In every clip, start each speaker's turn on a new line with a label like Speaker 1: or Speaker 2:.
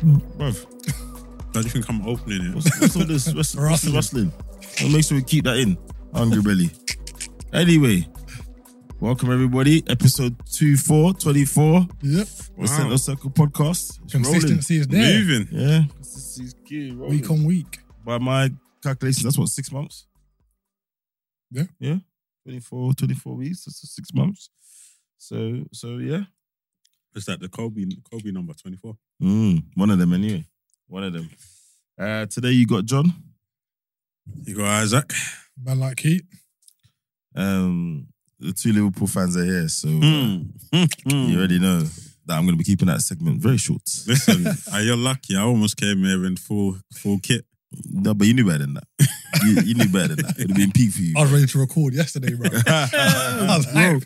Speaker 1: bruv. Now you think I'm opening it? What's, what's all this? What's, what's
Speaker 2: Rustling.
Speaker 1: the rustling? So make sure we keep that in. Hungry belly. Anyway, welcome everybody. Episode 2 4 24.
Speaker 2: Yep.
Speaker 1: Wow. Center Circle Podcast. It's
Speaker 2: Consistency is there.
Speaker 3: Moving.
Speaker 1: Rolling. Yeah. Consistency's key. rolling.
Speaker 2: Week on week.
Speaker 1: By my calculations, that's what, six months?
Speaker 2: Yeah.
Speaker 1: Yeah. 24, 24 weeks. That's six months. So, so yeah.
Speaker 3: It's like the Kobe Kobe number 24.
Speaker 1: Mm, one of them, anyway. One of them. Uh, today you got John.
Speaker 3: You got Isaac.
Speaker 2: Man like heat.
Speaker 1: Um, the two Liverpool fans are here, so uh,
Speaker 2: Hmm,
Speaker 1: you
Speaker 3: Mm.
Speaker 1: already know that I'm going to be keeping that segment very short.
Speaker 3: Listen, are you lucky? I almost came here in full full kit.
Speaker 1: No, but you knew better than that. You, you knew better than that. It'd have been peak for you.
Speaker 2: I was ready to record yesterday, bro. Oh. I was
Speaker 1: Bro,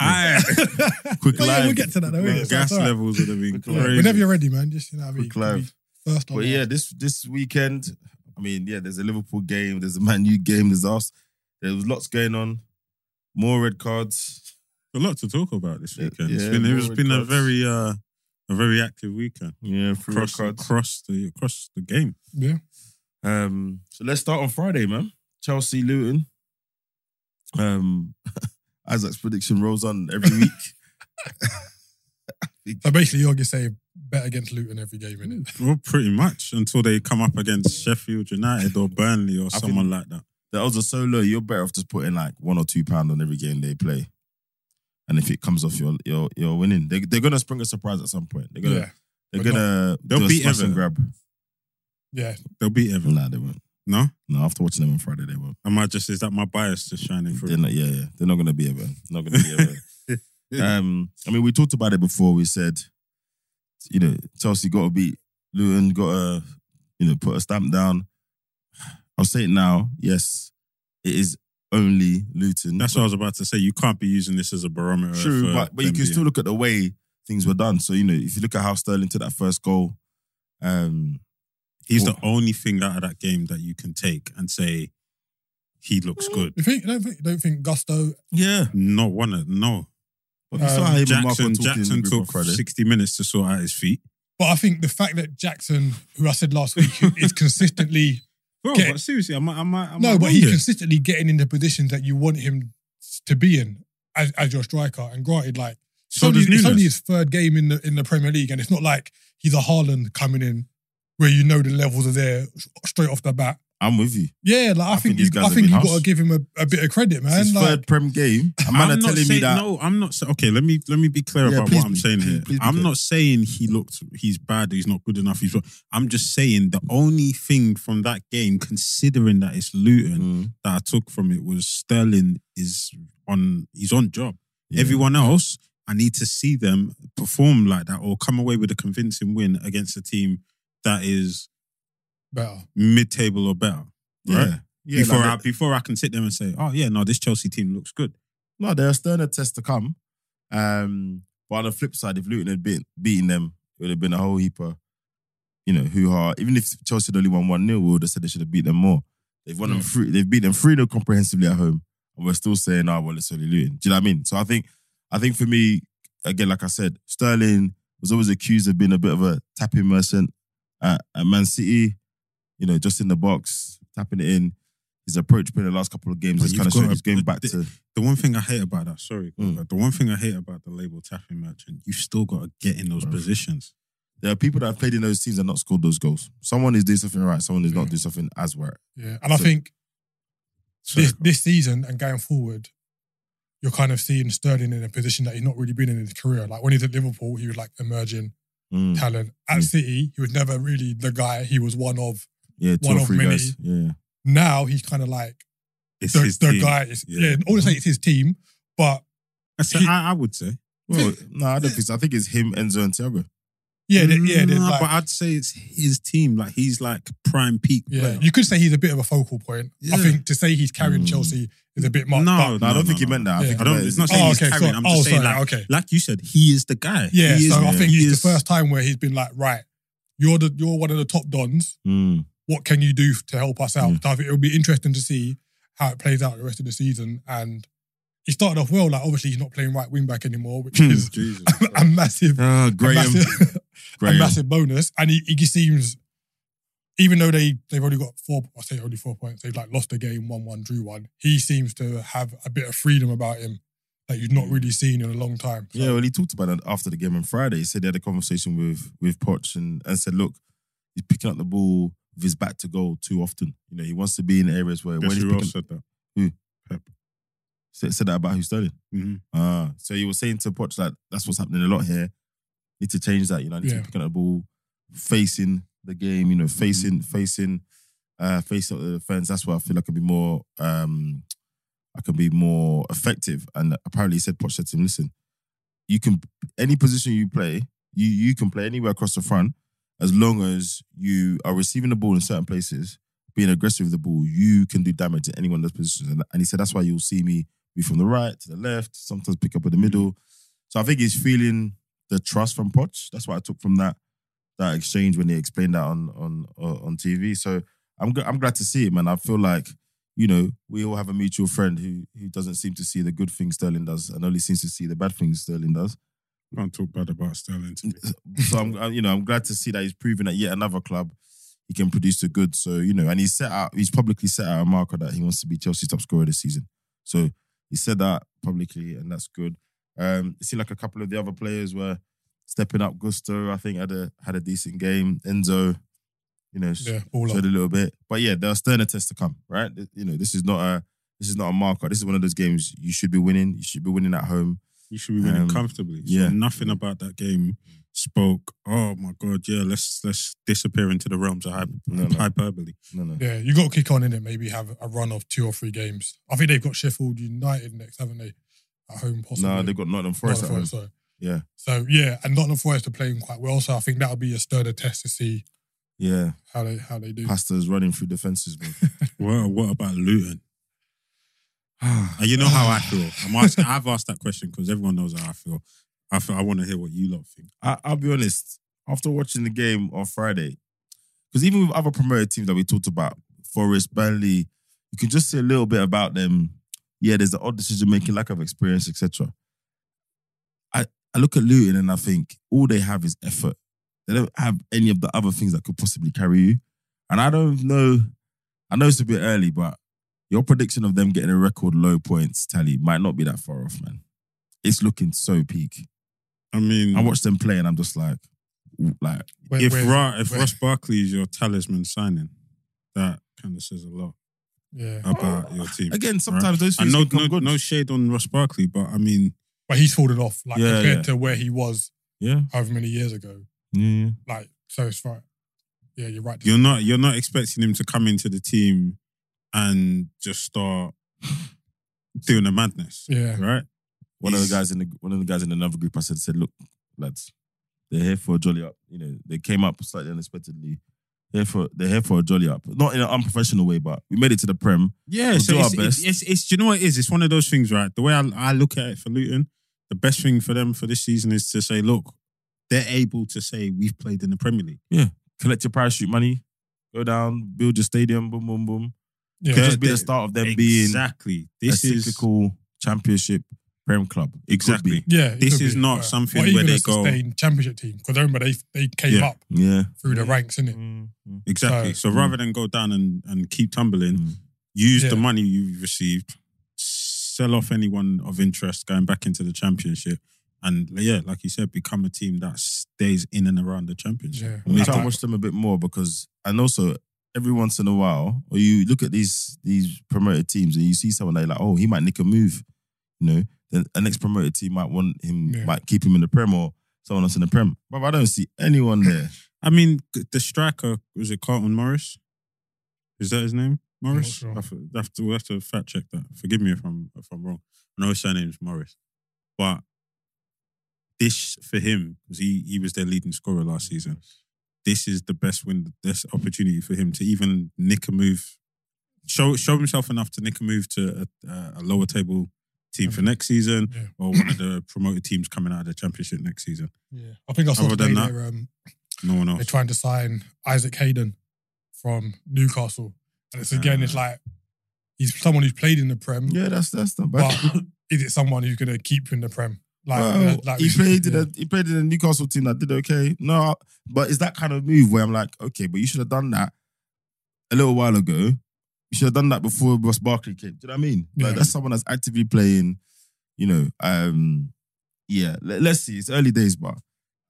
Speaker 2: hype.
Speaker 3: High.
Speaker 1: quick
Speaker 2: Well, yeah,
Speaker 1: live.
Speaker 2: we'll get to that though, innit? It's
Speaker 3: Gas
Speaker 2: all right.
Speaker 3: levels would have been
Speaker 1: Quick live.
Speaker 3: crazy.
Speaker 2: Whenever you're ready, man. Just you know what I mean.
Speaker 1: Quick live.
Speaker 2: First on.
Speaker 1: But yeah, this this weekend, I mean, yeah, there's a Liverpool game, there's a Man U game, there's us. There was lots going on. More red cards.
Speaker 3: a lot to talk about this
Speaker 1: Yeah,
Speaker 3: weekend. It's
Speaker 1: yeah,
Speaker 3: been it's
Speaker 1: more
Speaker 3: been a
Speaker 1: records.
Speaker 3: very uh a very active weekend.
Speaker 1: Yeah, three red
Speaker 3: Across
Speaker 1: cards.
Speaker 3: across the across the game.
Speaker 2: Yeah.
Speaker 1: Um, so let's start on Friday, man. Chelsea Luton. Um, Isaac's prediction rolls on every week.
Speaker 2: So basically, you're just saying bet against Luton every game, innit?
Speaker 3: Well, pretty much until they come up against Sheffield United or Burnley or
Speaker 1: think-
Speaker 3: someone like that.
Speaker 1: the odds are so low. You're better off just putting like one or two pound on every game they play, and if it comes off, you're you're, you're winning. They, they're gonna spring a surprise at some point. They're gonna
Speaker 2: Yeah.
Speaker 1: they're
Speaker 2: but
Speaker 1: gonna
Speaker 3: They'll
Speaker 1: do a
Speaker 3: beat
Speaker 1: smash and
Speaker 3: Everton.
Speaker 1: grab.
Speaker 2: Yeah.
Speaker 3: They'll beat Everton.
Speaker 1: Nah, they won't.
Speaker 3: No?
Speaker 1: No, after watching them on Friday, they won't.
Speaker 3: Am I just is that my bias just shining through?
Speaker 1: They're not. Yeah, yeah. They're not gonna be Everton. Not gonna be Everton. Um, I mean, we talked about it before. We said, you know, Chelsea got to beat Luton, got to, you know, put a stamp down. I'll say it now. Yes, it is only Luton. Uh,
Speaker 3: That's what I was about to say. You can't be using this as a barometer.
Speaker 1: true,
Speaker 3: for
Speaker 1: but, but you
Speaker 3: them
Speaker 1: can
Speaker 3: being-
Speaker 1: still look at the way things were done. So you know, if you look at how Sterling took that first goal, um,
Speaker 3: He's the only thing out of that game that you can take and say he looks good.
Speaker 2: You think? You don't think? Don't think Gusto?
Speaker 1: yeah.
Speaker 3: No one, of- no.
Speaker 1: But you
Speaker 2: Um,
Speaker 1: saw how him and Marco
Speaker 3: Jackson,
Speaker 1: talked in the
Speaker 3: Jackson
Speaker 1: group on
Speaker 3: took
Speaker 1: Friday.
Speaker 3: sixty minutes to sort out his feet.
Speaker 2: But I think the fact that Jackson, who I said last week, is consistently
Speaker 3: Bro,
Speaker 2: Get-
Speaker 3: but seriously, am I? Am I am I
Speaker 2: no, but
Speaker 3: wrong
Speaker 2: he's
Speaker 3: here?
Speaker 2: consistently getting in the positions that you want him to be in as, as your striker. And granted, like it's,
Speaker 3: So
Speaker 2: only,
Speaker 3: does
Speaker 2: it's only
Speaker 3: Nunes.
Speaker 2: his third game in the in the Premier League, and it's not like he's a Haaland coming in where you know the levels are there s- straight off the bat.
Speaker 1: I'm with you.
Speaker 2: Yeah, like I,
Speaker 1: I
Speaker 2: think,
Speaker 1: think these
Speaker 2: you,
Speaker 1: guys
Speaker 2: I
Speaker 1: have
Speaker 2: think
Speaker 1: been
Speaker 2: you got
Speaker 1: house.
Speaker 2: to give him a, a bit of credit,
Speaker 1: It's
Speaker 2: man.
Speaker 1: his
Speaker 2: Like,
Speaker 1: third Prem game. A man
Speaker 3: I'm
Speaker 1: are
Speaker 3: not
Speaker 1: telling me
Speaker 3: saying-
Speaker 1: that.
Speaker 3: No, I'm not. sa- Okay, let me let me be clear
Speaker 1: Yeah,
Speaker 3: about
Speaker 1: please
Speaker 3: what I'm
Speaker 1: be-
Speaker 3: saying
Speaker 1: please-
Speaker 3: here.
Speaker 1: please be
Speaker 3: I'm
Speaker 1: clear.
Speaker 3: not saying he looked. He's bad. He's not good enough. He's. wrong. I'm just saying the only thing from that game, considering that it's Luton,
Speaker 1: Mm,
Speaker 3: that I took from it was Sterling is on. He's on job.
Speaker 1: yeah.
Speaker 3: Everyone else, I need to see them perform like that or come away with a convincing win against a team that is
Speaker 2: better.
Speaker 3: mid-table or better. Right?
Speaker 1: Yeah. Yeah,
Speaker 3: before
Speaker 1: like
Speaker 3: I before I can sit there and say, oh yeah, no, this Chelsea team looks good.
Speaker 1: No, there are sterner tests to come. Um, but on the flip side, if Luton had been beaten them, it would have been a whole heap of, you know, who are even if Chelsea had only won one 0 we would have said they should have beat them more. They've won them
Speaker 2: Yeah.
Speaker 1: three. They've beat them three 0 comprehensively at home, and we're still saying, "Ah, well, it's only Luton." Do you know what I mean? So I think, I think for me, again, like I said, Sterling was always accused of being a bit of a tapping merchant at, at Man City. You know, just in the box, tapping it in. His approach in the last couple of games
Speaker 3: But
Speaker 1: is
Speaker 3: you've
Speaker 1: kind of
Speaker 3: got
Speaker 1: showing
Speaker 3: a-
Speaker 1: he's going back
Speaker 3: the-
Speaker 1: to
Speaker 3: The one thing I hate about that, sorry,
Speaker 1: Mm.
Speaker 3: but the one thing I hate about the label tapping merchant, you still got to get in those
Speaker 1: Bruv.
Speaker 3: positions.
Speaker 1: There are people that have played in those teams and not scored those goals. Someone is doing something right, someone is not
Speaker 2: Yeah.
Speaker 1: doing something as right.
Speaker 2: Yeah, and I
Speaker 1: So-
Speaker 2: think
Speaker 3: So,
Speaker 2: this this season and going forward, you're kind of seeing Sterling in a position that he's not really been in his career. Like when he's at Liverpool, he was like emerging
Speaker 1: Mm.
Speaker 2: talent. At
Speaker 1: Mm.
Speaker 2: City, he was never really the guy he was one of.
Speaker 1: Yeah, two
Speaker 2: One
Speaker 1: or
Speaker 2: of
Speaker 1: three
Speaker 2: many.
Speaker 1: guys. Yeah.
Speaker 2: Now he's kind of like
Speaker 3: it's
Speaker 2: the,
Speaker 3: his
Speaker 2: the
Speaker 3: team.
Speaker 2: guy. It's,
Speaker 3: Yeah.
Speaker 2: yeah, I wouldn't say it's his team, but
Speaker 3: I, said,
Speaker 2: he-
Speaker 3: I, I would say.
Speaker 1: Well, no, I don't think so. I think it's him, Enzo, and Thiago.
Speaker 2: yeah, they- yeah, they're
Speaker 3: Nah, Mm,
Speaker 2: like,
Speaker 3: but I'd say it's his team. Like he's like prime peak.
Speaker 2: yeah.
Speaker 3: player.
Speaker 2: You could say he's a bit of a focal point. I
Speaker 3: Yeah.
Speaker 2: think to say he's carrying
Speaker 1: Mm.
Speaker 2: Chelsea is a bit
Speaker 3: Hmm. No,
Speaker 2: much.
Speaker 3: no,
Speaker 1: No, I
Speaker 3: no,
Speaker 1: don't think he
Speaker 3: no,
Speaker 1: meant
Speaker 3: no.
Speaker 1: that.
Speaker 2: Yeah.
Speaker 1: I think
Speaker 3: I don't.
Speaker 1: he
Speaker 3: It's not
Speaker 1: meant-
Speaker 3: saying
Speaker 2: Oh,
Speaker 3: he's
Speaker 2: okay,
Speaker 3: carrying.
Speaker 2: so-
Speaker 3: I'm
Speaker 2: oh,
Speaker 3: just saying,
Speaker 2: sorry,
Speaker 3: like,
Speaker 2: okay.
Speaker 3: like you said, he is the guy.
Speaker 2: yeah.
Speaker 3: he is
Speaker 2: So I
Speaker 1: yeah.
Speaker 2: think
Speaker 3: he
Speaker 2: it's
Speaker 3: is-
Speaker 2: the first time where he's been like, right, you're the you're one of the top dons.
Speaker 1: Mm.
Speaker 2: what can you do to help us out?
Speaker 3: Hmm.
Speaker 1: Mm.
Speaker 2: So I think it'll be interesting to see how it plays out the rest of the season. And he started off
Speaker 3: Hmm.
Speaker 2: well, like obviously he's not playing right wing back anymore, which is
Speaker 3: Jesus.
Speaker 2: a massive,
Speaker 1: Hmm. Ah,
Speaker 2: a
Speaker 1: Graham.
Speaker 2: massive,
Speaker 1: Graham.
Speaker 2: a massive bonus. And he, he seems, even though they they've only got four, I say only four points, they've like lost a game, one one, drew one. He seems to have a bit of freedom about him that you've not really seen in a long time. So
Speaker 1: Yeah, well, he talked about that after the game on Friday. He said he had a conversation with with Poch and, and said, look, he's picking up the ball with his back to goal too often. You know, he wants to be in areas where
Speaker 3: Guess
Speaker 1: when he's
Speaker 3: who else
Speaker 1: picking,
Speaker 3: said that?
Speaker 1: said, said that about who started.
Speaker 3: Mhm.
Speaker 1: Ah, so he was saying to Poch like that's what's happening a lot here. Need to change that. You know, I need to
Speaker 2: Yeah.
Speaker 1: be picking up the ball, facing the game. You know, facing, facing, uh, facing up the defense. That's where I feel I can be more. um I can be more effective. And apparently, he said Poch said to him, "Listen, you can any position you play, you you can play anywhere across the front as long as you are receiving the ball in certain places." Being aggressive with the ball, you can do damage to anyone in those positions. And, and he said that's why you'll see me be from the right to the left, sometimes pick up in the middle. So I think he's feeling the trust from Poch. That's what I took from that that exchange when he explained that on on uh, on TV. So I'm gl- I'm glad to see it, man. I feel like you know we all have a mutual friend who who doesn't seem to see the good things Sterling does and only seems to see the bad things Sterling does.
Speaker 3: Can't talk bad about Sterling. To me.
Speaker 1: So I'm I- you know I'm glad to see that he's proving at yet another club he can produce the good. So you know, and he set out he's publicly set out a marker that he wants to be Chelsea's top scorer this season. So he said that publicly, and that's good. Um, you see, like a couple of the other players were stepping up. Gusto, I think, had a had a decent game. Enzo, you know,
Speaker 2: yeah, ball up.
Speaker 1: showed a little bit. But yeah, there are sterner tests to come, right? Th- You know, this is not a this is not a marker. This is one of those games you should be winning. You should be winning at home.
Speaker 3: You should be winning
Speaker 1: Um,
Speaker 3: comfortably. So
Speaker 1: yeah.
Speaker 3: Nothing about that game spoke. Oh my god, yeah. Let's let's disappear into the realms of hyper-
Speaker 1: No, no.
Speaker 3: hyperbole.
Speaker 1: No, no.
Speaker 2: Yeah, you got to kick on in it. Maybe have a run of two or three games. I think they've got Sheffield United next, haven't they? At home, possibly.
Speaker 1: No, they've got Nottingham Forest
Speaker 2: Nottingham
Speaker 1: at home.
Speaker 2: Forest, sorry.
Speaker 1: Yeah.
Speaker 2: So yeah, and Nottingham Forest are playing quite well. So I think that'll be a sterner test to see
Speaker 1: Yeah.
Speaker 2: how they how they do.
Speaker 1: Pasta's running through defenses, man.
Speaker 3: Well, what about Luton? And you know how I feel. I'm asking, I've asked that question because everyone knows how I feel. I feel, I want to hear what you lot think.
Speaker 1: I, I'll be honest. After watching the game on Friday, because even with other promoted teams that we talked about, Forest, Burnley, you can just see a little bit about them. Yeah, there's the odd decision making, lack of experience, etc. I I look at Luton and I think all they have is effort. They don't have any of the other things that could possibly carry you. And I don't know. I know it's a bit early, but your prediction of them getting a record low points tally might not be that far off, man. It's looking so peak.
Speaker 3: I mean,
Speaker 1: I watch them play and I'm just like, like,
Speaker 2: Where-
Speaker 3: if
Speaker 2: where-
Speaker 3: Ra- if
Speaker 2: where-
Speaker 3: Ross Barkley is your talisman signing, that kind of says a lot
Speaker 2: yeah,
Speaker 3: about your team.
Speaker 1: again, sometimes those
Speaker 3: And
Speaker 1: things
Speaker 3: no,
Speaker 1: can come
Speaker 3: no,
Speaker 1: good.
Speaker 3: no shade on Ross Barkley, but I mean,
Speaker 2: but he's fallen off like
Speaker 1: Yeah,
Speaker 2: compared
Speaker 1: yeah.
Speaker 2: to where he was
Speaker 1: yeah.
Speaker 2: however many years ago.
Speaker 1: yeah, yeah.
Speaker 2: Like so, it's right. Yeah, you're right.
Speaker 3: you're not you're not expecting him to come into the team and just start doing the madness,
Speaker 2: yeah,
Speaker 3: right?
Speaker 1: One of
Speaker 3: He's-
Speaker 1: the guys in the one of the guys in another group, I said, said, look, lads, they're here for a jolly up. You know, they came up slightly unexpectedly. Here for they're here for a jolly up, not in an unprofessional way, but we made it to the prem.
Speaker 3: Yeah,
Speaker 1: We'll
Speaker 3: so
Speaker 1: do our
Speaker 3: it's,
Speaker 1: best.
Speaker 3: It's, it's, it's- you know what it is. It's one of those things, right? The way I, I look at it for Luton, the best thing for them for this season is to say, look, they're able to say we've played in the Premier League.
Speaker 1: Collect your parachute money, go down, build your stadium, boom, boom, boom.
Speaker 2: yeah.
Speaker 1: Could just be the
Speaker 3: they-
Speaker 1: start of them
Speaker 3: exactly.
Speaker 1: being a
Speaker 3: This is
Speaker 1: cyclical championship prem club. It could
Speaker 3: Exactly.
Speaker 1: be.
Speaker 2: Yeah, it
Speaker 3: This
Speaker 2: could
Speaker 3: is
Speaker 2: be,
Speaker 3: not
Speaker 2: yeah.
Speaker 3: something
Speaker 2: Or
Speaker 3: where
Speaker 2: even
Speaker 3: they
Speaker 2: a
Speaker 3: go-
Speaker 2: sustained championship team because remember they they came
Speaker 3: Yeah. Mm.
Speaker 2: up
Speaker 1: Yeah.
Speaker 2: through the
Speaker 1: Yeah.
Speaker 2: ranks, innit?
Speaker 1: mm,
Speaker 3: exactly. So,
Speaker 1: So-
Speaker 3: rather than go down and, and keep tumbling,
Speaker 1: Mm.
Speaker 3: use
Speaker 2: Yeah.
Speaker 3: the money you've received, sell off anyone of interest going back into the championship. And yeah, like you said, become a team that stays in and around the championship.
Speaker 2: Yeah,
Speaker 1: I need to
Speaker 2: Like-
Speaker 1: watch them a bit more because, and also every once in a while, or you look at these these promoted teams and you see someone that you're like, oh, he might nick a move, you know. Then a next promoted team might want him,
Speaker 2: Yeah.
Speaker 1: might keep him in the prem or someone else in the prem. But I don't see anyone there.
Speaker 3: I mean, g- the striker was it Carlton Morris? Is that his name? Morris.
Speaker 2: sure.
Speaker 3: I f- I have to, we'll have to fact check that. Forgive me if I'm if I'm wrong. I know his surname's Morris, but this for him because he he was their leading scorer last season. This is the best win, this opportunity for him to even nick a move, show show himself enough to nick a move to a, a lower table team for next season
Speaker 2: Yeah.
Speaker 3: or one of the promoted teams coming out of the championship next season.
Speaker 2: Yeah, I think I saw
Speaker 3: Other
Speaker 2: today
Speaker 3: than that-
Speaker 2: they're, um,
Speaker 3: No one
Speaker 2: they're
Speaker 3: else.
Speaker 2: trying to sign Isaac Hayden from Newcastle, and it's again, it's
Speaker 3: Ah.
Speaker 2: like he's someone who's played in the Prem,
Speaker 1: yeah, that's that's not bad.
Speaker 2: but is it someone who's going to keep in the Prem? Like,
Speaker 1: Well,
Speaker 2: uh, like
Speaker 1: he played in
Speaker 2: yeah.
Speaker 1: a he played in a Newcastle team that did okay. No, but it's that kind of move where I'm like, okay, but you should have done that a little while ago. You should have done that before Ross Barkley came. Do you know what I mean?
Speaker 2: Yeah.
Speaker 1: Like that's someone that's actively playing. You know, um, yeah. Let, us see. It's early days, but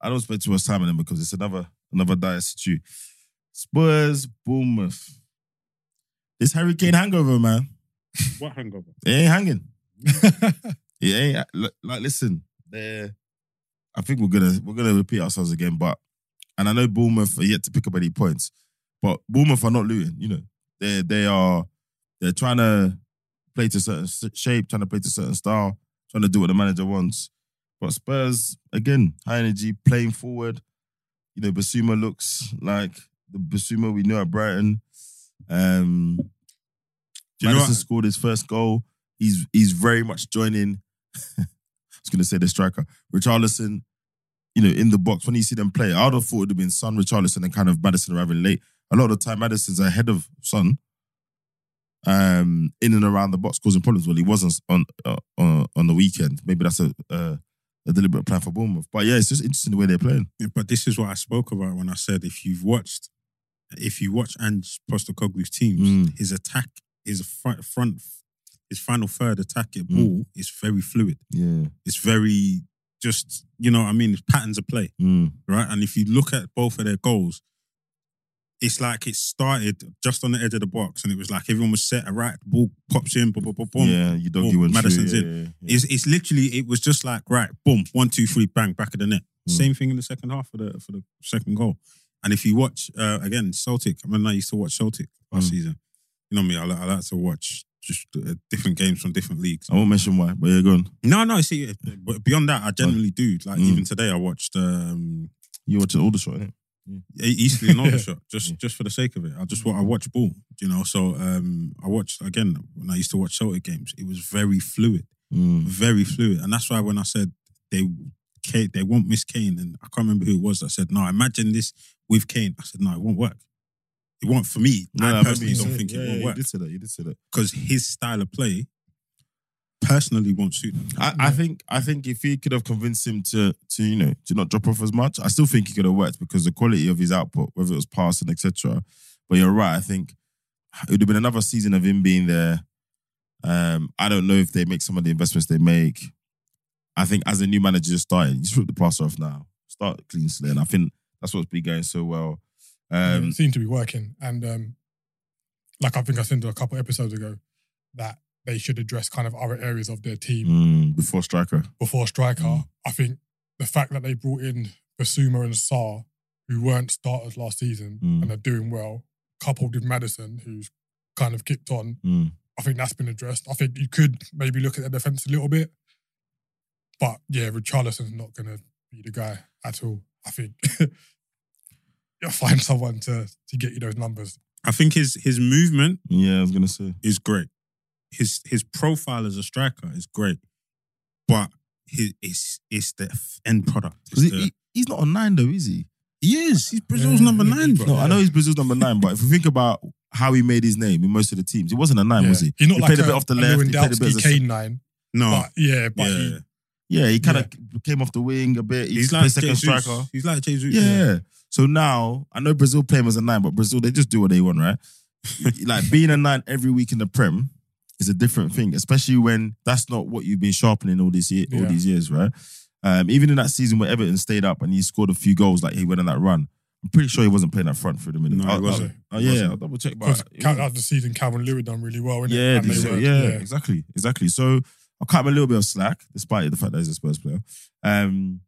Speaker 1: I don't spend too much time on them because it's another another dire stew. Spurs, Bournemouth. This hurricane hangover, man.
Speaker 3: What hangover?
Speaker 1: It ain't hanging. It ain't li- like listen, they're I think we're gonna we're gonna repeat ourselves again, but and I know Bournemouth are yet to pick up any points, but Bournemouth are not looting, you know. They they are they're trying to play to certain s- shape, trying to play to certain style, trying to do what the manager wants. But Spurs, again, high energy, playing forward. You know, Basuma looks like the Basuma we knew at Brighton. Um
Speaker 3: Do you know
Speaker 1: Madison
Speaker 3: what?
Speaker 1: scored his first goal. He's he's very much joining. I was gonna say the striker, Richarlison. You know, in the box when you see them play, I would have thought it'd have been Son, Richarlison, and kind of Madison arriving late. A lot of the time, Madison's ahead of Son, um, in and around the box, causing problems. Well, he wasn't on uh, on on the weekend. Maybe that's a uh, a deliberate plan for Bournemouth. But yeah, it's just interesting the way they're playing.
Speaker 3: Yeah, but this is what I spoke about when I said if you've watched, if you watch Ange Postecoglou's teams,
Speaker 1: Mm.
Speaker 3: his attack, his front, front, his final third attack at
Speaker 1: Mm.
Speaker 3: ball is very fluid.
Speaker 1: Yeah,
Speaker 3: It's very just, you know what I mean? It's patterns of play,
Speaker 1: mm.
Speaker 3: right? And if you look at both of their goals, it's like it started just on the edge of the box and it was like everyone was set, right? Ball pops in, boom, boom, boom, boom.
Speaker 1: yeah, you don't.
Speaker 3: boom,
Speaker 1: You went
Speaker 3: Maddison's
Speaker 1: through.
Speaker 3: in.
Speaker 1: Yeah, yeah, yeah.
Speaker 3: It's, it's literally it was just like right, boom, one, two, three, bang, back of the net.
Speaker 1: Mm.
Speaker 3: Same thing in the second half for the for the second goal. And if you watch uh, again Celtic, I mean I used to watch Celtic last
Speaker 1: Mm.
Speaker 3: season. You know me, I, li- I like to watch just uh, different games from different leagues.
Speaker 1: I won't mention why, but yeah, go on.
Speaker 3: No, no, see, uh, but beyond that, I generally do. Like
Speaker 1: Mm.
Speaker 3: even today, I watched um,
Speaker 1: You watch all the shot, innit?
Speaker 3: Eastleigh and Aldershot just
Speaker 1: Yeah.
Speaker 3: just for the sake of it. I just wa- I watch ball, you know. So um, I watched again when I used to watch Celtic games. It was very fluid.
Speaker 1: Mm.
Speaker 3: very fluid. And that's why when I said they Kane, they won't miss Kane, and I can't remember who it was that said, no, imagine this with Kane. I said, no, it won't work. It won't for me.
Speaker 1: No,
Speaker 3: I
Speaker 1: no, I
Speaker 3: personally
Speaker 1: remember
Speaker 3: don't
Speaker 1: you
Speaker 3: think it
Speaker 1: said- yeah,
Speaker 3: will
Speaker 1: yeah, You
Speaker 3: work
Speaker 1: did say that. You did say that.
Speaker 3: because his style of play personally won't suit them.
Speaker 1: I, I think I think if he could have convinced him to to you know to not drop off as much, I still think he could have worked because the quality of his output, whether it was passing etc. But you're right. I think it would have been another season of him being there. Um, I don't know if they make some of the investments they make. I think as a new manager just starting, you just rip the plaster off now. Start a clean slate. And I think that's what's been going so well. Um,
Speaker 2: it seemed to be working. And um, like I think I said a couple episodes ago, that they should address kind of other areas of their team
Speaker 1: mm, before striker.
Speaker 2: before striker.
Speaker 1: Mm.
Speaker 2: I think the fact that they brought in Basuma and Saar, who weren't starters last season
Speaker 1: Mm.
Speaker 2: and are doing well, coupled with Madison, who's kind of kicked on,
Speaker 1: Mm.
Speaker 2: I think that's been addressed. I think you could maybe look at their defense a little bit, but yeah, Richarlison's not going to be the guy at all. I think you'll find someone to to get you those numbers.
Speaker 3: I think his his movement
Speaker 1: Yeah, I was gonna say.
Speaker 3: is great. His his profile as a striker is great, but his it's it's the f- end product. It's
Speaker 1: Because he,
Speaker 3: the-
Speaker 1: he- he's not on nine though, is he?
Speaker 3: he is. He's Brazil's
Speaker 2: Yeah,
Speaker 3: number
Speaker 2: yeah,
Speaker 3: nine, bro.
Speaker 1: No,
Speaker 2: yeah.
Speaker 1: I know he's Brazil's number nine, but if you think about how he made his name in most of the teams, he wasn't a nine,
Speaker 2: Yeah.
Speaker 1: was he?
Speaker 2: He's not
Speaker 1: He
Speaker 2: like
Speaker 1: played a bit off the left, he played a bit as a
Speaker 2: Lewandowski
Speaker 1: se-
Speaker 2: Kane nine,
Speaker 3: No,
Speaker 2: but yeah, but
Speaker 3: yeah.
Speaker 2: he
Speaker 1: Yeah, he kind of came off the wing a bit. He
Speaker 3: He's
Speaker 1: played
Speaker 3: like
Speaker 1: second
Speaker 3: Jesus.
Speaker 1: striker.
Speaker 3: He's like Jesus.
Speaker 1: Yeah. So now I know Brazil play him as a nine, but Brazil they just do what they want, right? like being a nine every week in the Prem is a different thing, especially when that's not what you've been sharpening all these year, all
Speaker 2: Yeah.
Speaker 1: these years, right? Um, even in that season where Everton stayed up and he scored a few goals, like he went on that run. I'm pretty sure he wasn't playing that front through the middle.
Speaker 3: No, he
Speaker 1: I'll- I'll-
Speaker 3: wasn't.
Speaker 1: Oh
Speaker 3: He
Speaker 1: yeah,
Speaker 3: wasn't.
Speaker 1: I'll double check. But
Speaker 2: because
Speaker 1: it
Speaker 2: count
Speaker 1: wasn't.
Speaker 2: out the season, Calvin Lewin done really well. innit?
Speaker 1: Yeah,
Speaker 2: And they
Speaker 1: they said-
Speaker 2: were-
Speaker 1: yeah, exactly, exactly. So I cut him a little bit of slack, despite the fact that he's a Spurs player. Um,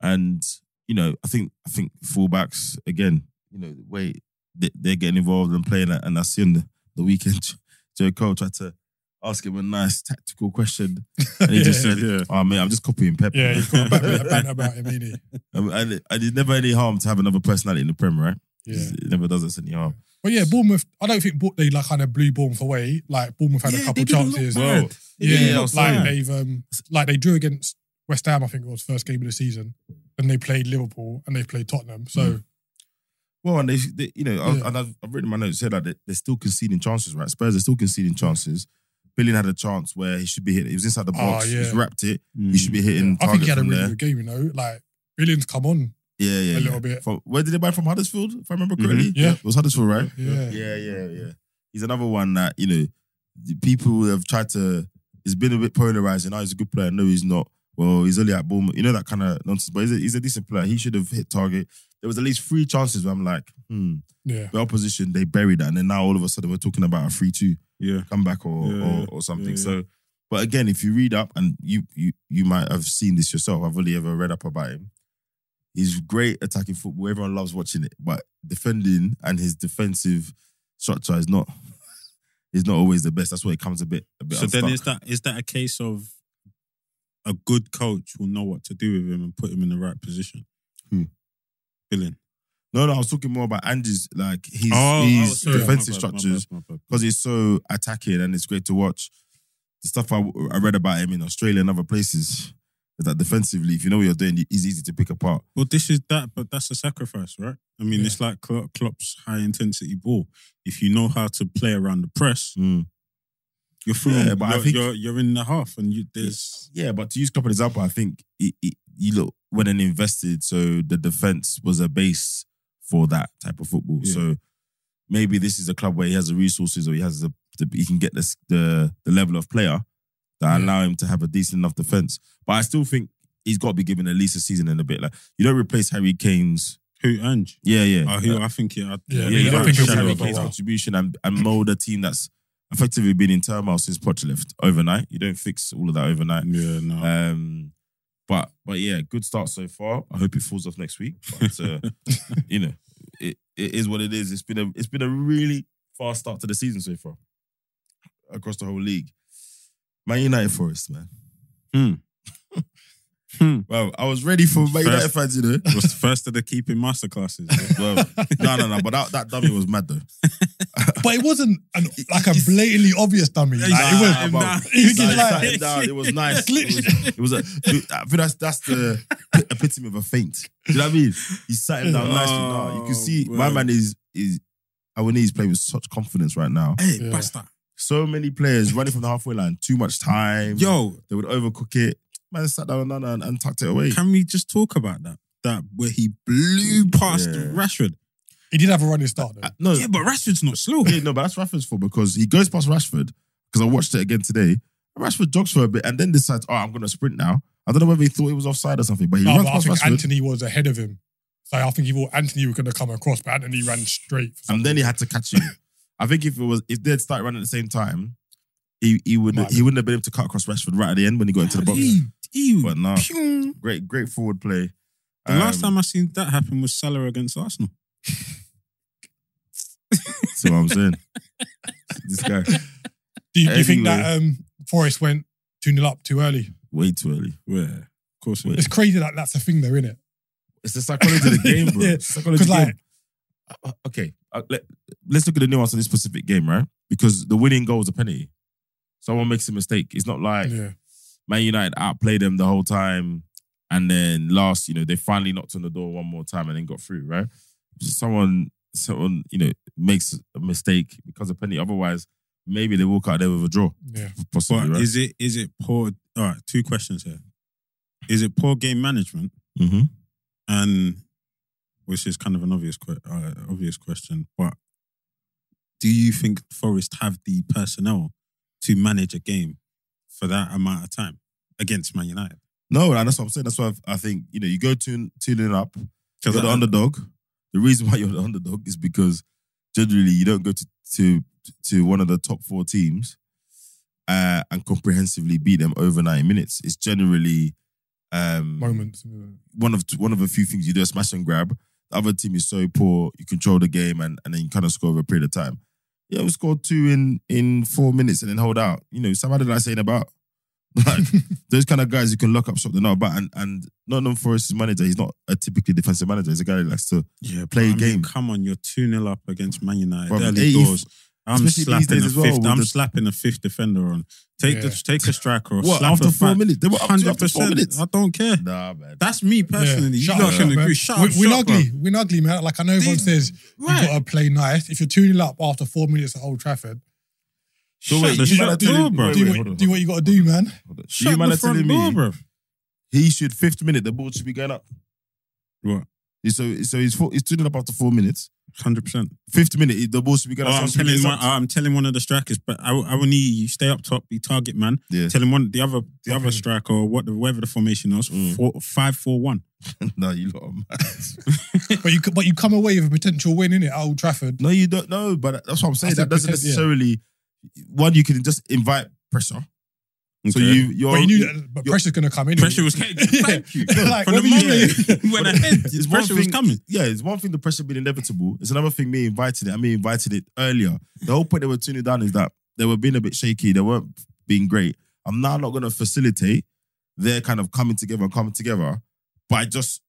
Speaker 1: and you know, I think I think fullbacks again. You know, the way they, they're getting involved and playing, and I see on the, the weekend, Joe Cole tried to ask him a nice tactical question, and he just
Speaker 2: Yeah.
Speaker 1: said, "Oh man, I'm just copying Pep."
Speaker 2: Yeah,
Speaker 1: man."
Speaker 2: he's got a bit of banter about him, ain't he?
Speaker 1: Um, and, and it's never any harm to have another personality in the Prem, right?
Speaker 2: Yeah.
Speaker 1: It never does us any harm.
Speaker 2: But yeah, Bournemouth, I don't think Bour- they like kind of blew Bournemouth away. Like Bournemouth had
Speaker 3: Yeah,
Speaker 2: a
Speaker 3: they
Speaker 2: couple
Speaker 3: didn't look
Speaker 2: chances.
Speaker 3: bad.
Speaker 1: Well,
Speaker 2: Yeah,
Speaker 1: Yeah, I
Speaker 2: like
Speaker 1: was saying.
Speaker 2: they've um, like they drew against West Ham, I think it was first game of the season. Then they played Liverpool and they played Tottenham. So
Speaker 1: Mm. Well, and they, they you know, I,
Speaker 2: Yeah.
Speaker 1: and I've, I've written in my notes here that they, they're still conceding chances, right? Spurs are still conceding chances. Billing had a chance where he should be hit. He was inside the box.
Speaker 2: Oh, yeah. Mm,
Speaker 1: He's wrapped it. He should
Speaker 3: Mm.
Speaker 1: be hitting.
Speaker 2: I think he had
Speaker 1: target
Speaker 2: a
Speaker 1: from
Speaker 2: really
Speaker 1: there.
Speaker 2: good game, you know. Like, Billings come on.
Speaker 1: Yeah, yeah,
Speaker 2: a
Speaker 1: yeah.
Speaker 2: little bit.
Speaker 1: From, where did they buy from Huddersfield? If I remember correctly,
Speaker 2: Yeah.
Speaker 1: it was Huddersfield, right?
Speaker 2: Yeah.
Speaker 1: yeah, yeah, yeah. He's another one that you know the people have tried to. It's been a bit polarizing. Oh, he's a good player. No, he's not. Well, he's only at Bournemouth. You know that kind of nonsense. But he's a, he's a decent player. He should have hit target. There was at least three chances where I'm like, hmm.
Speaker 2: Yeah.
Speaker 1: The opposition they buried that, and then now all of a sudden we're talking about a three-two
Speaker 3: Yeah.
Speaker 1: comeback or
Speaker 3: Yeah, yeah.
Speaker 1: or, or something.
Speaker 3: Yeah, yeah.
Speaker 1: So, but again, if you read up and you you you might have seen this yourself. I've only ever read up about him. He's great attacking football. Everyone loves watching it, but defending and his defensive structure is not is not always the best. That's why it comes a bit a bit.
Speaker 3: So then is
Speaker 1: unstuck.
Speaker 3: that is that a case of a good coach will know what to do with him and put him in the right position?
Speaker 1: Who?
Speaker 3: Billing.
Speaker 1: no, no. I was talking more about Andy's like his
Speaker 3: oh,
Speaker 1: his
Speaker 3: sorry, my
Speaker 1: defensive
Speaker 3: bad, my bad,
Speaker 1: structures
Speaker 3: my bad.
Speaker 1: because he's so attacking and it's great to watch. The stuff I, I read about him in Australia and other places is that defensively, if you know what you're doing, it's easy to pick apart.
Speaker 3: Well, this is that, but that's a sacrifice, right? I mean,
Speaker 2: Yeah.
Speaker 3: it's like Klo- Klopp's high intensity ball. If you know how to play around the press, you're through.
Speaker 1: Yeah,
Speaker 3: on-
Speaker 1: but I
Speaker 3: you're,
Speaker 1: think-
Speaker 3: you're, you're in the half, and you there's
Speaker 1: Yeah, but to use Klopp as an example, I think it, it, you look when an invested, so the defense was a base for that type of football.
Speaker 3: Yeah.
Speaker 1: So maybe this is a club where he has the resources or he has the, the he can get this, the the level of player that
Speaker 2: Yeah.
Speaker 1: allow him to have a decent enough defense. But I still think he's got to be given at least a season and a bit. Like you don't replace Harry Kane's.
Speaker 3: who Ange.
Speaker 1: Yeah, yeah.
Speaker 3: Uh, who I think yeah, I,
Speaker 1: yeah,
Speaker 2: Yeah,
Speaker 1: you
Speaker 2: I
Speaker 1: don't
Speaker 2: think
Speaker 1: think
Speaker 2: he'll be
Speaker 1: Harry
Speaker 2: there for a
Speaker 1: Kane's
Speaker 2: while.
Speaker 1: contribution and, and mold a team that's effectively been in turmoil since Poch left overnight. You don't fix all of that overnight.
Speaker 3: yeah, no.
Speaker 1: Um, but but yeah, good start so far. I hope it falls off next week. But uh, you know, it, it is what it is. It's been a it's been a really fast start to the season so far across the whole league. Man United Forest, man.
Speaker 3: Hmm. Hmm.
Speaker 1: Well, I was ready for Man United
Speaker 3: First-
Speaker 1: fans, you know.
Speaker 3: it was the first of the keeping masterclasses. yeah.
Speaker 1: Well, no, no, no. But that, that dummy was mad though.
Speaker 2: But it wasn't an, like a blatantly obvious dummy. Like,
Speaker 1: Nah,
Speaker 2: it
Speaker 1: bro.
Speaker 2: was. It's
Speaker 1: Nah,
Speaker 2: just
Speaker 1: it
Speaker 2: like-
Speaker 1: sat him down. It was nice. It
Speaker 2: Literally.
Speaker 1: was, it was a, I think that's that's the epitome of a feint. Do you know what I mean? He sat him down nicely. Nah, you can see
Speaker 3: Oh,
Speaker 1: my
Speaker 3: man.
Speaker 1: man is is Awani is playing with such confidence right now.
Speaker 3: Hey,
Speaker 2: Yeah.
Speaker 3: basta.
Speaker 1: So many players running from the halfway line. Too much time.
Speaker 3: Yo,
Speaker 1: they would overcook it. Man sat down and, and, and tucked it away.
Speaker 3: Can we just talk about that? That where he blew past
Speaker 1: Yeah.
Speaker 3: Rashford.
Speaker 2: He did have a running start, though.
Speaker 1: Uh, No,
Speaker 3: Yeah, but Rashford's not slow.
Speaker 1: Yeah, no, but that's Rashford's fault because he goes past Rashford because I watched it again today. Rashford jogs for a bit and then decides, oh, I'm going to sprint now. I don't know whether he thought it was offside or something, but he
Speaker 2: No,
Speaker 1: runs
Speaker 2: but I
Speaker 1: past
Speaker 2: think
Speaker 1: Rashford
Speaker 2: Anthony was ahead of him. So I think he thought Anthony was going to come across, but Anthony ran straight. For
Speaker 1: and then he had to catch him. I think if it was if they'd started running at the same time, he he would
Speaker 2: Might
Speaker 1: he wouldn't have been able to cut across Rashford right at the end when he got into the box.
Speaker 3: He- he-
Speaker 1: But no,
Speaker 3: pew.
Speaker 1: great great forward play.
Speaker 3: The
Speaker 1: Um,
Speaker 3: last time I seen that happen was Salah against Arsenal.
Speaker 1: see what I'm saying. this guy
Speaker 2: do, you, do you think
Speaker 1: Anyway.
Speaker 2: that um, Forrest went 2 0 up too early?
Speaker 1: way too early.
Speaker 3: Yeah, of course.
Speaker 1: Wait.
Speaker 2: It's crazy that that's a thing, though, isn't it?
Speaker 1: It's the psychology of the game, bro.
Speaker 2: Yeah,
Speaker 1: It's the psychology of the
Speaker 2: like-
Speaker 1: game. Uh, okay, uh, let, us look at the nuance of this specific game, right? Because the winning goal is a penalty. Someone makes a mistake. It's not like
Speaker 2: Yeah.
Speaker 1: Man United outplayed them the whole time, and then last, you know, they finally knocked on the door one more time and then got through, right? Someone, someone, you know, makes a mistake because of penalty. Otherwise, maybe they walk out there with a draw,
Speaker 2: Yeah.
Speaker 1: possibly,
Speaker 3: But
Speaker 1: right?
Speaker 3: is it is it poor? All right, two questions here. Is it poor game management
Speaker 1: mm-hmm.
Speaker 3: and which is kind of an obvious que- uh, obvious question, but do you think Forest have the personnel to manage a game for that amount of time against Man United?
Speaker 1: No, and that's what I'm saying. That's why I've- I think you know you go tune tuning up
Speaker 3: Because
Speaker 1: you're the underdog. The reason why you're the underdog is because generally you don't go to to to one of the top four teams uh, and comprehensively beat them over 90 minutes. It's generally um,
Speaker 2: Moments.
Speaker 1: one of one of a few things you do a smash and grab. The other team is so poor, you control the game and, and then you kind of score over a period of time. Yeah, we scored two in in four minutes and then hold out. You know, somebody like saying about like those kind of guys you can lock up shop, they're not about and and Nottingham Forest's manager, he's not a typically defensive manager. He's a guy that likes to
Speaker 3: Yeah, but
Speaker 1: play a
Speaker 3: I mean,
Speaker 1: game.
Speaker 3: come on, you're 2 0 up against Man United.
Speaker 1: Bruv,
Speaker 3: early
Speaker 1: 80
Speaker 3: doors. I'm
Speaker 1: E especially these
Speaker 3: slapping
Speaker 1: days
Speaker 3: a
Speaker 1: as well
Speaker 3: fifth.
Speaker 1: with
Speaker 3: I'm
Speaker 1: the-
Speaker 3: slapping a fifth defender on. Take the
Speaker 2: Yeah.
Speaker 3: take a striker or
Speaker 1: what
Speaker 3: slap
Speaker 1: after
Speaker 3: a
Speaker 1: four
Speaker 3: back.
Speaker 1: minutes. They were up to, after four
Speaker 3: 100%.
Speaker 1: minutes.
Speaker 3: I don't care.
Speaker 1: Nah, man.
Speaker 3: That's me personally.
Speaker 2: Shut
Speaker 3: you
Speaker 2: up,
Speaker 3: lot can
Speaker 2: shut up,
Speaker 3: agree.
Speaker 2: man.
Speaker 3: Shut
Speaker 2: We-
Speaker 3: up,
Speaker 2: We're
Speaker 3: shut up,
Speaker 2: ugly. We're ugly, man. Like, I know everyone
Speaker 3: These-
Speaker 2: says
Speaker 3: bro. Right.
Speaker 2: you got to play nice. If you're 2 0 up after four minutes at Old Trafford,
Speaker 1: So
Speaker 3: Shut
Speaker 1: wait,
Speaker 3: the
Speaker 1: you
Speaker 3: front
Speaker 1: man are
Speaker 3: door,
Speaker 1: telling-
Speaker 3: bro.
Speaker 1: wait,
Speaker 2: do,
Speaker 1: wait,
Speaker 2: what,
Speaker 1: hold on,
Speaker 2: do
Speaker 1: hold
Speaker 2: what
Speaker 1: on,
Speaker 2: you got to
Speaker 1: hold
Speaker 2: do,
Speaker 1: on.
Speaker 2: man.
Speaker 1: Hold on.
Speaker 3: Shut
Speaker 1: You man
Speaker 3: the
Speaker 1: are telling
Speaker 3: front door,
Speaker 1: me
Speaker 3: bro.
Speaker 1: he should fifth minute the ball should be going up.
Speaker 3: What?
Speaker 1: He's So so he's four, he's stood up after four minutes.
Speaker 3: Hundred percent.
Speaker 1: Fifth minute he- the ball should be going up.
Speaker 3: Oh, I'm
Speaker 1: so he
Speaker 3: telling
Speaker 1: gets
Speaker 3: one.
Speaker 1: up.
Speaker 3: I'm telling one of the strikers, but I, I will need you stay up top, be target man.
Speaker 1: yeah,
Speaker 3: Tell him one the other the other
Speaker 2: Okay.
Speaker 3: striker or what the whatever the formation was
Speaker 1: Mm.
Speaker 3: four, five four one.
Speaker 1: no, you lot. Are mad.
Speaker 2: But you, but you come away with a potential win in it at Old Trafford.
Speaker 1: No, you don't know, but that's what I'm saying.
Speaker 2: That's
Speaker 1: That
Speaker 2: the
Speaker 1: doesn't
Speaker 2: potent- yeah.
Speaker 1: necessarily. One, you can just invite pressure. So
Speaker 3: Okay.
Speaker 1: you, you're,
Speaker 2: But you knew that but
Speaker 1: your-
Speaker 2: pressure's going to come in.
Speaker 3: pressure was coming. Thank you.
Speaker 2: Like,
Speaker 3: From the
Speaker 2: what do you
Speaker 3: moment
Speaker 2: mean?
Speaker 3: you went ahead,
Speaker 1: It's one
Speaker 3: pressure was
Speaker 1: thing-
Speaker 3: coming.
Speaker 1: Yeah, it's one thing the pressure being inevitable. It's another thing me inviting it. I mean, invited it earlier. The whole point they were tuning down is that they were being a bit shaky. They weren't being great. I'm now not going to facilitate their kind of coming together and coming together by just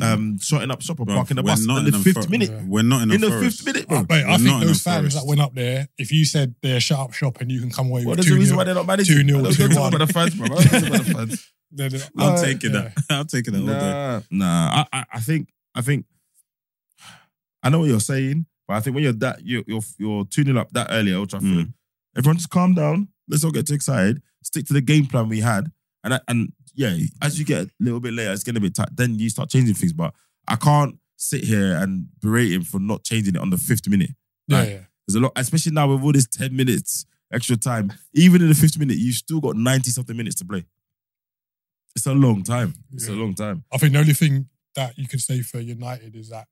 Speaker 1: um shutting up shop and
Speaker 3: Bruv,
Speaker 1: parking the
Speaker 3: we're
Speaker 1: bus
Speaker 3: not
Speaker 1: in the
Speaker 3: in a
Speaker 1: fifth
Speaker 3: fo-
Speaker 1: minute.
Speaker 2: Yeah.
Speaker 3: We're not in,
Speaker 1: In the
Speaker 3: forest.
Speaker 1: fifth minute,
Speaker 2: I,
Speaker 1: bro.
Speaker 2: mate, I
Speaker 3: We're
Speaker 2: think
Speaker 3: not in
Speaker 2: those
Speaker 3: the
Speaker 2: fans
Speaker 3: forest.
Speaker 2: that went up there, if you said they're shut up shop and you can come away
Speaker 1: Well,
Speaker 2: with
Speaker 1: there's a
Speaker 2: two
Speaker 1: reason
Speaker 2: nil,
Speaker 1: why they're not managing.
Speaker 2: 2-0,
Speaker 1: Let's not talk
Speaker 2: 2-1.
Speaker 1: about the fans, bro. Let's talk about the fans.
Speaker 2: they're the-
Speaker 3: I'm
Speaker 1: Uh,
Speaker 3: taking that. I'm taking that all day.
Speaker 1: Nah, nah. I, I, I think, I think, I know what you're saying, but I think when you're that, you're you're, you're tuning up that early at Old Trafford.
Speaker 3: Mm.
Speaker 1: Everyone just calm down. Let's not get too excited. Stick to the game plan we had, and I, and yeah, as you get a little bit later, it's getting a bit tight. Then you start changing things, but I can't sit here and berate him for not changing it on the fifth minute.
Speaker 2: Yeah,
Speaker 1: Right.
Speaker 2: yeah.
Speaker 1: There's a lot, especially now with all this ten minutes extra time. Even in the fifth minute, you still got ninety something minutes to play. It's a long time. It's a
Speaker 2: Yeah.
Speaker 1: long time.
Speaker 2: I think the only thing that you could say for United is that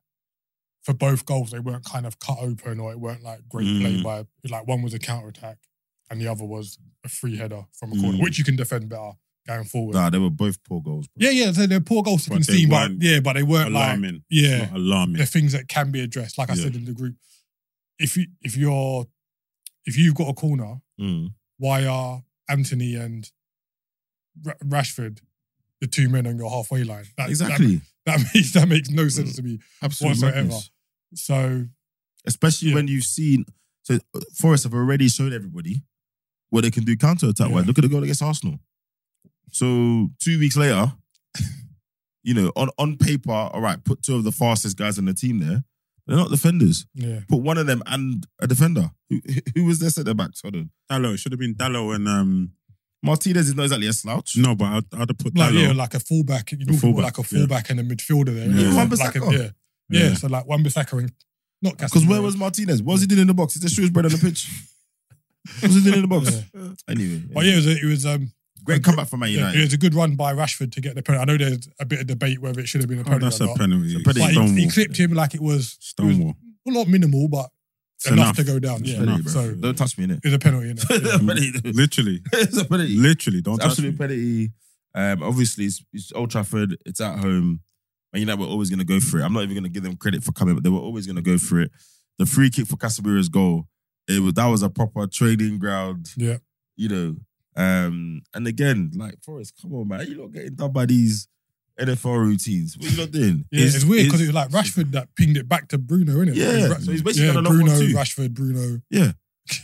Speaker 2: for both goals, they weren't kind of cut open or it weren't like great play
Speaker 3: Mm.
Speaker 2: by, like one was a counter attack and the other was a free header from a
Speaker 3: Mm.
Speaker 2: corner, which you can defend better going forward.
Speaker 1: Nah, they were both poor goals. Bro.
Speaker 2: Yeah, yeah, so they're poor goals to
Speaker 3: But they
Speaker 2: concede, but
Speaker 3: weren't
Speaker 2: yeah, but they weren't like,
Speaker 3: Alarming.
Speaker 2: yeah,
Speaker 3: Not alarming.
Speaker 2: they're things that can be addressed. Like I
Speaker 3: Yeah.
Speaker 2: said in the group, if you if you're if you've got a corner,
Speaker 1: Mm.
Speaker 2: why are Anthony and Ra- Rashford the two men on your halfway line? That,
Speaker 1: Exactly.
Speaker 2: That, that makes that makes no
Speaker 3: Mm.
Speaker 2: sense to me.
Speaker 1: Absolutely.
Speaker 2: whatsoever. So
Speaker 1: Especially
Speaker 2: Yeah.
Speaker 1: when you've seen so uh, Forest have already shown everybody what they can do counter attack
Speaker 2: Yeah.
Speaker 1: wise. Look at the goal against Arsenal. So two weeks later, you know, on, on paper, all right, put two of the fastest guys on the team there. They're not defenders.
Speaker 2: yeah,
Speaker 1: Put one of them and a defender. Who, who was their centre backs? Hold on.
Speaker 3: Dallo. It should have been Dallo and um
Speaker 1: Martinez is not exactly a slouch.
Speaker 3: no, but I'd, I'd have put
Speaker 2: like
Speaker 3: Dallo.
Speaker 2: yeah, like a fullback, you know,
Speaker 3: fullback,
Speaker 2: like a
Speaker 3: yeah.
Speaker 2: fullback and a midfielder there.
Speaker 3: Yeah.
Speaker 2: innit?
Speaker 1: Even
Speaker 2: Like a-
Speaker 1: Wan-Bissaka.
Speaker 2: yeah, yeah, So like one Bissaka and not
Speaker 1: Because where was Martinez? What was he doing in the box? Is the shoes bread on the pitch? what was he doing in the box? Anyway.
Speaker 2: But yeah, it was a, it was um
Speaker 1: Great comeback from Man
Speaker 2: yeah,
Speaker 1: United.
Speaker 2: it was a good run by Rashford to get the penalty. I know there's a bit of debate whether it should have been a
Speaker 3: Oh,
Speaker 2: penalty
Speaker 3: that's
Speaker 2: or
Speaker 3: a
Speaker 2: not.
Speaker 3: penalty.
Speaker 1: It's a penalty.
Speaker 2: But
Speaker 3: Stonewall.
Speaker 2: he, he clipped him like it was
Speaker 3: Stonewall.
Speaker 2: well, not minimal, but
Speaker 3: It's
Speaker 2: enough,
Speaker 3: enough.
Speaker 2: to go down.
Speaker 1: It's a
Speaker 2: Yeah,
Speaker 1: penalty,
Speaker 2: enough.
Speaker 1: bro.
Speaker 2: so
Speaker 1: Don't touch me in it.
Speaker 2: it's a penalty. Innit? Yeah.
Speaker 3: Literally,
Speaker 1: it's a penalty.
Speaker 3: literally. Don't
Speaker 1: It's
Speaker 3: touch
Speaker 1: absolute
Speaker 3: me.
Speaker 1: penalty. Um, obviously, it's, it's Old Trafford. It's at home. Man United were always going to go for it. I'm not even going to give them credit for coming, but they were always going to go for it. The free kick for Casemira's goal, it was that was a proper trading ground.
Speaker 2: Yeah.
Speaker 1: you know. Um, and again, like Forrest, come on, man, you're not getting done by these NFL routines. What are you not doing?
Speaker 2: Yeah,
Speaker 3: Is-
Speaker 2: it's weird because
Speaker 3: is-
Speaker 2: it was like Rashford that pinged it back to Bruno, innit?
Speaker 1: Yeah,
Speaker 2: Ra-
Speaker 1: so he's basically
Speaker 2: yeah,
Speaker 1: done a long
Speaker 2: Bruno,
Speaker 1: one too.
Speaker 2: Rashford, Bruno.
Speaker 1: Yeah.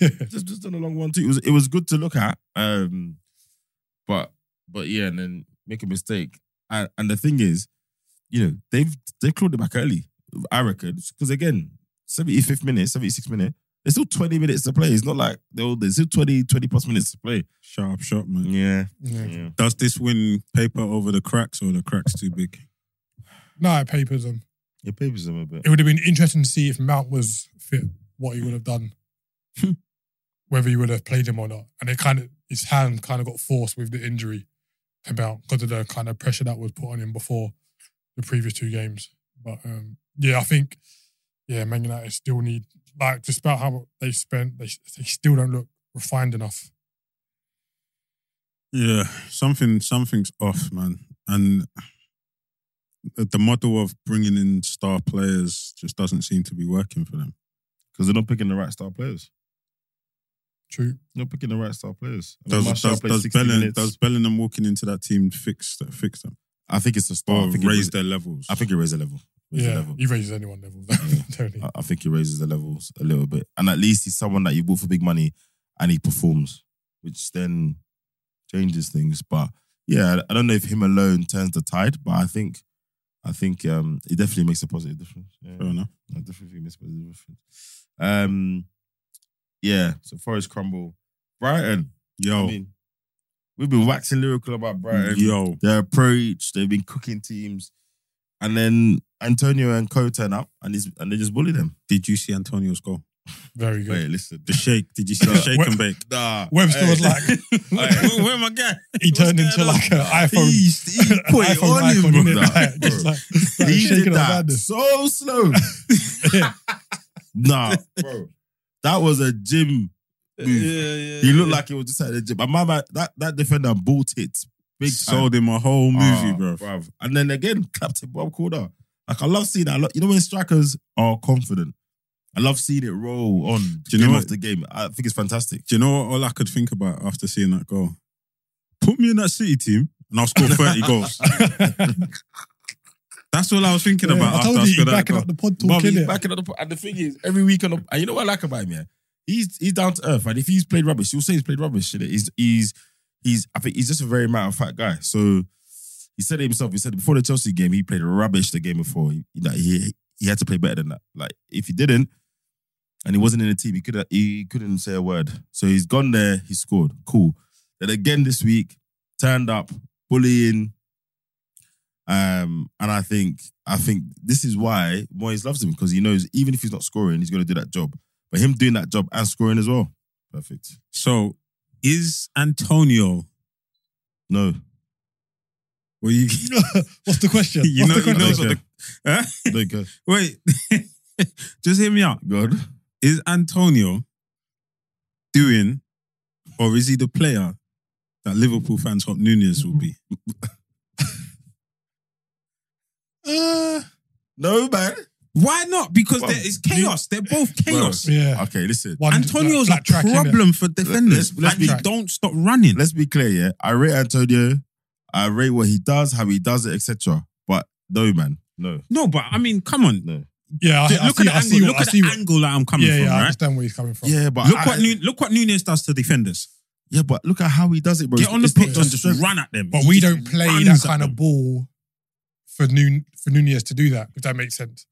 Speaker 2: yeah,
Speaker 1: just just done a long one too. It was it was good to look at. Um, but but yeah, and then make a mistake. And, and the thing is, you know, they've they've clawed it back early. I reckon because again, seventy fifth minute, seventy sixth minute. There's still 20 minutes to play. It's not like they're all- there's still 20, 20 plus minutes to play.
Speaker 3: Shut up, shop, man.
Speaker 1: Yeah.
Speaker 2: yeah.
Speaker 3: Does this win paper over the cracks or the cracks too big?
Speaker 2: No, it papers um. them.
Speaker 1: Your papers them a bit.
Speaker 2: It would have been interesting to see if Mount was fit, what he would have done, whether he would have played him or not. And it kind of his hand kind of got forced with the injury to Mount because of the kind of pressure that was put on him before the previous two games. But um, yeah, I think yeah, Man United still need like despite how much they spent, they they still don't look refined enough.
Speaker 3: Yeah, something something's off, man. And the the model of bringing in star players just doesn't seem to be working for them.
Speaker 1: Because they're not picking the right star players.
Speaker 2: True.
Speaker 1: They're not picking the right star players. I mean,
Speaker 3: Does
Speaker 1: Martial
Speaker 3: does,
Speaker 1: played
Speaker 3: does,
Speaker 1: 60
Speaker 3: Bellingham,
Speaker 1: minutes.
Speaker 3: does Bellingham walking into that team fix that fix them
Speaker 1: I think it's a star.
Speaker 3: or
Speaker 1: I think it
Speaker 3: raise
Speaker 1: was-
Speaker 3: their levels?
Speaker 1: I think it raised the level. Raised the
Speaker 2: yeah,
Speaker 1: level. Uh,
Speaker 2: he raises anyone level. Totally.
Speaker 1: I, I think he raises the levels a little bit. And at least he's someone that you bought for big money and he performs, which then changes things. But yeah, I I don't know if him alone turns the tide, but I think I think um it definitely makes a positive difference. Yeah.
Speaker 3: Fair enough.
Speaker 1: I definitely think it makes a positive difference. Um Yeah, so Forest crumble. Brighton.
Speaker 3: Yo,
Speaker 1: I mean, we've been waxing lyrical about Brighton.
Speaker 3: yo,
Speaker 1: Their approach, they've been cooking teams, and then Antonio and Co turn up, and he's, and they just bully them.
Speaker 3: did you see Antonio's goal?
Speaker 2: Very good.
Speaker 1: Wait, listen.
Speaker 3: The shake. Did you see the shake and bake?
Speaker 1: Nah,
Speaker 2: Webster
Speaker 1: hey.
Speaker 2: was like,
Speaker 1: Hey.
Speaker 3: Where my guy?
Speaker 2: he turned
Speaker 3: What's
Speaker 2: into
Speaker 3: going
Speaker 2: like an iPhone.
Speaker 3: He, he put it
Speaker 2: iPhone
Speaker 3: on
Speaker 2: icon,
Speaker 3: him,
Speaker 2: innit?
Speaker 3: bro.
Speaker 1: Nah,
Speaker 2: Like, just
Speaker 1: bro.
Speaker 2: like, like
Speaker 1: he
Speaker 2: shaking
Speaker 1: did
Speaker 2: up
Speaker 1: that
Speaker 2: madness.
Speaker 1: so slow.
Speaker 2: Yeah.
Speaker 1: nah, bro, that was a gym.
Speaker 3: Yeah,
Speaker 1: move.
Speaker 3: yeah,
Speaker 1: He looked
Speaker 3: yeah.
Speaker 1: like he was just at the gym. And my man, that that defender bought it big time.
Speaker 3: sold him a whole movie,
Speaker 1: Ah,
Speaker 3: bro.
Speaker 1: bruv. And then again, clapped it Bob Corner. Like I love seeing that. Like, You know when strikers are confident. I love seeing it roll on
Speaker 3: Do you
Speaker 1: game
Speaker 3: know
Speaker 1: after game. I think it's fantastic.
Speaker 3: Do you know what all I could think about after seeing that goal? Put me in that City team and I'll score 30 goals. That's all I was thinking
Speaker 2: Yeah,
Speaker 3: about
Speaker 2: I
Speaker 3: after
Speaker 2: told
Speaker 3: I
Speaker 2: you, he
Speaker 3: scored that
Speaker 2: backing
Speaker 3: goal.
Speaker 2: up the pod
Speaker 1: Bob,
Speaker 2: talk,
Speaker 1: he's
Speaker 2: innit?
Speaker 1: backing up the po- and the thing is, every week on the, and you know what I like about him, yeah, he's he's down to earth. And if he's played rubbish, you'll say he's played rubbish. innit? He's he's he's I think he's just a very matter of fact guy. So he said it himself. He said before the Chelsea game, he played rubbish the game before. He, like, he he had to play better than that. Like if he didn't, and he wasn't in the team, he could he couldn't say a word. So he's gone there. He scored. Cool. Then again this week, turned up, bullying. Um, and I think I think this is why Moyes loves him because he knows even if he's not scoring, he's going to do that job. But him doing that job and scoring as well, perfect.
Speaker 3: So is Antonio.
Speaker 1: No,
Speaker 3: Well, you,
Speaker 2: What's the question?
Speaker 3: you
Speaker 2: What's
Speaker 3: know,
Speaker 2: the
Speaker 3: he
Speaker 2: question?
Speaker 3: knows what the. Huh?
Speaker 1: don't care.
Speaker 3: Wait, just hear me out.
Speaker 1: God,
Speaker 3: Is Antonio doing, or is he the player that Liverpool fans hope Nunez will be?
Speaker 1: uh, no man.
Speaker 3: Why not? Because
Speaker 1: Well,
Speaker 3: there is chaos. They're both chaos.
Speaker 2: Yeah.
Speaker 1: Okay, listen.
Speaker 2: One
Speaker 3: Antonio's
Speaker 2: black-
Speaker 3: like
Speaker 2: black track, innit?
Speaker 3: problem for defenders.
Speaker 1: Let's- let's
Speaker 3: like,
Speaker 2: track.
Speaker 3: they don't stop running.
Speaker 1: Let's be clear, yeah. I rate Antonio. I rate what he does, how he does it, etc. But no, man, no.
Speaker 3: No, but I mean, come on.
Speaker 1: No.
Speaker 2: Yeah, I, I
Speaker 3: look
Speaker 2: see,
Speaker 3: at the
Speaker 2: I see
Speaker 3: angle.
Speaker 2: what-
Speaker 3: Look
Speaker 2: I
Speaker 3: at
Speaker 2: see
Speaker 3: the
Speaker 2: what-
Speaker 3: angle that I'm coming
Speaker 2: Yeah,
Speaker 3: from,
Speaker 2: yeah, I
Speaker 3: right?
Speaker 2: understand where he's coming from.
Speaker 1: Yeah, but
Speaker 3: Look
Speaker 1: I-
Speaker 3: what Nu- look what Nunes does to defenders.
Speaker 1: yeah, but look at how he does it, bro.
Speaker 3: Get on the
Speaker 1: It's not
Speaker 3: pitch and
Speaker 1: just
Speaker 3: just
Speaker 1: strength.
Speaker 3: run at them.
Speaker 2: But
Speaker 3: He
Speaker 2: we
Speaker 3: just
Speaker 2: don't play that
Speaker 3: runs at
Speaker 2: kind of
Speaker 3: them.
Speaker 2: ball for Nun for Nunez to do that, if that makes sense.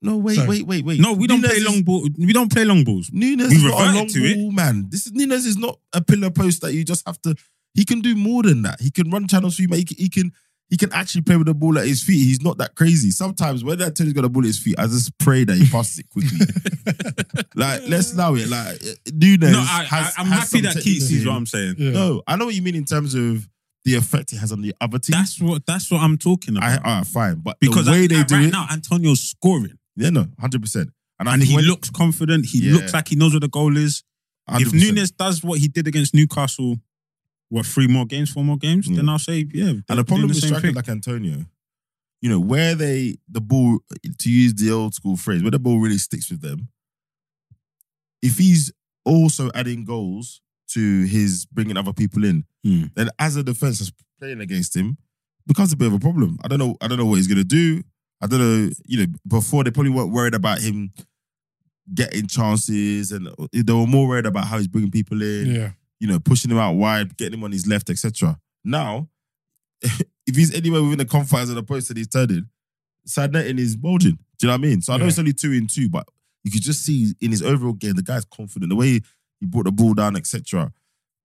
Speaker 1: No, wait,
Speaker 2: So-
Speaker 1: wait, wait, wait.
Speaker 3: No, we don't
Speaker 1: Nunes
Speaker 3: play
Speaker 1: is-
Speaker 3: long ball. We don't play long balls.
Speaker 1: Nunes
Speaker 3: We
Speaker 1: is not a
Speaker 3: reverted
Speaker 1: long
Speaker 3: to it.
Speaker 1: ball man. This is, Nunes is not a pillar post that you just have to. He can do more than that. He can run channels for you, man. He can, he can he can actually play with the ball at his feet. He's not that crazy. Sometimes when that has got the ball at his feet, I just pray that he passes it quickly. like let's allow it. Like Nunes.
Speaker 3: No, I,
Speaker 1: has,
Speaker 3: I, I'm
Speaker 1: has
Speaker 3: happy
Speaker 1: some
Speaker 3: that Keith
Speaker 1: technique
Speaker 3: sees
Speaker 1: to
Speaker 3: what
Speaker 1: him.
Speaker 3: I'm saying.
Speaker 2: Yeah.
Speaker 1: No, I know what you mean in terms of the effect it has on the other team.
Speaker 3: That's what that's what I'm talking
Speaker 1: I,
Speaker 3: about.
Speaker 1: all right, fine, but
Speaker 3: because
Speaker 1: the way
Speaker 3: I-
Speaker 1: they
Speaker 3: I-
Speaker 1: do
Speaker 3: right
Speaker 1: it,
Speaker 3: now, Antonio's scoring
Speaker 1: yeah, no, hundred percent. I
Speaker 3: and
Speaker 1: think
Speaker 3: he
Speaker 1: when-
Speaker 3: looks confident. He
Speaker 1: Yeah.
Speaker 3: looks like he knows what the goal is.
Speaker 1: 100%.
Speaker 3: If Nunes does what he did against Newcastle, what three more games, four more games,
Speaker 1: Mm.
Speaker 3: then I'll say yeah. they're
Speaker 1: And the problem
Speaker 3: doing
Speaker 1: with
Speaker 3: same
Speaker 1: strikers
Speaker 3: thing.
Speaker 1: like Antonio, you know, where they the ball to use the old school phrase, where the ball really sticks with them. If he's also adding goals to his bringing other people in,
Speaker 3: Hmm.
Speaker 1: then as a defense that's playing against him, becomes a bit of a problem. I don't know. I don't know what he's gonna do. I don't know. You know, before they probably weren't worried about him getting chances, and they were more worried about how he's bringing people in
Speaker 2: Yeah.
Speaker 1: you know, pushing him out wide, getting him on his left, etc. Now, if he's anywhere within the confines of the post that he's turning, Sadnet in his bulging. Do you know what I mean? So I know
Speaker 2: Yeah.
Speaker 1: it's only two in two, but you could just see in his overall game, the guy's confident. The way he brought the ball down, etc.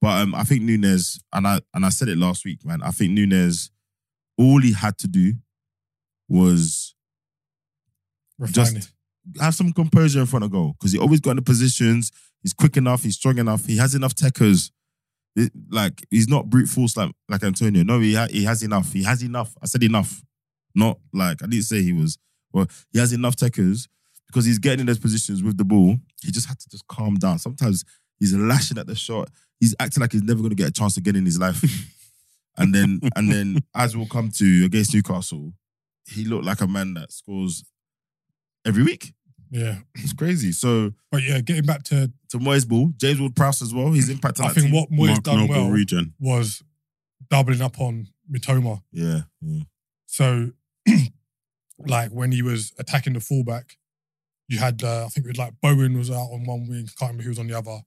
Speaker 1: But um, I think Nunes, and I and I said it last week, man. I think Nunes, all he had to do was
Speaker 2: Refine
Speaker 1: Just-
Speaker 2: it.
Speaker 1: have some composure in front of goal because he always got in the positions. He's quick enough. He's strong enough. He has enough techers. It- like he's not brute force like like Antonio. No, he ha- he has enough. He has enough. I said enough. Not like I didn't say he was. Well, he has enough techers because he's getting in those positions with the ball. He just had to just calm down. Sometimes he's lashing at the shot. He's acting like he's never going to get a chance again in his life. and then and then as we'll come to against Newcastle, he looked like a man that scores every week.
Speaker 2: Yeah.
Speaker 1: It's crazy. So
Speaker 2: But yeah, getting back to
Speaker 1: to Moyes Ball, James Wood Prowse as well. He's impacted.
Speaker 2: I think what Moyes
Speaker 3: Mark
Speaker 2: done
Speaker 3: Noble
Speaker 2: well
Speaker 3: region.
Speaker 2: was doubling up on Mitoma.
Speaker 1: Yeah. yeah.
Speaker 2: So like when he was attacking the fullback, you had uh, I think it was like Bowen was out on one wing, can't remember who was on the other.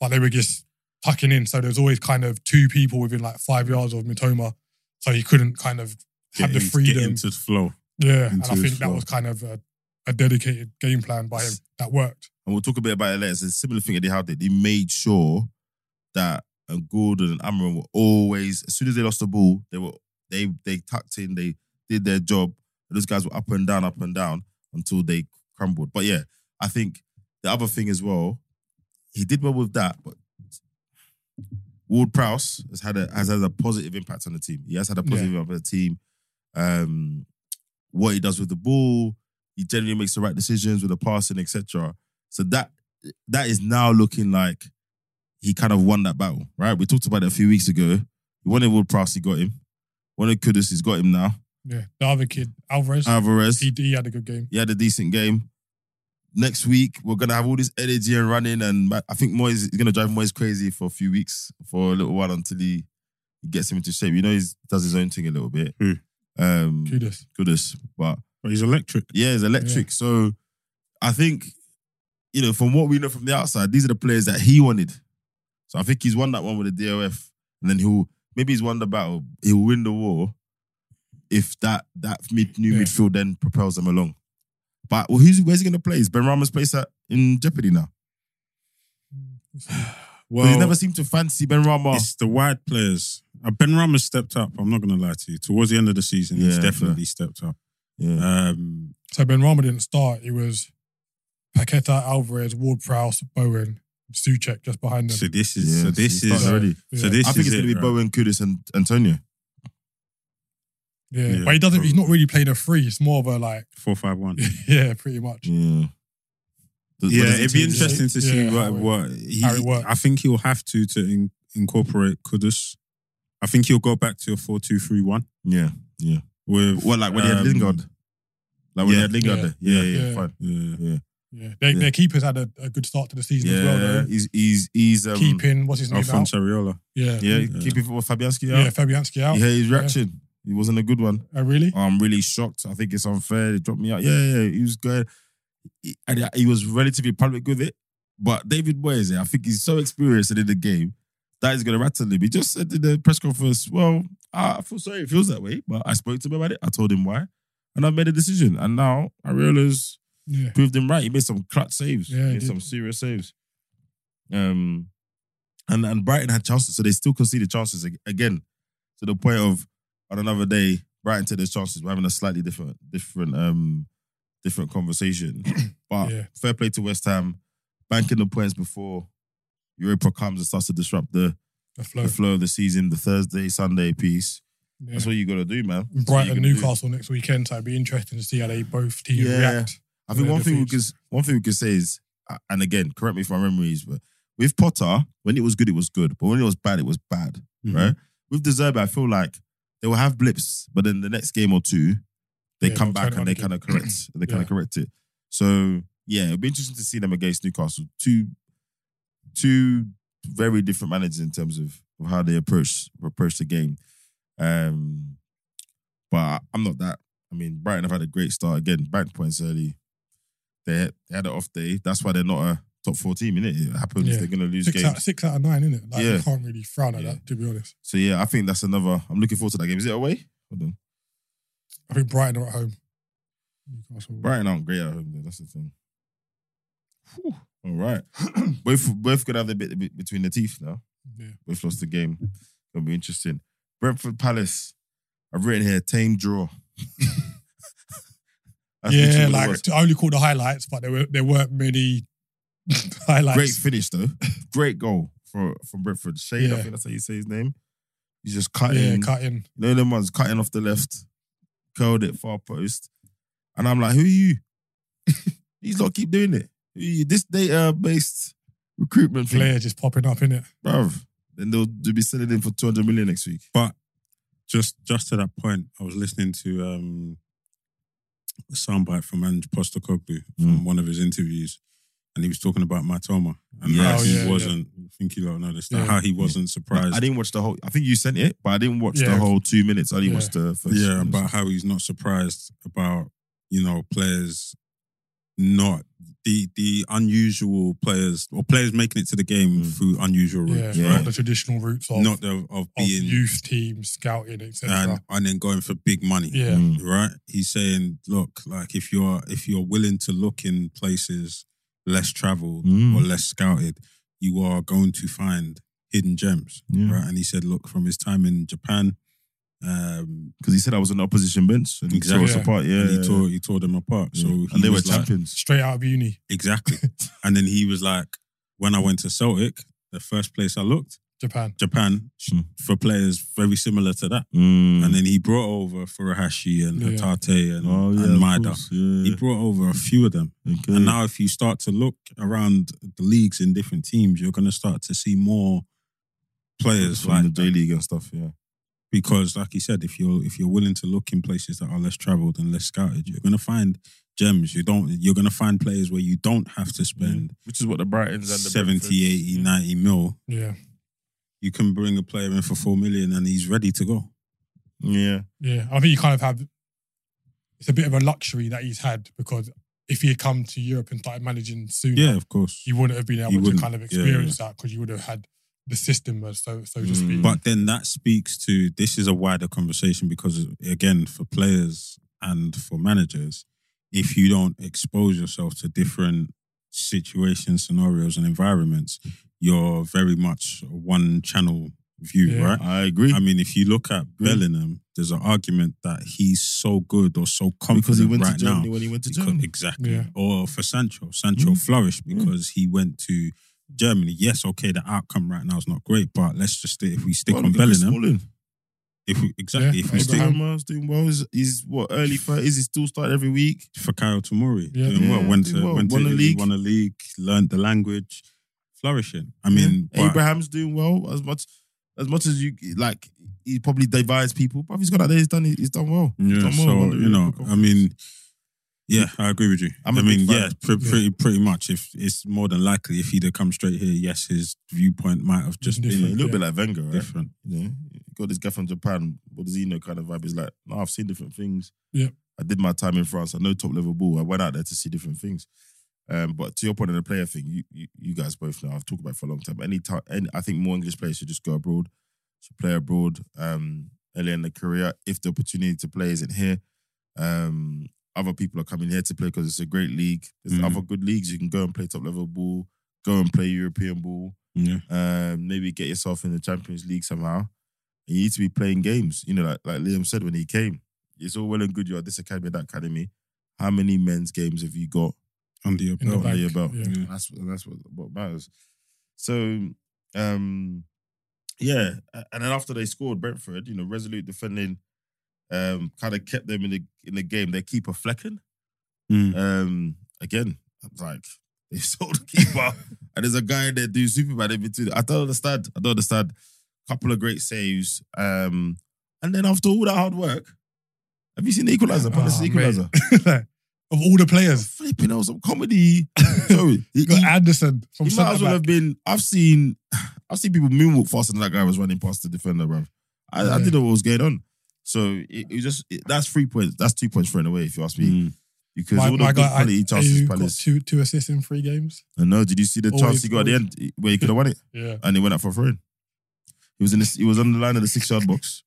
Speaker 2: But they were just tucking in. So there was always kind of two people within like five yards of Mitoma. So he couldn't kind of have the
Speaker 3: Get in- get
Speaker 2: freedom.
Speaker 3: into the flow.
Speaker 2: Yeah, and
Speaker 3: into
Speaker 2: I
Speaker 3: his
Speaker 2: think that
Speaker 3: flow.
Speaker 2: was kind of a, a dedicated game plan by him that worked.
Speaker 1: and we'll talk a bit about it later. It's a similar thing that they had. That they made sure that and Gordon and Amram were always as soon as they lost the ball, they were they they tucked in, they did their job. Those guys were up and down, up and down until they crumbled. But yeah, I think the other thing as well, he did well with that, but Ward Prowse has had a has had a positive impact on the team. He has had a positive impact on the team. Um, what he does with the ball, he generally makes the right decisions with the passing, etc. So that that is now looking like he kind of won that battle, right? We talked about it a few weeks ago. He wanted Ward Prowse, he got him. Wanted Kudus, he's got him now.
Speaker 2: Yeah, the other kid, Alvarez,
Speaker 3: Um,
Speaker 1: Alvarez,
Speaker 2: he, he had a good game.
Speaker 1: he had a decent game. Next week, we're gonna have all this energy and running, and I think Moyes is gonna drive Moyes crazy for a few weeks, for a little while until he gets him into shape. You know, he does his own thing a little bit.
Speaker 3: Hmm.
Speaker 1: Um,
Speaker 2: Kudos.
Speaker 1: goodness, but
Speaker 3: But he's electric.
Speaker 1: yeah, it's electric. So I think, you know, from what we know from the outside, these are the players that he wanted. So I think he's won that one with the DOF. And then he'll maybe he's won the battle. He'll win the war if that that mid new
Speaker 2: Yeah.
Speaker 1: midfield then propels them along. But well, who's where's he gonna play? Is Ben Rama's place at, in jeopardy now? Well,
Speaker 3: Well,
Speaker 1: he's never seemed to fancy Ben Rama.
Speaker 3: it's the wide players. Uh, ben Rama stepped up. I'm not going to lie to you. Towards the end of the season, he's
Speaker 1: Yeah,
Speaker 3: definitely stepped up.
Speaker 1: Yeah.
Speaker 3: Um,
Speaker 2: So Ben Rama didn't start. It was Paqueta, Alvarez, Ward Prowse, Bowen, Suchek just behind them.
Speaker 3: so this is so
Speaker 1: Yeah,
Speaker 3: this
Speaker 1: he started
Speaker 3: is
Speaker 1: already.
Speaker 3: so this
Speaker 1: I think
Speaker 3: is
Speaker 1: it's
Speaker 3: it,
Speaker 1: gonna be
Speaker 3: right?
Speaker 1: Bowen, Kudus, and Antonio.
Speaker 2: Yeah.
Speaker 3: Yeah.
Speaker 2: but he doesn't. He's not really playing a three. It's more of a like,
Speaker 3: four five one.
Speaker 2: yeah, pretty much.
Speaker 1: Yeah. Does-
Speaker 3: Yeah,
Speaker 1: but does it
Speaker 3: it'd be
Speaker 1: change-
Speaker 3: interesting to see
Speaker 2: Yeah, how
Speaker 3: what,
Speaker 2: it-
Speaker 3: what he,
Speaker 2: how it works.
Speaker 3: I think he'll have to to in, incorporate Kudus. I think he'll go back to a four two three one
Speaker 1: Yeah.
Speaker 3: with
Speaker 1: Well, like when he had
Speaker 3: um,
Speaker 1: Lingard. Like when he
Speaker 3: yeah.
Speaker 1: had Lingard
Speaker 2: Yeah.
Speaker 1: there. Yeah, yeah,
Speaker 2: Yeah.
Speaker 1: fine.
Speaker 3: Yeah.
Speaker 1: Yeah.
Speaker 2: Yeah, their,
Speaker 1: Yeah.
Speaker 2: their keepers had a, a good start to the season
Speaker 1: Yeah,
Speaker 2: as well. Though.
Speaker 1: he's he's he's um,
Speaker 2: Keeping what's his name out?
Speaker 3: Alfonso Areola.
Speaker 2: Yeah,
Speaker 1: yeah,
Speaker 3: Yeah.
Speaker 1: keeping for Fabianski
Speaker 2: yeah,
Speaker 1: out.
Speaker 2: Fabianski
Speaker 1: Yeah,
Speaker 2: out.
Speaker 1: his reaction. He wasn't a good one.
Speaker 2: Oh, really?
Speaker 1: I'm really shocked. I think it's unfair. They dropped me out. Yeah, yeah, he was good. He, and he was relatively public with it. But David Moyes, yeah, I think he's so experienced in the game that is going to rattle him. He just said in the press conference, "Well, I feel sorry it feels that way, but I spoke to him about it. I told him why, and I made a decision. And now I realize
Speaker 2: Yeah,
Speaker 1: proved him right. He made some clutch saves.
Speaker 2: Yeah,
Speaker 1: he
Speaker 2: he
Speaker 1: made
Speaker 2: did.
Speaker 1: some serious saves. Um, and and Brighton had chances, so they still conceded chances ag- again. To the point of on another day, Brighton took those chances. We're having a slightly different, different, um, different conversation. But
Speaker 2: Yeah.
Speaker 1: fair play to West Ham, banking the points before Europa comes and starts to disrupt the,
Speaker 2: the flow.
Speaker 1: the flow of the season. The Thursday, Sunday piece.
Speaker 2: Yeah.
Speaker 1: That's what you got to do, man. That's what you
Speaker 2: Brighton,
Speaker 1: gotta do.
Speaker 2: Newcastle next weekend. So it'd be interesting to see how they both teams
Speaker 1: Yeah.
Speaker 2: react.
Speaker 1: I think
Speaker 2: Yeah,
Speaker 1: one
Speaker 2: the
Speaker 1: thing we could
Speaker 2: thieves.
Speaker 1: one thing we could say is, uh, and again, correct me if my memory is, but with Potter, when it was good, it was good, but when it was bad, it was bad,
Speaker 2: Mm-hmm.
Speaker 1: right? With the Zerbe, I feel like they will have blips, but then the next game or two, they
Speaker 2: Yeah,
Speaker 1: come
Speaker 2: they'll turn
Speaker 1: back and
Speaker 2: around
Speaker 1: they
Speaker 2: again.
Speaker 1: kind of correct, they kind
Speaker 2: Yeah.
Speaker 1: of correct it. So yeah, it'll be interesting to see them against Newcastle. Two, two very different managers in terms of, of how they approach approach the game. Um, but I'm not that. I mean, Brighton have had a great start again. Bank points early. They, they had an off day. That's why they're not a top four team. In it, it happens.
Speaker 2: Yeah.
Speaker 1: They're gonna lose
Speaker 2: Six
Speaker 1: games.
Speaker 2: out, six out of nine, isn't it? Like,
Speaker 1: Yeah.
Speaker 2: You can't really frown at
Speaker 1: Yeah.
Speaker 2: that, to be honest.
Speaker 1: So yeah, I think that's another. I'm looking forward to that game. Is it away? Hold on.
Speaker 2: I think Brighton are at home. Newcastle.
Speaker 1: Brighton aren't great at home though. That's the thing. Whew. All right, both both gonna have the bit bit between the teeth now.
Speaker 2: Yeah.
Speaker 1: Both lost the game. Gonna be interesting. Brentford Palace. I've written here tame draw. That's
Speaker 2: yeah,
Speaker 1: literally what it
Speaker 2: like
Speaker 1: was.
Speaker 2: I only caught the highlights, but there were there weren't many highlights.
Speaker 1: great finish though. Great goal for from Brentford. Shade, I
Speaker 2: Yeah.
Speaker 1: think that's how you say his name. He's just cutting.
Speaker 2: yeah, cut in.
Speaker 1: You know them ones cutting off the left, curled it far post, and I'm like, who are you? He's not keep doing it. Who are you? This data based recruitment thing,
Speaker 2: Players just popping up in it.
Speaker 1: bruv. Then they'll, they'll be selling him for 200 million next week.
Speaker 3: But just just to that point, I was listening to um, a soundbite from Ange Postacoglu from one of his interviews, and he was talking about Matoma and
Speaker 1: Yes.
Speaker 3: how
Speaker 1: Oh,
Speaker 3: he
Speaker 2: yeah, yeah.
Speaker 3: wasn't. I think you lot know this.
Speaker 2: Yeah.
Speaker 3: How he wasn't surprised.
Speaker 1: I didn't watch the whole. I think you sent it, but I didn't watch the
Speaker 2: Yeah.
Speaker 1: whole two minutes. I only
Speaker 2: Yeah.
Speaker 1: watched the first.
Speaker 3: yeah,
Speaker 1: minutes.
Speaker 3: about how he's not surprised about you know players not the the unusual players or players making it to the game
Speaker 1: Mm.
Speaker 3: through unusual
Speaker 2: Yeah,
Speaker 3: routes,
Speaker 1: Yeah.
Speaker 2: not
Speaker 3: right?
Speaker 2: the traditional routes of,
Speaker 3: Not of, of
Speaker 2: of
Speaker 3: being
Speaker 2: youth teams, scouting, etc.
Speaker 3: and, and then going for big money.
Speaker 2: Yeah,
Speaker 1: Mm.
Speaker 3: right? He's saying, look, like if you're if you're willing to look in places less traveled
Speaker 1: Mm.
Speaker 3: or less scouted, you are going to find hidden gems,
Speaker 1: Yeah.
Speaker 3: right? And he said, look, from his time in Japan, um,
Speaker 1: Because he said I was on the opposition bench and he
Speaker 3: Exactly.
Speaker 1: tore us apart. Yeah,
Speaker 3: and he
Speaker 1: yeah,
Speaker 3: tore he tore them apart.
Speaker 1: yeah.
Speaker 3: So
Speaker 1: Yeah.
Speaker 3: he
Speaker 1: Mm. and they were
Speaker 3: was like,
Speaker 1: champions.
Speaker 2: Straight out of uni.
Speaker 3: exactly. and then he was like, when I went to Celtic, the first place I looked,
Speaker 2: Japan.
Speaker 3: Japan,
Speaker 1: Hmm.
Speaker 3: for players very similar to that.
Speaker 1: Mm.
Speaker 3: And then he brought over Furuhashi and
Speaker 2: Yeah.
Speaker 3: Hatate and,
Speaker 1: oh yeah,
Speaker 3: and
Speaker 1: of
Speaker 3: Maida.
Speaker 1: course, yeah.
Speaker 3: He brought over a few of them.
Speaker 1: Okay.
Speaker 3: And now, if you start to look around the leagues in different teams, you're going to start to see more players
Speaker 1: from
Speaker 3: like
Speaker 1: the
Speaker 3: that.
Speaker 1: J League and stuff. Yeah,
Speaker 3: because, like you said, if you're if you're willing to look in places that are less travelled and less scouted, you're going to find gems. You don't. You're going to find players where you don't have to spend
Speaker 1: which is what the Mm. Brightons and Mm. the
Speaker 3: 70, 80, 90 mil.
Speaker 2: Yeah.
Speaker 3: You can bring a player in for four million and he's ready to go.
Speaker 1: Yeah,
Speaker 2: Yeah, I think you kind of have. It's a bit of a luxury that he's had because if he had come to Europe and started managing soon,
Speaker 3: Yeah, of course.
Speaker 2: he wouldn't have been
Speaker 3: He
Speaker 2: able to
Speaker 3: wouldn't,
Speaker 2: kind of
Speaker 3: yeah, yeah.
Speaker 2: experience that because you would have had the system, as so so to
Speaker 1: Mm.
Speaker 2: speak.
Speaker 3: But then that speaks to this is a wider conversation because again, for players and for managers, if you don't expose yourself to different situations, scenarios, and environments, you're very much a one channel view,
Speaker 2: Yeah.
Speaker 3: right?
Speaker 1: I agree.
Speaker 3: I mean, if you look at
Speaker 1: Agree.
Speaker 3: Bellingham, there's an argument that he's so good or so confident
Speaker 1: because he went
Speaker 3: right
Speaker 1: to
Speaker 3: now.
Speaker 1: Germany when he went to
Speaker 3: Because-
Speaker 1: Germany.
Speaker 3: exactly.
Speaker 2: Yeah.
Speaker 3: Or for Sancho, Sancho
Speaker 1: Mm.
Speaker 3: flourished because he went to Germany. Yes, okay, the outcome right now is not great, but let's just stay, if we stick
Speaker 1: Well,
Speaker 3: on
Speaker 1: look at Chris
Speaker 3: Bellingham,
Speaker 1: Smalling.
Speaker 3: if we, exactly if we
Speaker 2: Abraham.
Speaker 3: stick
Speaker 1: Abraham Miles doing well. He's, he's what early thirties. He still started every week.
Speaker 3: for Kyle Tomori,
Speaker 2: Yeah.
Speaker 3: doing well,
Speaker 1: Yeah,
Speaker 3: went
Speaker 1: doing
Speaker 3: to
Speaker 1: well.
Speaker 3: went to
Speaker 1: Won a
Speaker 3: Italy,
Speaker 1: league.
Speaker 3: won a league, learned the language, flourishing. I mean,
Speaker 1: Yeah.
Speaker 3: but
Speaker 1: Abraham's doing well as much as much as you like. He probably divides people, but he's got out there. He's done. He's done well. He's
Speaker 3: yeah,
Speaker 1: done well.
Speaker 3: so
Speaker 1: Won the
Speaker 3: you know,
Speaker 1: European
Speaker 3: I mean. Yeah, I agree with you.
Speaker 1: I'm a
Speaker 3: I mean,
Speaker 1: big fan.
Speaker 3: yeah, pre- pretty pretty much. If it's more than likely, if he'd have come straight here, yes, his viewpoint might have just
Speaker 1: Cup. You know, a
Speaker 3: been
Speaker 1: little bit like Wenger, right?
Speaker 3: different.
Speaker 1: You know, you got this guy from Japan. What does he know? Kind of vibe. He's like, no, I've seen different things.
Speaker 2: Yeah.
Speaker 1: I did my time in France. I know top level ball. I went out there to see different things. Um, but to your point on the player thing, you, you you guys both know. I've talked about it for a long time. Any time, any, I think more English players should just go abroad, should play abroad um, earlier in their career if the opportunity to play isn't here. Um, other people are coming here to play because it's a great league. There's
Speaker 3: Mhm.
Speaker 1: other good leagues you can go and play top level ball, go and play European ball
Speaker 3: Yeah,
Speaker 1: um, maybe get yourself in the Champions League somehow. And you need to be playing games. You know, like, like Liam said when he came, it's all well and good. You're at this academy, that academy. How many men's games have you got
Speaker 3: under your
Speaker 2: In the
Speaker 3: belt.
Speaker 1: under
Speaker 2: bank,
Speaker 1: your belt?
Speaker 2: yeah.
Speaker 1: And That's and that's what, what matters. So, um, yeah, a- and then after they scored, Brentford, you know, resolute defending, um, kind of kept them in the in the game. Their keeper Flecken,
Speaker 3: Mm.
Speaker 1: um, again, like they sold the keeper, and there's a guy in there doing super bad in between. I don't understand. I don't understand. Couple of great saves, um, and then after all that hard work, have you seen the equalizer?
Speaker 2: Ah,
Speaker 1: Palace's
Speaker 2: mate.
Speaker 1: equalizer.
Speaker 2: Like, of all the players,
Speaker 1: Flipping out some comedy. Sorry, he,
Speaker 2: you got
Speaker 1: he-
Speaker 2: Anderson from
Speaker 1: he might
Speaker 2: centre
Speaker 1: as well have
Speaker 2: back.
Speaker 1: been. I've seen, I've seen people moonwalk faster than that guy was running past the defender, bro. I, I
Speaker 2: Yeah.
Speaker 1: didn't know what was going on. So it, it was just it, that's three points. That's two points thrown away if you ask me.
Speaker 3: Mm.
Speaker 1: Because all the good
Speaker 2: guy,
Speaker 1: quality
Speaker 2: I-
Speaker 1: chances
Speaker 2: who got
Speaker 1: Palace
Speaker 2: two two assists in three games.
Speaker 1: I know. Did you see the chance
Speaker 2: Always,
Speaker 1: he got at the end where he could have won it
Speaker 2: Yeah,
Speaker 1: and he went out for a throw? in? He was in. This, he was on the line of the six yard box.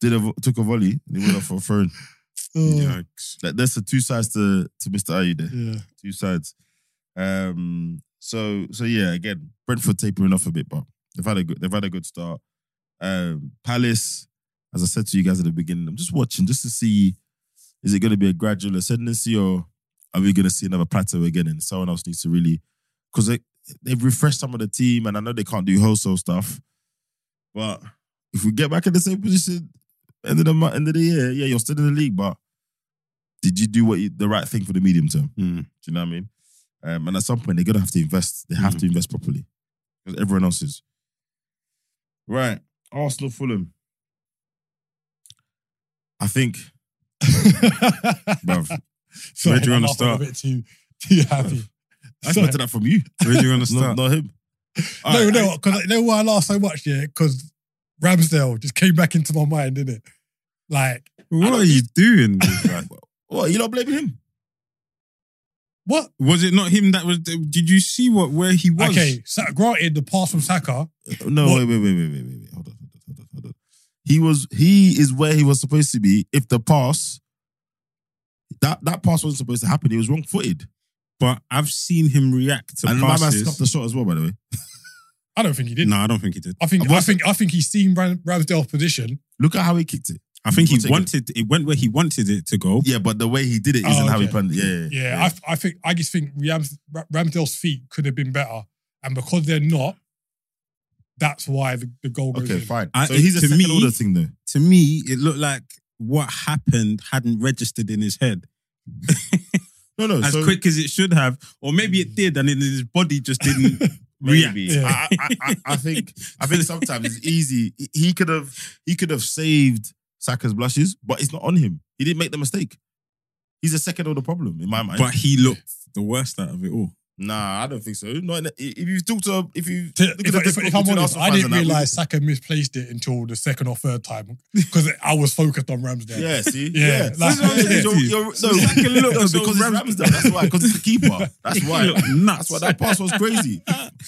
Speaker 1: Did a vo- took a volley and he went out for a throw. in.
Speaker 2: yeah,
Speaker 3: Yikes.
Speaker 1: Like there's the two sides to to Mister Ayu there.
Speaker 2: yeah.
Speaker 1: Two sides. Um. So so yeah. Again, Brentford tapering off a bit, but they've had a good they've had a good start. Um. Palace, as I said to you guys at the beginning, I'm just watching just to see is it going to be a gradual ascendancy or are we going to see another plateau again and someone else needs to really because they, they've refreshed some of the team and I know they can't do wholesale stuff, but if we get back in the same position end of the mo- end of the year, yeah, you're still in the league, but did you do what you, the right thing for the medium term?
Speaker 3: Mm.
Speaker 1: Do you know what I mean? Um, and at some point, they're gonna have to invest. They have
Speaker 3: Mhm.
Speaker 1: to invest properly because everyone else is. Right, Arsenal, Fulham. I think, bruv,
Speaker 2: Sorry,
Speaker 3: Where do you
Speaker 2: I'm
Speaker 3: wanna
Speaker 2: laughing
Speaker 3: start?
Speaker 2: A bit too too happy.
Speaker 1: I
Speaker 2: Sorry.
Speaker 1: expected that from you.
Speaker 3: Where do you want to
Speaker 1: Not,
Speaker 3: start?
Speaker 1: not him. All
Speaker 2: no,
Speaker 1: right,
Speaker 2: no, because you know why I laugh so much, yeah? Because Ramsdale just came back into my mind, didn't it? Like,
Speaker 3: What
Speaker 1: don't
Speaker 3: are you doing?
Speaker 1: I- what you're not blaming him?
Speaker 2: what?
Speaker 3: was it not him that was? Did you see what where he was?
Speaker 2: Okay, so granted, the pass from Saka,
Speaker 1: Uh, No,
Speaker 2: What?
Speaker 1: wait, wait, wait, wait, wait, wait, wait. Hold on, hold on, hold on, hold on. He was he is where he was supposed to be. If the pass that that pass wasn't supposed to happen, he was wrong footed.
Speaker 3: But I've seen him react to
Speaker 1: and my man scuffed
Speaker 3: passes.
Speaker 1: the shot as well, by the way.
Speaker 2: I don't think he did.
Speaker 3: No, I don't think he did.
Speaker 2: I think I
Speaker 1: Was-
Speaker 2: think I think he's seen Ram- Ramsdale's position.
Speaker 1: Look at how he kicked it.
Speaker 3: I think he
Speaker 1: We'll take it.
Speaker 3: wanted it went where he wanted it to go.
Speaker 1: Yeah, but the way he did it isn't
Speaker 2: Oh,
Speaker 1: how he
Speaker 2: okay.
Speaker 1: planned it. Yeah, yeah,
Speaker 2: Yeah, I, I think I just think Rams, Ra- Ramsdale's feet could have been better, and because they're not, that's why the, the goal goes
Speaker 1: okay,
Speaker 2: in.
Speaker 1: fine.
Speaker 3: I-
Speaker 1: so he's a
Speaker 3: to
Speaker 1: second
Speaker 3: me-
Speaker 1: order thing though.
Speaker 3: To me, it looked like what happened hadn't registered in his head
Speaker 1: No, no.
Speaker 3: as
Speaker 1: so
Speaker 3: quick as it should have, or maybe it did, and then his body just didn't react.
Speaker 1: maybe.
Speaker 2: Yeah.
Speaker 1: I, I, I, I think I think sometimes it's easy. He- He could have he could have saved Saka's blushes, but it's not on him. He didn't make the mistake. He's a second order problem in my mind.
Speaker 3: But he looked the worst out of it all.
Speaker 1: nah, I don't think so. Not in, if you talk to if you
Speaker 2: To-
Speaker 1: look at
Speaker 2: if,
Speaker 1: the
Speaker 2: I- if,
Speaker 1: difference
Speaker 2: if I'm
Speaker 1: between
Speaker 2: honest,
Speaker 1: Arsenal
Speaker 2: I
Speaker 1: fans
Speaker 2: didn't
Speaker 1: and that, we-
Speaker 2: realize Saka misplaced it until the second or third time because I was focused on Ramsdale.
Speaker 1: Yeah, see,
Speaker 2: Yeah,
Speaker 1: yeah.
Speaker 2: like-
Speaker 1: That's what I'm saying. You're, you're, no,
Speaker 3: Saka looked
Speaker 1: no, because
Speaker 3: so
Speaker 1: it's
Speaker 3: Ramsdale.
Speaker 1: Ramsdale. That's why. Because it's the keeper. That's
Speaker 3: He
Speaker 1: why.
Speaker 3: looked nuts.
Speaker 1: That's why that pass was crazy.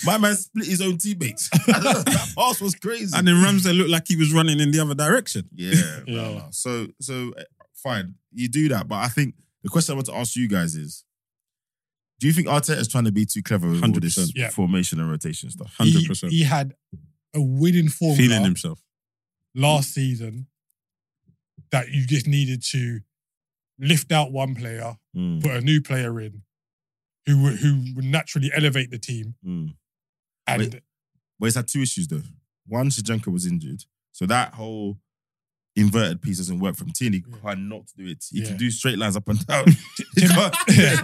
Speaker 1: My man split his own teammates. that pass was crazy.
Speaker 3: And then Ramsey looked like he was running in the other direction.
Speaker 1: Yeah, no,
Speaker 2: Yeah.
Speaker 1: no. So, so eh, fine, you do that, but I think the question I want to ask you guys is: Do you think Arteta is trying to be too clever with all this
Speaker 3: 100%.
Speaker 2: Yeah.
Speaker 1: formation and rotation stuff?
Speaker 3: Hundred
Speaker 2: he,
Speaker 3: percent
Speaker 2: he had a winning
Speaker 1: Oh,
Speaker 2: formula
Speaker 3: feeling himself.
Speaker 2: last season that you just needed to lift out one player,
Speaker 1: Mm,
Speaker 2: put a new player in, who would, who would naturally elevate the team.
Speaker 1: mm.
Speaker 2: And
Speaker 1: But it's had two issues though. One, Shajanka was injured, so that whole inverted piece doesn't work from Tini.
Speaker 2: Yeah.
Speaker 1: Cannot do it. He
Speaker 2: Yeah.
Speaker 1: can do straight lines up and down.
Speaker 2: Tim-
Speaker 1: Yeah.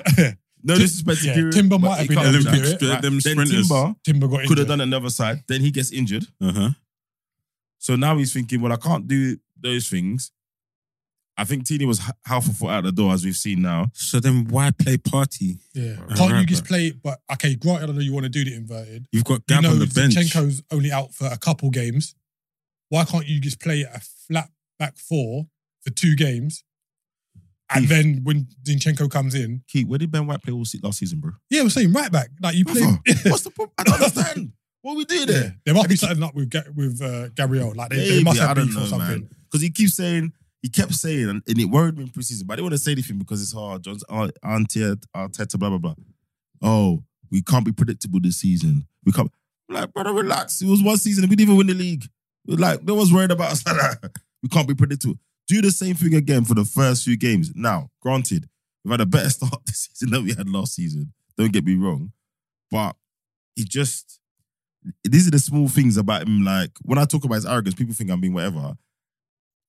Speaker 1: no
Speaker 2: Tim-
Speaker 1: disrespect to
Speaker 2: yeah,
Speaker 1: Giroud,
Speaker 2: Timber
Speaker 1: but
Speaker 2: might
Speaker 1: he
Speaker 2: have been
Speaker 1: can't do
Speaker 2: Olympic
Speaker 1: that.
Speaker 3: str-
Speaker 1: Right.
Speaker 3: them
Speaker 1: Then
Speaker 3: sprinters.
Speaker 1: Timber
Speaker 2: Timber got
Speaker 1: could have
Speaker 2: injured.
Speaker 1: done another side. Then he gets injured.
Speaker 3: Uh huh.
Speaker 1: So now he's thinking, well, I can't do those things. I think Tini was h- half a foot out the door, as we've seen now.
Speaker 3: So then why play party?
Speaker 2: Yeah.
Speaker 3: Right,
Speaker 2: Can't you
Speaker 3: right,
Speaker 2: just
Speaker 3: right.
Speaker 2: play it? But okay, granted, I know you want to do the inverted.
Speaker 3: You've got
Speaker 2: You
Speaker 3: Gab
Speaker 2: know,
Speaker 3: on the bench.
Speaker 2: Zinchenko's only out for a couple games. Why can't you just play a flat back four for two games? And
Speaker 1: Keith.
Speaker 2: then when Zinchenko comes in,
Speaker 1: Keith, where did Ben White play all se- last season, bro?
Speaker 2: yeah, we're saying right back. Like you play.
Speaker 1: Brother, what's the problem? I don't understand. What are we doing
Speaker 2: Yeah.
Speaker 1: there?
Speaker 2: There must be something up with Ga- with uh, Gabriel. Like they, they
Speaker 1: Maybe,
Speaker 2: must
Speaker 1: I
Speaker 2: have
Speaker 1: don't
Speaker 2: beef or
Speaker 1: know,
Speaker 2: something.
Speaker 1: man. Because he keeps saying, he kept saying, and, and it worried me in preseason, but I didn't want to say anything because it's hard. John's aunt, Arteta, blah, blah, blah. Oh, we can't be predictable this season. We can't. I'm like, brother, relax. It was one season and we didn't even win the league. We're like, no one's worried about us like that. We can't be predictable. Do the same thing again for the first few games. Now, granted, we've had a better start this season than we had last season. Don't get me wrong. But it just, these are the small things about him. Like, when I talk about his arrogance, people think I'm being whatever.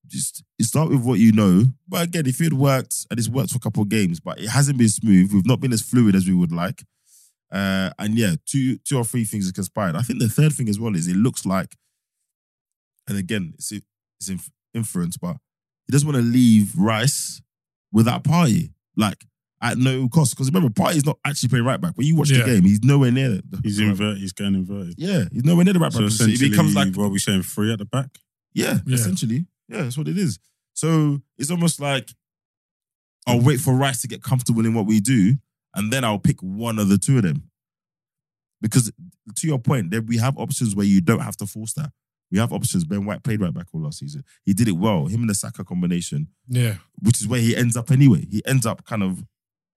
Speaker 1: Just start with what you know. But again, if it worked, and it's worked for a couple of games, but it hasn't been smooth. We've not been as fluid as we would like. Uh, and yeah, two two or three things have conspired. I think the third thing as well is it looks like, and again, it's it's inf- inference, but he doesn't want to leave Rice without Party, like at no cost. Because remember, Party's not actually playing right back. When you watch
Speaker 2: Yeah.
Speaker 1: the game, he's nowhere near. The,
Speaker 3: He's inverted. He's going inverted.
Speaker 1: Yeah, he's nowhere near the right back.
Speaker 3: So
Speaker 1: position.
Speaker 3: essentially,
Speaker 1: it becomes like
Speaker 3: what are we saying? Three at the back.
Speaker 1: yeah,
Speaker 2: Yeah.
Speaker 1: essentially. Yeah, that's what it is. So it's almost like I'll
Speaker 3: Mm-hmm.
Speaker 1: wait for Rice to get comfortable in what we do, and then I'll pick one of the two of them. Because to your point, there we have options where you don't have to force that. We have options. Ben White played right back all last season. He did it well. Him and the Saka combination,
Speaker 2: Yeah,
Speaker 1: which is where he ends up anyway. He ends up kind of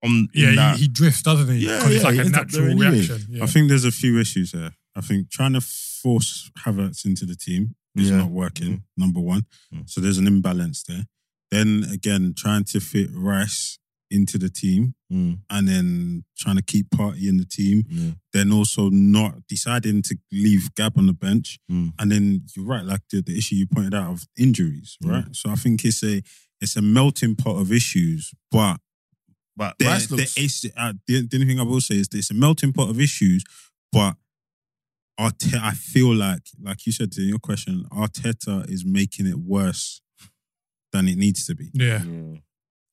Speaker 1: on in
Speaker 2: yeah.
Speaker 1: that-
Speaker 2: He, he drifts, doesn't he?
Speaker 1: Yeah,
Speaker 2: 'Cause
Speaker 1: yeah,
Speaker 2: it's like
Speaker 1: he
Speaker 2: a
Speaker 1: ends up there
Speaker 2: natural
Speaker 1: anyway.
Speaker 2: reaction. Yeah.
Speaker 3: I think there's a few issues there. I think trying to force Havertz into the team is
Speaker 1: Yeah.
Speaker 3: not working. Number one,
Speaker 1: Mm.
Speaker 3: so there's an imbalance there. Then again, trying to fit Rice into the team
Speaker 1: Mm,
Speaker 3: and then trying to keep Party in the team.
Speaker 1: yeah.
Speaker 3: Then also not deciding to leave Gab on the bench.
Speaker 1: Mm.
Speaker 3: And then you're right, like the, the issue you pointed out of injuries, right? So I think it's a it's a melting pot of issues, but
Speaker 1: But
Speaker 3: the,
Speaker 1: Rice
Speaker 3: the
Speaker 1: looks
Speaker 3: ace- uh, the, the only thing I will say is there's a melting pot of issues, but Arteta, I feel like, like you said in your question, Arteta is making it worse than it needs to be.
Speaker 2: yeah.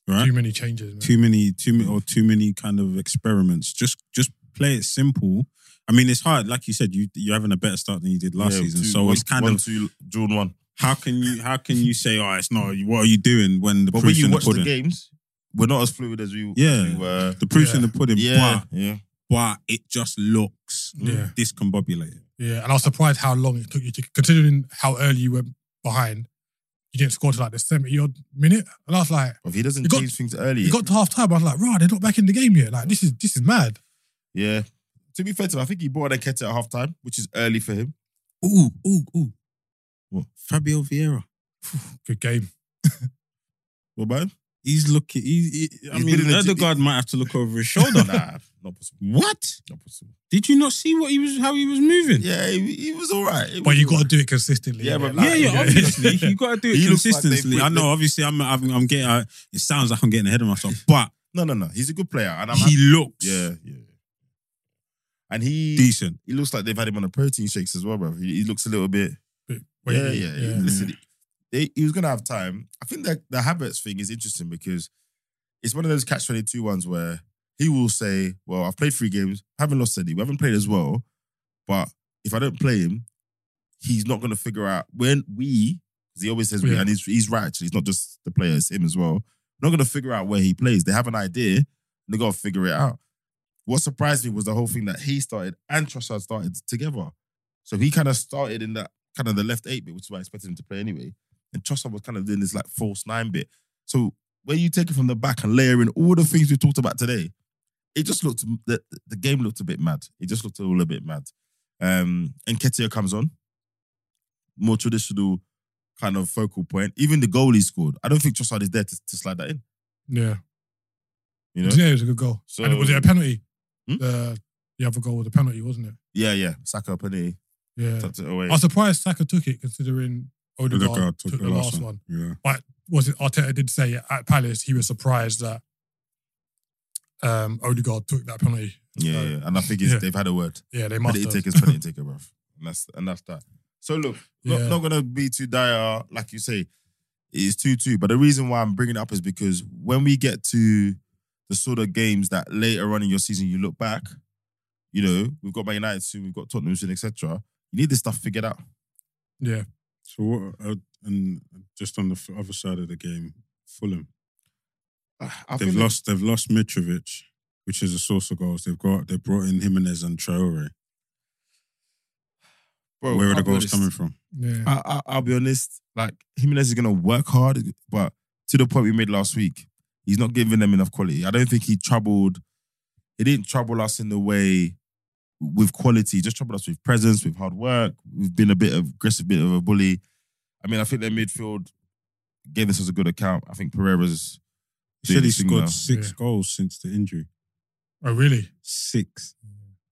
Speaker 3: Right?
Speaker 2: Too many changes. Man.
Speaker 3: Too many, too many, or too many kind of experiments. Just, just play it simple. I mean, it's hard. Like you said, you you're having a better start than you did last
Speaker 1: Yeah,
Speaker 3: season,
Speaker 1: two-
Speaker 3: so
Speaker 1: one-
Speaker 3: it's kind
Speaker 1: one,
Speaker 3: of
Speaker 1: two, drawn one.
Speaker 3: how can you how can you say, oh, it's not. What are you doing when the
Speaker 1: But when
Speaker 3: proof's
Speaker 1: you
Speaker 3: in the
Speaker 1: watch the
Speaker 3: pudding?
Speaker 1: games, we're not as fluid as we,
Speaker 3: Yeah.
Speaker 1: we were.
Speaker 3: the proof's in
Speaker 2: Yeah.
Speaker 3: the pudding.
Speaker 1: Yeah,
Speaker 3: But
Speaker 1: yeah.
Speaker 3: but it just looks
Speaker 2: Yeah.
Speaker 3: discombobulated.
Speaker 2: Yeah, and I was surprised how long it took you to, considering how early you went behind. he didn't score to like the 70 odd minute. And I was like,
Speaker 1: But if he doesn't
Speaker 2: He got-
Speaker 1: change things early,
Speaker 2: he got to half time. I was like, rah, they're not back in the game yet. Like, this is this is mad.
Speaker 1: yeah. To be fair to him, I think he brought Nketiah at half time, which is early for him.
Speaker 3: Ooh, ooh, ooh.
Speaker 1: What?
Speaker 3: Fabio Vieira.
Speaker 2: Good game.
Speaker 1: What about him?
Speaker 3: He's looking. He, he, I
Speaker 1: He's
Speaker 3: mean,
Speaker 1: been in the-
Speaker 3: Erdegaard might have to look over his
Speaker 1: nah,
Speaker 3: shoulder.
Speaker 1: not possible.
Speaker 3: what?
Speaker 1: Not possible.
Speaker 3: Did you not see what he was? How he was moving?
Speaker 1: Yeah, he, he was all right. He
Speaker 2: But
Speaker 1: was
Speaker 2: you
Speaker 1: all
Speaker 2: got to
Speaker 1: right.
Speaker 2: do it consistently.
Speaker 1: Yeah, but
Speaker 3: Yeah,
Speaker 1: like-
Speaker 3: yeah,
Speaker 1: Yeah.
Speaker 3: obviously. You got to do it
Speaker 1: He looks like they
Speaker 3: consistently. I
Speaker 1: put-
Speaker 3: know, obviously, I'm, I'm, I'm getting, uh, it sounds like I'm getting ahead of myself, but
Speaker 1: No, no, no. He's a good player, and I'm
Speaker 3: he
Speaker 1: happy.
Speaker 3: looks
Speaker 1: Yeah, yeah. And he
Speaker 3: decent.
Speaker 1: he looks like they've had him on the protein shakes as well, bro. He, he looks a little bit.
Speaker 2: Wait,
Speaker 1: yeah, yeah, yeah. Listen, they, he was gonna have time. I think that the habits thing is interesting because it's one of those catch 22 ones where he will say, "Well, I've played three games, haven't lost any, we haven't played as well, but if I don't play him, he's not gonna figure out when we." 'cause He always says we,
Speaker 2: Yeah.
Speaker 1: and he's, he's right actually. It's not just the player, it's him as well. Not gonna figure out where he plays. They have an idea, and they gotta figure it out. What surprised me was the whole thing that he started and Trossard started together. So he kind of started in that kind of the left eight bit, which is why I expected him to play anyway. And Trossard was kind of doing this like false nine bit. So when you take it from the back and layer in all the things we talked about today, it just looked the, the game looked a bit mad. It just looked all a bit mad. Um, and Ketia comes on, more traditional kind of focal point. Even the goal he scored, I don't think Trossard is there to, to slide that in.
Speaker 2: Yeah.
Speaker 1: You know,
Speaker 2: But Yeah, it was a good goal.
Speaker 1: So-
Speaker 2: and was it a penalty?
Speaker 1: Hmm?
Speaker 2: The, the other goal was a penalty, wasn't it?
Speaker 1: yeah, yeah, Saka up and he
Speaker 2: Yeah.
Speaker 1: tucked it away.
Speaker 2: I was surprised Saka took it considering Odegaard,
Speaker 3: Erdegaard
Speaker 2: took, the last one.
Speaker 3: Yeah.
Speaker 2: Was it Arteta did say it at Palace he was surprised that um, Odegaard took that penalty.
Speaker 1: Yeah,
Speaker 2: So,
Speaker 1: yeah, and I think it's,
Speaker 2: Yeah.
Speaker 1: they've had a word.
Speaker 2: Yeah, they
Speaker 1: Must
Speaker 2: must
Speaker 1: it
Speaker 2: have.
Speaker 1: take is penalty taker, bruv. And that's and that's that. So look,
Speaker 2: Yeah.
Speaker 1: not, not gonna be too dire, like you say, it's two two. But the reason why I'm bringing it up is because when we get to the sort of games that later on in your season you look back, you know, we've got Man United soon, we've got Tottenham soon, etc. You need this stuff figured out.
Speaker 2: yeah.
Speaker 3: So what? Uh, and just on the f- other side of the game, Fulham.
Speaker 1: I
Speaker 3: They've lost. They've lost Mitrovic, which is a source of goals. They've got. They brought in Jimenez and Traore. Where are the goals coming from?
Speaker 2: Yeah.
Speaker 1: I, I, I'll be honest, like Jimenez is gonna work hard, but to the point we made last week, he's not giving them enough quality. I don't think he troubled. He didn't trouble us in the way with quality. He just troubled us with presence, with hard work. We've been a bit of aggressive, bit of a bully. I mean, I think their midfield gave us a good account. I think Pereira's
Speaker 3: He
Speaker 1: doing
Speaker 3: said he
Speaker 1: his thing
Speaker 3: scored
Speaker 1: now.
Speaker 3: six
Speaker 2: Yeah.
Speaker 3: goals since the injury.
Speaker 2: oh really?
Speaker 3: Six.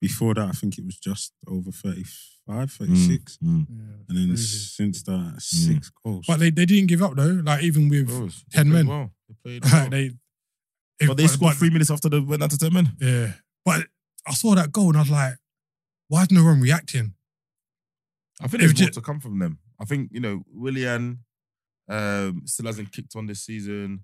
Speaker 3: Before that, I think it was just over 35,
Speaker 1: Mm,
Speaker 3: 36.
Speaker 1: mm.
Speaker 2: Yeah.
Speaker 3: And then
Speaker 2: Crazy.
Speaker 3: since that, six goals.
Speaker 2: But they, they didn't give up though. Like even with
Speaker 1: They played
Speaker 2: Ten men.
Speaker 1: well. They played well.
Speaker 2: like, they, if-
Speaker 1: Oh. but they scored three minutes after they went down to ten men.
Speaker 2: Yeah. But I saw that goal and I was like, why is no one reacting?
Speaker 1: I think
Speaker 2: If
Speaker 1: there's more
Speaker 2: J-
Speaker 1: to come from them. I think you know Willian um, still hasn't kicked on this season.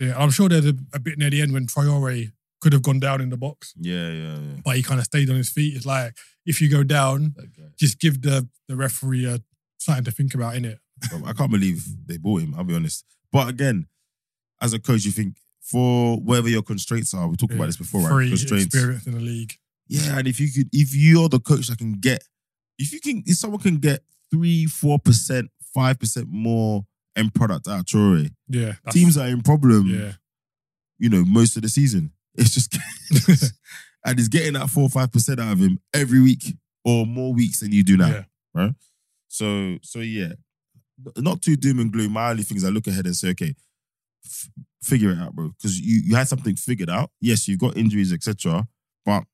Speaker 2: Yeah, I'm sure there's a, a bit near the end when Traore could have gone down in the box,
Speaker 1: Yeah, yeah, yeah.
Speaker 2: but he kind of stayed on his feet. It's like if you go down,
Speaker 1: That guy.
Speaker 2: just give the, the referee a something to think about in it.
Speaker 1: Bro, I can't believe they bought him. I'll be honest. But again, as a coach, you think for whatever your constraints are, we talked about this before, right?
Speaker 2: Free
Speaker 1: Constraints.
Speaker 2: experience in the league.
Speaker 1: Yeah, and if you could, if you're the coach that can get, if you can, if someone can get three, four percent, five percent more end product out of Traore,
Speaker 2: Yeah, that's-
Speaker 1: teams are in problem.
Speaker 2: Yeah,
Speaker 1: you know, most of the season. It's just and he's getting that four or five percent out of him every week or more weeks than you do now.
Speaker 2: Yeah.
Speaker 1: Right? So so yeah. Not too doom and gloom. My only thing is I look ahead and say, okay, f- figure it out, bro. Because you, you had something figured out. Yes, you've got injuries, etc. But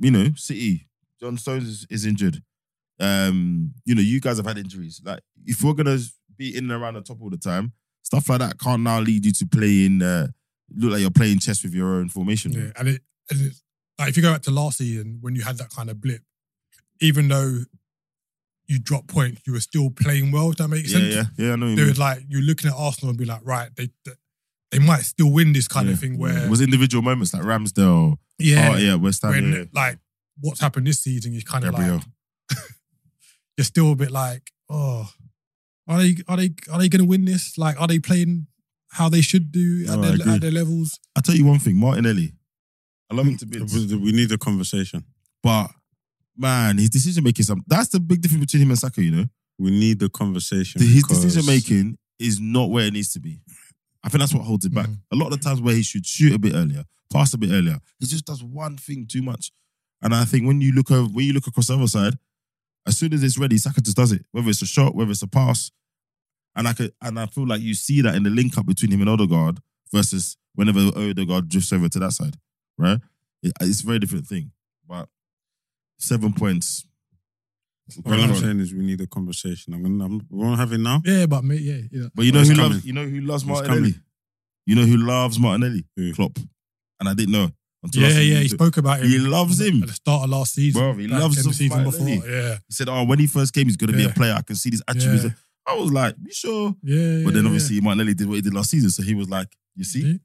Speaker 1: you know, City, John Stones is, is injured. Um, you know, you guys have had injuries. Like, if we're gonna be in and around the top all the time, stuff like that can't now lead you to playing uh, look like you're playing chess with your own formation.
Speaker 2: yeah. And it, and it's, like if you go back to last season when you had that kind of blip, even though you dropped points, you were still playing well. If that makes
Speaker 1: yeah,
Speaker 2: sense.
Speaker 1: yeah, yeah. I know. what you
Speaker 2: There
Speaker 1: mean.
Speaker 2: was like you're looking at Arsenal and be like, right, they they, they might still win this kind
Speaker 1: Yeah.
Speaker 2: of thing where
Speaker 1: it was individual moments like Ramsdale.
Speaker 2: yeah,
Speaker 1: oh yeah, West Ham.
Speaker 2: when
Speaker 1: yeah.
Speaker 2: like what's happened this season is kind of
Speaker 1: Gabriel.
Speaker 2: like you're still a bit like, oh, are they are they are they going to win this? Like, are they playing how they should do
Speaker 3: No,
Speaker 2: at,
Speaker 3: I
Speaker 2: their,
Speaker 3: agree.
Speaker 2: at their levels?
Speaker 1: I tell you one thing, Martinelli. I love him to bits,
Speaker 3: we we need a conversation.
Speaker 1: um, but man, his decision making. Some that's the big difference between him and Saka. You know,
Speaker 3: We need the conversation.
Speaker 1: The- his
Speaker 3: because-
Speaker 1: decision making is not where it needs to be. I think that's what holds it back.
Speaker 2: Mhm.
Speaker 3: Mm-hmm.
Speaker 1: A lot of the times where he should shoot a bit earlier, pass a bit earlier, he just does one thing too much. And I think when you look over, when you look across the other side, as soon as it's ready, Saka just does it. Whether it's a shot, whether it's a pass, and I could, and I feel like you see that in the link up between him and Odegaard versus whenever Odegaard drifts over to that side, right? It- it's a very different thing. But seven points.
Speaker 3: All I'm saying is we need a conversation. I'm gonna. I'm, we won't have it now.
Speaker 2: Yeah, but mate, yeah, yeah.
Speaker 1: But you know
Speaker 3: It's
Speaker 1: who
Speaker 3: coming.
Speaker 1: loves you know who loves
Speaker 3: It's
Speaker 1: Martinelli.
Speaker 3: coming.
Speaker 1: You know who loves Martinelli?
Speaker 3: Who?
Speaker 1: Klopp. And I didn't know until I
Speaker 2: Yeah,
Speaker 1: seen
Speaker 2: yeah,
Speaker 1: you
Speaker 2: he
Speaker 1: do it.
Speaker 2: spoke about it.
Speaker 1: He loves him.
Speaker 2: At the start of last season.
Speaker 1: Bro, he
Speaker 2: like,
Speaker 1: loves
Speaker 2: and the
Speaker 1: him
Speaker 2: season before.
Speaker 1: mightily.
Speaker 2: Yeah.
Speaker 1: He said, "Oh, when he first came, he's going to be
Speaker 2: Yeah.
Speaker 1: a player. I can see these
Speaker 2: Yeah.
Speaker 1: attributes." I was like, "You sure?"
Speaker 2: Yeah.
Speaker 1: But then
Speaker 2: yeah,
Speaker 1: obviously Martinelli did what he did last season, so he was like, "You see?"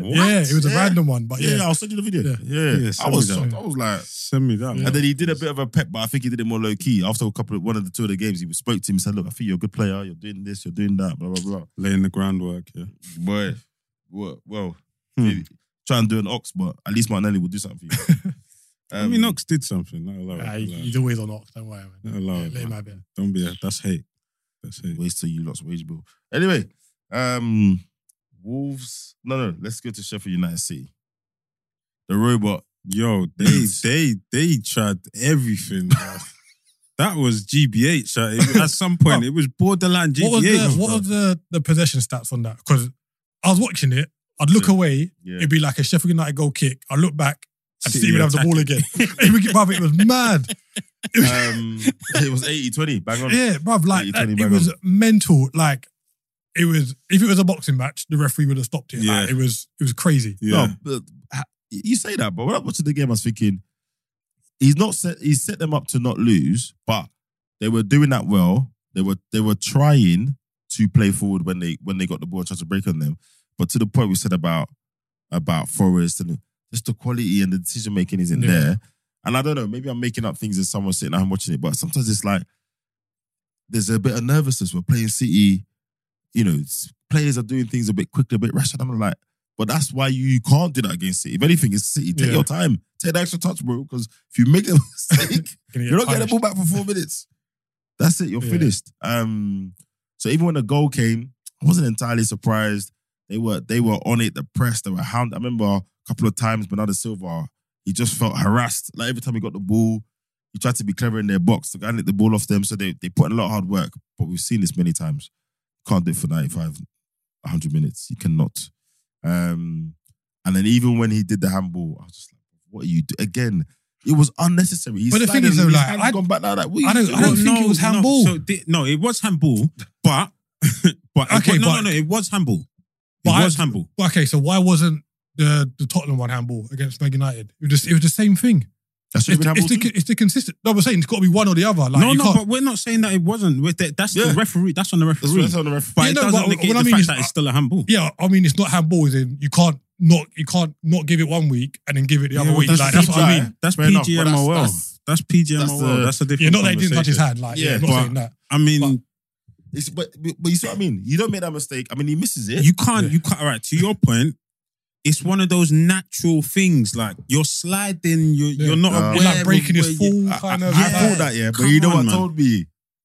Speaker 2: Yeah, Yeah, it was a random one, but
Speaker 1: Yeah,
Speaker 2: yeah.
Speaker 1: I'll send you the video.
Speaker 2: Yeah.
Speaker 1: Yeah,
Speaker 3: Yeah,
Speaker 1: I
Speaker 3: send
Speaker 1: was
Speaker 3: me
Speaker 2: that.
Speaker 1: shocked. I was like,
Speaker 3: Send me that.
Speaker 2: Yeah.
Speaker 1: and then he did a bit of a pep, but I think he did it more low key. After a couple of one of the two of the games, he spoke to him, said, "Look, I think you're a good player. You're doing this, you're doing that, blah blah blah."
Speaker 3: Laying the groundwork. Yeah.
Speaker 1: Boy, well, well
Speaker 3: Hmm.
Speaker 1: maybe try and do an ox, but at least Martinelli will do something for you.
Speaker 3: I
Speaker 1: um,
Speaker 3: mean, Knox did something. Not allowed.
Speaker 2: Nah,
Speaker 3: Not
Speaker 2: he-
Speaker 3: allowed.
Speaker 2: he's always on ox. Don't worry,
Speaker 3: Not
Speaker 2: man.
Speaker 3: allowed,
Speaker 2: Yeah, let him
Speaker 3: man.
Speaker 2: have it.
Speaker 3: Don't be. A, that's hate. That's hate.
Speaker 1: Waste to you lots of wage bill. Anyway, um, Wolves. No, no. Let's go to Sheffield United City. The robot.
Speaker 3: Yo, they they they tried everything. bro. that was GBH. uh, it- at some point, it was borderline GBH.
Speaker 2: What was the what
Speaker 3: bro.
Speaker 2: was the, the possession stats on that? Because I was watching it, I'd look
Speaker 1: Yeah.
Speaker 2: away,
Speaker 1: Yeah.
Speaker 2: it'd be like a Sheffield United goal kick. I look back and
Speaker 3: City
Speaker 2: City would have the
Speaker 3: attack.
Speaker 2: ball again. it, would get, bruv, it was mad.
Speaker 1: Um, it was 80-20. Bang on.
Speaker 2: Yeah, bruv, like
Speaker 1: Yeah,
Speaker 2: that-
Speaker 1: Tony
Speaker 2: it
Speaker 1: Bang
Speaker 2: was mental. Like it was if it was a boxing match, the referee would have stopped it. Like,
Speaker 3: Yeah.
Speaker 2: it was it was crazy.
Speaker 3: Yeah.
Speaker 1: No, but ha- you say that, but when I watched the game, I was thinking he's not set. He set them up to not lose, but they were doing that well. They were they were trying to play forward when they when they got the ball, trying to break on them. But to the point we said about about Forest and just the quality and the decision making isn't
Speaker 2: Yeah.
Speaker 1: there. And I don't know, maybe I'm making up things as someone sitting at home watching it, but sometimes it's like there's a bit of nervousness. We're playing City, you know, s- players are doing things a bit quicker, a bit rash. And I'm like, but that's why you can't do that against City. If anything, it's City. Take
Speaker 2: Yeah.
Speaker 1: your time. Take the extra touch, bro. Because if you make a mistake,
Speaker 2: Gonna get
Speaker 1: you're not getting the
Speaker 2: punished.
Speaker 1: ball back for four minutes. That's it. You're
Speaker 2: Yeah.
Speaker 1: finished. Um, so even when the goal came, I wasn't entirely surprised. They were they were on it. The press they were hound. I remember a couple of times Bernardo Silva. He just felt harassed. Like every time he got the ball, he tried to be clever in their box. The guy nicked the ball off them. So they they put in a lot of hard work. But we've seen this many times. Can't do it for 95, 100 minutes. You cannot. Um, and then even when he did the handball, I was just like, "What are you do again?" It was unnecessary. He's
Speaker 2: But the thing
Speaker 1: sliding
Speaker 2: is though,
Speaker 1: and his
Speaker 2: like,
Speaker 1: hand
Speaker 2: I-
Speaker 1: gone back like that. What are you
Speaker 2: I don't-
Speaker 1: doing?
Speaker 2: I don't think it was handball.
Speaker 3: No, so di- no, it was handball, but but
Speaker 2: Okay,
Speaker 3: okay, no,
Speaker 2: but-
Speaker 3: no, no, it was handball. It
Speaker 2: But I-
Speaker 3: was handball.
Speaker 2: Okay, so why wasn't the the Tottenham one handball against Man United? It was just, it was the same thing.
Speaker 1: That should
Speaker 2: It's,
Speaker 1: have been handball.
Speaker 2: it's the,
Speaker 1: too.
Speaker 2: it's the consistent. No, we're saying it's got to be one or the other. Like,
Speaker 3: no,
Speaker 2: you
Speaker 3: no,
Speaker 2: can't-
Speaker 3: but we're not saying that it wasn't. We're- that- that's
Speaker 1: Yeah.
Speaker 3: the referee. That's on the
Speaker 1: That's
Speaker 3: referee.
Speaker 1: what it's on the ref.
Speaker 3: but
Speaker 2: Yeah,
Speaker 3: it
Speaker 2: no,
Speaker 3: doesn't
Speaker 2: but
Speaker 3: negate
Speaker 2: what I
Speaker 3: the
Speaker 2: mean
Speaker 3: fact
Speaker 2: is-
Speaker 3: that it's still a handball.
Speaker 2: yeah, I mean, it's not handball. Is in you can't not you can't not give it one week and then give it the other
Speaker 3: well,
Speaker 2: week.
Speaker 3: that's
Speaker 2: like
Speaker 3: the
Speaker 2: that's what I
Speaker 1: feedback.
Speaker 2: mean.
Speaker 3: That's
Speaker 1: Fair enough, but that's-
Speaker 3: PGMOL.
Speaker 1: that's-
Speaker 3: That's, PGMOL.
Speaker 1: that's a-
Speaker 3: That's a different.
Speaker 2: Yeah, uh, not that he didn't touch his
Speaker 3: conversation.
Speaker 2: hand. Like, yeah,
Speaker 1: Yeah,
Speaker 2: I'm not
Speaker 3: but-
Speaker 2: saying that.
Speaker 3: I mean,
Speaker 1: It's, but, but but you see what I mean. You don't make that mistake. I mean, he misses it.
Speaker 3: you can't.
Speaker 2: Yeah.
Speaker 3: You can't. All right. To your point, it's one of those natural things. Like you're sliding. You're
Speaker 2: Yeah.
Speaker 3: you're not
Speaker 1: Uh,
Speaker 3: aware.
Speaker 2: Like
Speaker 3: of
Speaker 2: breaking his
Speaker 3: where you-
Speaker 2: fall
Speaker 1: I, I,
Speaker 2: kind
Speaker 1: I
Speaker 2: of-
Speaker 1: thought that, yeah. But
Speaker 3: Come
Speaker 1: you know
Speaker 3: on,
Speaker 1: what
Speaker 3: man.
Speaker 1: told me?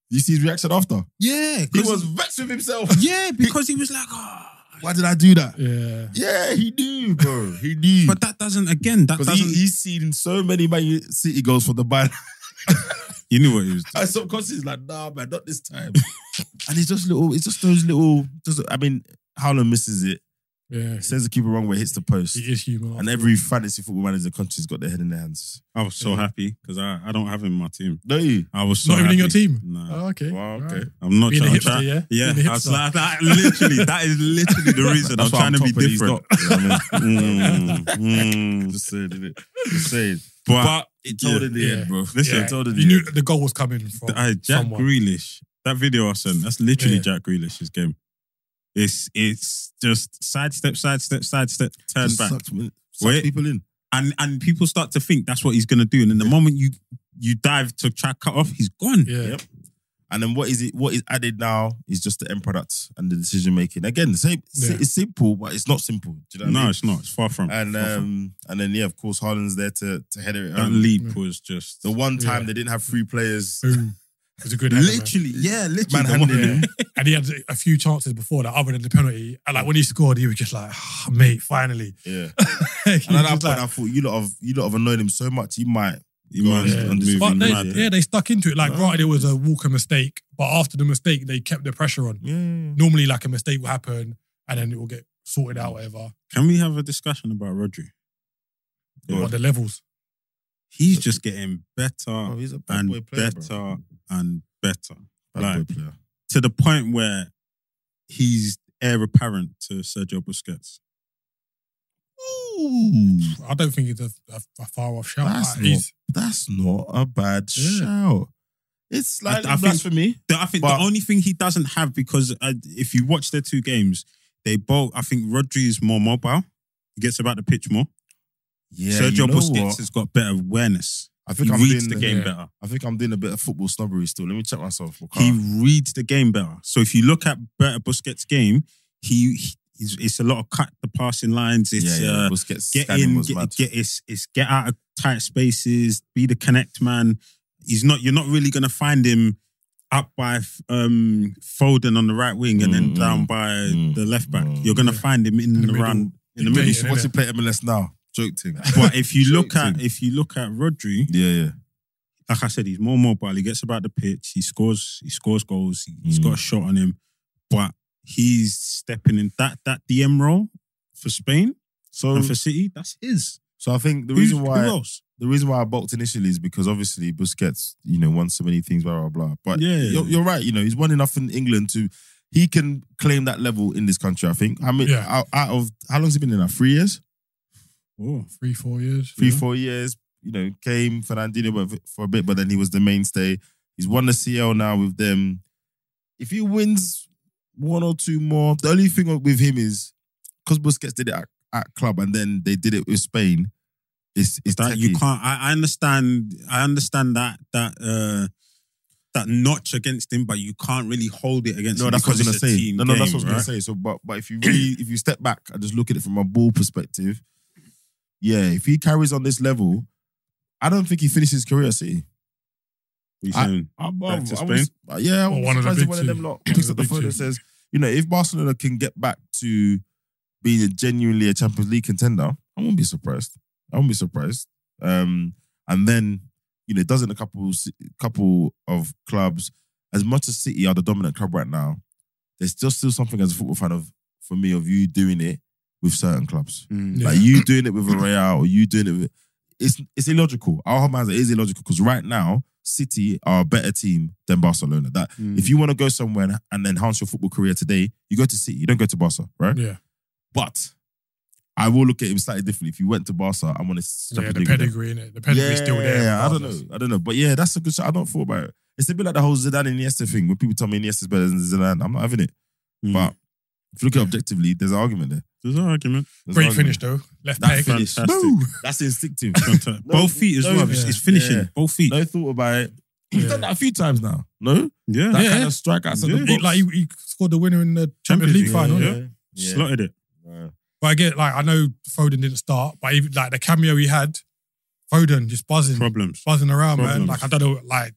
Speaker 1: You see his reaction after.
Speaker 3: Yeah,
Speaker 1: He
Speaker 3: 'cause-
Speaker 1: was vexed with himself.
Speaker 3: Yeah, because he was like, oh.
Speaker 1: Why did I do that?
Speaker 2: Yeah,
Speaker 1: Yeah, he knew, bro. He knew.
Speaker 3: But that doesn't. Again, that
Speaker 1: Because
Speaker 3: doesn't.
Speaker 1: he, he's seen so many Man City goals for the bad.
Speaker 3: you knew what he was. doing.
Speaker 1: And subconsciously, he's like, nah, man, not this time. and it's just little, it's just those little, just, I mean, Howland misses it,
Speaker 2: yeah.
Speaker 1: sends the keeper wrong way, hits the post.
Speaker 2: He is human.
Speaker 1: And every fantasy football manager in the country's got their head in their hands.
Speaker 3: I was so
Speaker 2: Yeah.
Speaker 3: happy because I, I don't have him in my team.
Speaker 1: No, you?
Speaker 3: I was so
Speaker 2: not even in your
Speaker 3: happy.
Speaker 2: team.
Speaker 3: Nah,
Speaker 2: Oh, okay.
Speaker 1: Wow, okay.
Speaker 2: Alright.
Speaker 3: I'm not
Speaker 2: Being
Speaker 3: trying.
Speaker 2: a
Speaker 3: I'm
Speaker 2: hipster,
Speaker 3: trying
Speaker 2: yeah.
Speaker 3: yeah,
Speaker 2: Being a
Speaker 3: I was
Speaker 2: hipster.
Speaker 3: like, that literally, that is literally the reason. I'm
Speaker 1: That's why
Speaker 3: trying to be
Speaker 1: top and he's
Speaker 3: different.
Speaker 1: not. You know what I mean?
Speaker 3: Mm, mm.
Speaker 1: Just saying, innit? Just saying.
Speaker 3: But,
Speaker 1: But it told
Speaker 3: yeah.
Speaker 1: in the
Speaker 2: Yeah.
Speaker 1: end, bro.
Speaker 3: Listen,
Speaker 1: Listen, it told in the
Speaker 2: You knew
Speaker 1: end.
Speaker 2: that the goal was coming from
Speaker 3: I, Jack
Speaker 2: someone.
Speaker 3: Grealish, that video I sent, that's literally
Speaker 2: Yeah.
Speaker 3: Jack Grealish's game. It's it's just sidestep, sidestep, sidestep, turn
Speaker 1: Just
Speaker 3: back,
Speaker 1: sucks, man. Sucks
Speaker 3: Wait.
Speaker 1: people in.
Speaker 3: and and people start to think that's what he's gonna do. And then the moment you you dive to try cut off, he's gone.
Speaker 2: Yeah.
Speaker 1: Yep. And then what is it? What is added now is just the end product and the decision making. Again, same, si-
Speaker 2: Yeah.
Speaker 1: it's simple, but it's not simple. Do you know what I
Speaker 3: No,
Speaker 1: mean?
Speaker 3: it's not. It's far from.
Speaker 1: And
Speaker 3: far from.
Speaker 1: um, and then yeah, of course, Haaland's there to to head it.
Speaker 3: that
Speaker 1: home.
Speaker 3: leap
Speaker 2: Mm.
Speaker 3: was just
Speaker 1: The one time
Speaker 2: Yeah.
Speaker 1: they didn't have three players
Speaker 2: Boom. was a good header, man.
Speaker 3: Literally, yeah, literally.
Speaker 1: Man
Speaker 3: the
Speaker 1: handed
Speaker 3: one-
Speaker 1: him.
Speaker 2: And he had a few chances before that, other than the penalty. And like when he scored, he was just like, "Ah, mate, finally.
Speaker 1: Yeah.
Speaker 2: He
Speaker 1: And at that
Speaker 2: was
Speaker 1: point,
Speaker 2: like-
Speaker 1: I thought you lot have you lot have annoyed him so much. He might.
Speaker 3: He might
Speaker 1: Yeah.
Speaker 3: have moved
Speaker 2: But
Speaker 3: him
Speaker 2: they,
Speaker 3: mad.
Speaker 2: yeah, they stuck into it. Like,
Speaker 1: No.
Speaker 2: granted, it was a Walker mistake, but after the mistake, they kept the pressure on.
Speaker 1: Yeah.
Speaker 2: Normally, like a mistake will happen, and then it will get sorted out, whatever.
Speaker 3: Can we have a discussion about Rodri?
Speaker 1: Go on.
Speaker 2: But the levels,
Speaker 3: He's just getting better
Speaker 1: Oh, he's a bad boy
Speaker 3: and
Speaker 1: player. bro.
Speaker 3: better and better
Speaker 1: Bad
Speaker 3: like-
Speaker 1: boy player.
Speaker 3: to the point where he's heir apparent to Sergio Busquets.
Speaker 2: I don't think it's a, a, a far off shout.
Speaker 1: That's
Speaker 2: Like, he's-
Speaker 1: That's not a bad
Speaker 3: Yeah.
Speaker 1: shout. It's slightly
Speaker 3: I think-
Speaker 1: blasphemy.
Speaker 3: The- I think
Speaker 1: But-
Speaker 3: the only thing he doesn't have because uh, if you watch their two games, they both. I think Rodri is more mobile. He gets about the pitch more.
Speaker 1: Yeah,
Speaker 3: Sergio
Speaker 1: you know
Speaker 3: Busquets
Speaker 1: what?
Speaker 3: has got better awareness.
Speaker 1: I
Speaker 3: He
Speaker 1: think I'm
Speaker 3: reads
Speaker 1: doing
Speaker 3: the game
Speaker 2: yeah.
Speaker 3: better.
Speaker 1: I think I'm doing a bit of football snobbery still. Let me check myself. because-
Speaker 3: He reads the game better. So if you look at better Busquets' game, he, he- he's, it's a lot of cut the passing lines. It's
Speaker 1: yeah, yeah.
Speaker 3: uh,
Speaker 1: Busquets
Speaker 3: get
Speaker 1: scanning
Speaker 3: in,
Speaker 1: was mad.
Speaker 3: get, get it's, it's get out of tight spaces, be the connect man. He's not. You're not really gonna find him up by um, Foden on the right wing and then
Speaker 1: Mm,
Speaker 3: down
Speaker 1: mm,
Speaker 3: by
Speaker 1: mm,
Speaker 3: the left back.
Speaker 1: mm.
Speaker 3: you're gonna
Speaker 2: Yeah.
Speaker 3: find him in,
Speaker 2: the
Speaker 3: and
Speaker 2: middle.
Speaker 3: around in the
Speaker 2: Yeah,
Speaker 3: middle.
Speaker 1: Mate, so once you play MLS now, joke thing.
Speaker 3: But if you look at
Speaker 1: Joking.
Speaker 3: if you look at Rodri,
Speaker 1: yeah, yeah.
Speaker 3: like I said, he's more mobile. He gets about the pitch. He scores. He scores goals. He, has
Speaker 1: Mm.
Speaker 3: got a shot on him, but he's stepping in that that DM role for Spain
Speaker 1: So,
Speaker 3: and for City. That's his.
Speaker 1: so I think Um, the
Speaker 3: Who's-
Speaker 1: reason why
Speaker 3: who else?
Speaker 1: the reason why I balked initially is because obviously Busquets, you know, won so many things, blah blah blah. But
Speaker 3: Yeah.
Speaker 1: you're, you're right. You know, he's won enough in England to he can claim that level in this country. I think. I mean,
Speaker 2: Yeah.
Speaker 1: out, out of how long's he been in now? Three years,
Speaker 3: Oh,
Speaker 2: three, four years.
Speaker 1: three,
Speaker 3: Mm-hmm.
Speaker 2: Yeah.
Speaker 1: four years. You know, came Fernandinho went for a bit, but then he was the mainstay. He's won the CL now with them. If he wins one or two more, the only thing with him is because Busquets did it at, at club and then they did it with Spain. It's it's
Speaker 3: that you
Speaker 1: techie.
Speaker 3: can't. I, I understand. I understand that that uh that notch against him, but you can't really hold it against
Speaker 1: No,
Speaker 3: him
Speaker 1: that's what I was
Speaker 3: because
Speaker 1: gonna
Speaker 3: it's a
Speaker 1: say.
Speaker 3: team
Speaker 1: No, no,
Speaker 3: game,
Speaker 1: that's what I was gonna
Speaker 3: right?
Speaker 1: say. So, but but if you really if you step back and just look at it from a ball perspective, yeah, if he carries on this level, I don't think he finishes his career at City.
Speaker 3: What
Speaker 1: I-
Speaker 3: you saying?
Speaker 1: I'm,
Speaker 3: Back to
Speaker 1: Uh, I was- uh, yeah, I
Speaker 2: Or
Speaker 1: was
Speaker 2: one of
Speaker 1: surprised
Speaker 2: the
Speaker 1: if
Speaker 2: big
Speaker 1: one of them
Speaker 2: two.
Speaker 1: lot
Speaker 2: One of
Speaker 1: picks
Speaker 2: the
Speaker 1: up the
Speaker 2: big
Speaker 1: phone
Speaker 2: two.
Speaker 1: and says, you know, if Barcelona can get back to being a genuinely a Champions League contender, I won't be surprised. I won't be surprised. Um, and then you know, it doesn't a couple ci- couple of clubs as much as City are the dominant club right now. There's still still something as a football fan of for me of you doing it with certain clubs.
Speaker 3: Mm.
Speaker 2: Yeah.
Speaker 1: Like you doing it with a Real or you doing it with it's it's illogical. I'll hold my hands up, it is illogical because right now City are a better team than Barcelona. That
Speaker 3: Mm.
Speaker 1: if you want to go somewhere and, and enhance your football career today, you go to City. You don't go to Barca, right?
Speaker 2: Yeah,
Speaker 1: But I will look at him slightly differently. If you went to Barca, I want to
Speaker 2: yeah. The pedigree in it. The pedigree's still there.
Speaker 1: I don't
Speaker 2: regardless.
Speaker 1: know. I don't know. But yeah, that's a good shot. I don't thought about it. It's a bit like the whole Zidane and Iniesta thing. When people tell me Iniesta's better than Zidane, I'm not having it.
Speaker 3: Mm.
Speaker 1: But if you look at it objectively, there's an argument there.
Speaker 3: there's an argument.
Speaker 1: There's an
Speaker 2: Great
Speaker 1: argument.
Speaker 2: finish though. Left
Speaker 1: That
Speaker 2: leg.
Speaker 1: finish.
Speaker 3: Fantastic.
Speaker 2: Woo!
Speaker 1: That's instinctive.
Speaker 3: Fantastic.
Speaker 1: No,
Speaker 3: both feet as
Speaker 1: no,
Speaker 3: well. It's,
Speaker 2: yeah.
Speaker 3: it's finishing.
Speaker 1: Yeah.
Speaker 3: Both feet.
Speaker 1: No thought about it.
Speaker 2: Yeah.
Speaker 1: He's done that a few times now. No,
Speaker 3: Yeah.
Speaker 1: that
Speaker 2: Yeah.
Speaker 1: kind of strike outside
Speaker 3: Yeah.
Speaker 1: the
Speaker 2: He,
Speaker 1: box.
Speaker 2: like he, he scored the winner in the Champions League final.
Speaker 3: yeah.
Speaker 2: yeah.
Speaker 1: Yeah.
Speaker 3: Slotted it.
Speaker 1: Yeah.
Speaker 2: But I get like I know Foden didn't start, but even like the cameo he had, Foden just
Speaker 1: Mm.
Speaker 2: buzzing,
Speaker 3: Problems.
Speaker 2: buzzing around, man.
Speaker 3: Problems.
Speaker 2: Like I don't know, like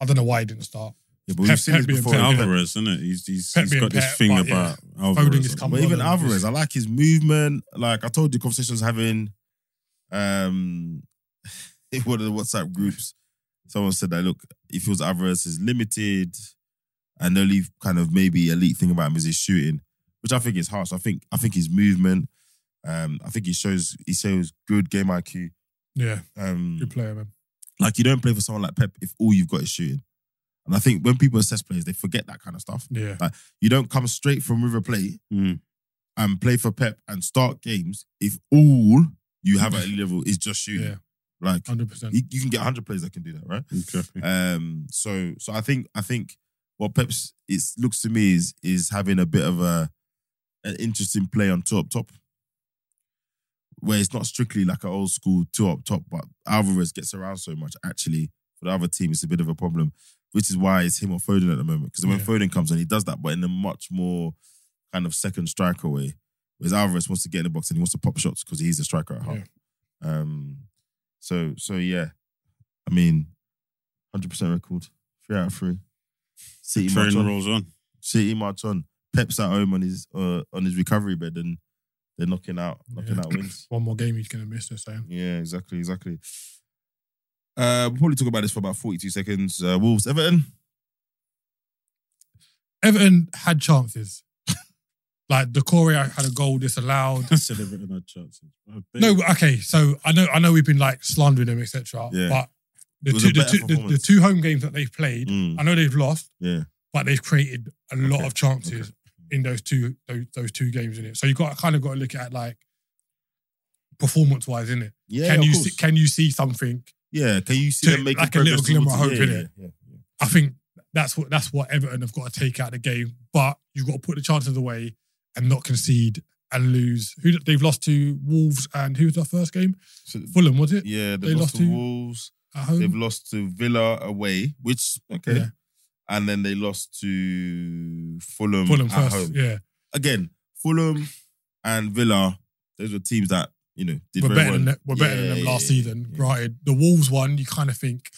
Speaker 2: I don't know why he didn't start.
Speaker 1: Yeah, but we've
Speaker 2: Pep-
Speaker 1: seen this
Speaker 2: Pep being
Speaker 1: before.
Speaker 2: Pep.
Speaker 1: Alvarez.
Speaker 3: Alvarez, isn't it? He's, he's,
Speaker 2: Pep
Speaker 3: he's
Speaker 2: being
Speaker 3: got this
Speaker 2: Pep,
Speaker 3: thing
Speaker 2: but, yeah.
Speaker 3: about Alvarez.
Speaker 2: is
Speaker 3: I
Speaker 2: coming.
Speaker 1: But even
Speaker 2: Alvarez.
Speaker 1: Alvarez, I like his movement. Like I told you, conversations having um in one of the WhatsApp groups, someone said that look, he feels Alvarez is limited, and the only kind of maybe elite thing about him is his shooting, which I think is harsh. I think I think his movement, um, I think he shows he shows good game IQ.
Speaker 2: Yeah,
Speaker 1: Um,
Speaker 2: good player, man.
Speaker 1: Like you don't play for someone like Pep if all you've got is shooting. And I think when people assess players, they forget that kind of stuff.
Speaker 2: Yeah,
Speaker 1: You don't come straight from River Plate
Speaker 3: Mm.
Speaker 1: and play for Pep and start games if all you have at a level is just shooting.
Speaker 2: yeah,
Speaker 1: Like
Speaker 2: hundred percent.
Speaker 1: you, you can get 100 players that can do that, right?
Speaker 3: Exactly.
Speaker 1: Um, so so I think I think what Pep's it looks to me is is having a bit of a an interesting play on two up top. Where it's not strictly like an old school two up top, but Alvarez gets around so much actually for the other team, it's a bit of a problem, which is why it's him or Foden at the moment. Because when
Speaker 2: Yeah.
Speaker 1: Foden comes on, he does that, but in a much more kind of second striker way. Whereas Alvarez wants to get in the box and he wants to pop shots because he's a striker at heart. Um, so so yeah, I mean, hundred percent record. Three out of three. City march
Speaker 3: Train
Speaker 1: on.
Speaker 3: rolls on.
Speaker 1: City march on. Pep's at home on his uh, on his recovery bed, and they're knocking out knocking
Speaker 2: Yeah.
Speaker 1: out wins.
Speaker 2: One more game he's gonna miss. They're saying.
Speaker 1: Yeah, exactly, exactly. Uh, we'll probably talk about this for about 42 seconds. Uh, Wolves, Everton.
Speaker 2: Everton had chances. like Decore had a goal disallowed.
Speaker 3: That's it. Everton had chances.
Speaker 2: No, but okay. So I know I know we've been like slandering them, etc.
Speaker 1: Yeah.
Speaker 2: But
Speaker 1: It
Speaker 2: the
Speaker 1: was
Speaker 2: two,
Speaker 1: a
Speaker 2: the,
Speaker 1: better
Speaker 2: two, the, the
Speaker 1: performance.
Speaker 2: two home games that they've played,
Speaker 1: Mm,
Speaker 2: I know they've lost,
Speaker 1: yeah,
Speaker 2: but they've created a lot
Speaker 1: Okay,
Speaker 2: of chances in those two those, those two games in it. So you got kind of got to look at like performance wise, in it.
Speaker 1: yeah.
Speaker 2: can
Speaker 1: of
Speaker 2: you
Speaker 1: course.
Speaker 2: see, can you see something?
Speaker 1: yeah, can you see
Speaker 2: to-
Speaker 1: them making
Speaker 2: like a little
Speaker 1: progress towards
Speaker 2: glimmer of
Speaker 1: it?
Speaker 2: hope,
Speaker 1: yeah,
Speaker 2: innit?
Speaker 1: yeah, yeah.
Speaker 2: I think that's what that's what Everton have got to take out of the game. But you've got to put the chances away and not concede and lose. Who did- they've lost to Wolves and who was their first game?
Speaker 1: So-
Speaker 2: Fulham was it
Speaker 1: yeah, they've
Speaker 2: They
Speaker 1: lost,
Speaker 2: lost
Speaker 1: to
Speaker 2: to-
Speaker 1: Wolves.
Speaker 2: at home?
Speaker 1: They've lost to Villa away, which okay,
Speaker 2: Mm-hmm. Yeah.
Speaker 1: and then they lost to Fulham,
Speaker 2: Fulham
Speaker 1: at
Speaker 2: first,
Speaker 1: home.
Speaker 2: yeah.
Speaker 1: Again, Fulham and Villa. Those were teams that you know did
Speaker 2: We're
Speaker 1: very
Speaker 2: better
Speaker 1: well.
Speaker 2: than them, we're better than
Speaker 1: Yeah,
Speaker 2: them
Speaker 1: yeah,
Speaker 2: last
Speaker 1: yeah,
Speaker 2: season.
Speaker 1: yeah.
Speaker 2: Granted, the Wolves one, you kind of think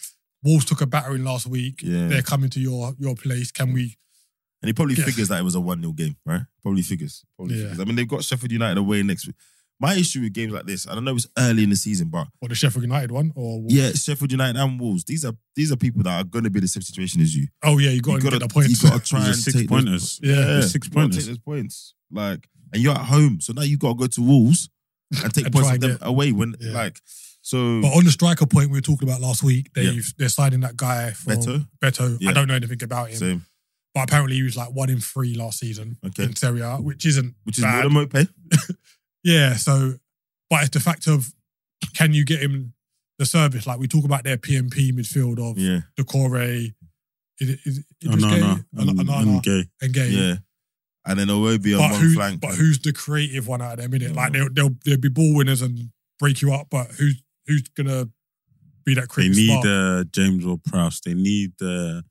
Speaker 2: Wolves took a battering last week.
Speaker 1: Yeah.
Speaker 2: They're coming to your your place. Can we?
Speaker 1: And he probably
Speaker 2: Yeah.
Speaker 1: figures that it was a 1 0 game, right? Probably figures. Probably
Speaker 2: Yeah.
Speaker 1: figures. I mean, they've got Sheffield United away next week. My issue with games like this, I don't know, it's early in the season, but
Speaker 2: Or the Sheffield United one? Or
Speaker 1: yeah, Sheffield United and Wolves, these are these are people that are going to be in the same situation as you.
Speaker 2: oh yeah, you got
Speaker 1: you
Speaker 2: to get the
Speaker 1: you
Speaker 2: points.
Speaker 1: got to try
Speaker 3: These are
Speaker 1: and
Speaker 3: six
Speaker 1: take
Speaker 3: pointers.
Speaker 1: Those,
Speaker 2: Yeah.
Speaker 1: yeah,
Speaker 3: They're six
Speaker 1: you gotta
Speaker 3: pointers.
Speaker 1: Take those points, like, and you're at home, so now you got to go to Wolves and take
Speaker 2: And
Speaker 1: points
Speaker 2: try
Speaker 1: from
Speaker 2: and
Speaker 1: them away when,
Speaker 2: Yeah.
Speaker 1: like, so
Speaker 2: but on the striker point we were talking about last week,
Speaker 1: Yeah.
Speaker 2: they've they're signing that guy from
Speaker 1: better.
Speaker 2: Beto.
Speaker 1: Yeah.
Speaker 2: I don't know anything about him,
Speaker 1: Same,
Speaker 2: but apparently he was like one in three last season
Speaker 1: Okay.
Speaker 2: in Serie A, which isn't
Speaker 1: which is
Speaker 2: bad.
Speaker 1: more than Mopay.
Speaker 2: Yeah, so but it's the fact of can you get him the service? Like we talk about their PMP midfield of
Speaker 1: Yeah,
Speaker 2: Decore. Is it, is it
Speaker 3: Oh,
Speaker 2: Idris
Speaker 3: no,
Speaker 2: Gay?
Speaker 3: no.
Speaker 2: An-
Speaker 3: I'm-
Speaker 2: Anana
Speaker 3: I'm gay.
Speaker 2: and Gay.
Speaker 1: Mm, yeah. And then Owobi on
Speaker 2: But,
Speaker 1: one
Speaker 2: who,
Speaker 1: flank.
Speaker 2: but who's the creative one out of them, innit?
Speaker 1: No.
Speaker 2: Like they'll, they'll they'll be ball winners and break you up, but who's who's gonna be that
Speaker 3: They
Speaker 2: creative
Speaker 3: need
Speaker 2: spark?
Speaker 3: uh, James or Prowse. They need uh,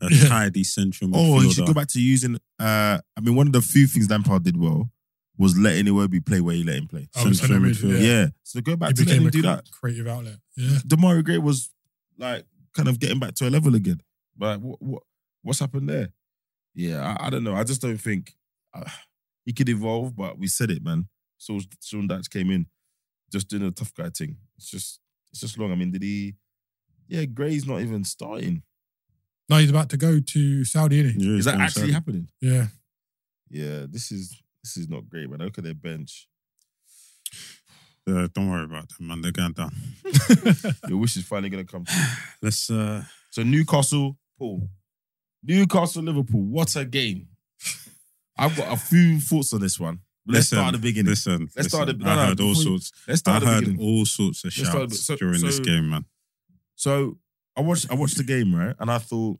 Speaker 3: a
Speaker 2: Yeah.
Speaker 3: tidy central midfielder.
Speaker 1: Oh, he should go back to using. Uh, I mean, one of the few things Lampard did well was letting Iwobi play where he let him play.
Speaker 2: Oh, he's
Speaker 3: central
Speaker 2: gonna be-
Speaker 3: midfield.
Speaker 1: Yeah.
Speaker 2: Yeah.
Speaker 1: So go
Speaker 2: He
Speaker 1: back to letting
Speaker 2: became
Speaker 1: him
Speaker 2: a
Speaker 1: do
Speaker 2: cre-
Speaker 1: that.
Speaker 2: creative outlet. Yeah.
Speaker 1: Damari Gray was like kind of getting back to a level again. But what, what what's happened there? Yeah, I, I don't know. I just don't think uh, he could evolve. But we said it, man. So Sean Dyche came in, just doing a tough guy thing. It's just it's just long. I mean, did he? Yeah, Gray's not even starting.
Speaker 2: No, he's about to go to Saudi, isn't he?
Speaker 3: Yeah,
Speaker 1: Is that
Speaker 3: it's
Speaker 1: actually
Speaker 3: gonna-
Speaker 1: happening?
Speaker 2: Yeah.
Speaker 1: Yeah, this is this is not great, man. Look at their bench.
Speaker 3: Uh, don't worry about them, man. They're going down.
Speaker 1: Your wish is finally gonna come. True.
Speaker 3: Let's. Uh,
Speaker 1: So Newcastle, Paul, Newcastle, Liverpool. What a game! I've got a few thoughts on this one. But Let's
Speaker 3: listen,
Speaker 1: start at the beginning.
Speaker 3: Listen,
Speaker 1: Let's start
Speaker 3: listen.
Speaker 1: at- no, no,
Speaker 3: I heard all
Speaker 1: before you-
Speaker 3: sorts.
Speaker 1: Let's
Speaker 3: I
Speaker 1: start at the
Speaker 3: heard
Speaker 1: beginning.
Speaker 3: all sorts of
Speaker 1: Let's start at the-
Speaker 3: shouts
Speaker 1: so-
Speaker 3: during this
Speaker 1: so-
Speaker 3: game, man.
Speaker 1: So I watched I watched the game right, and I thought,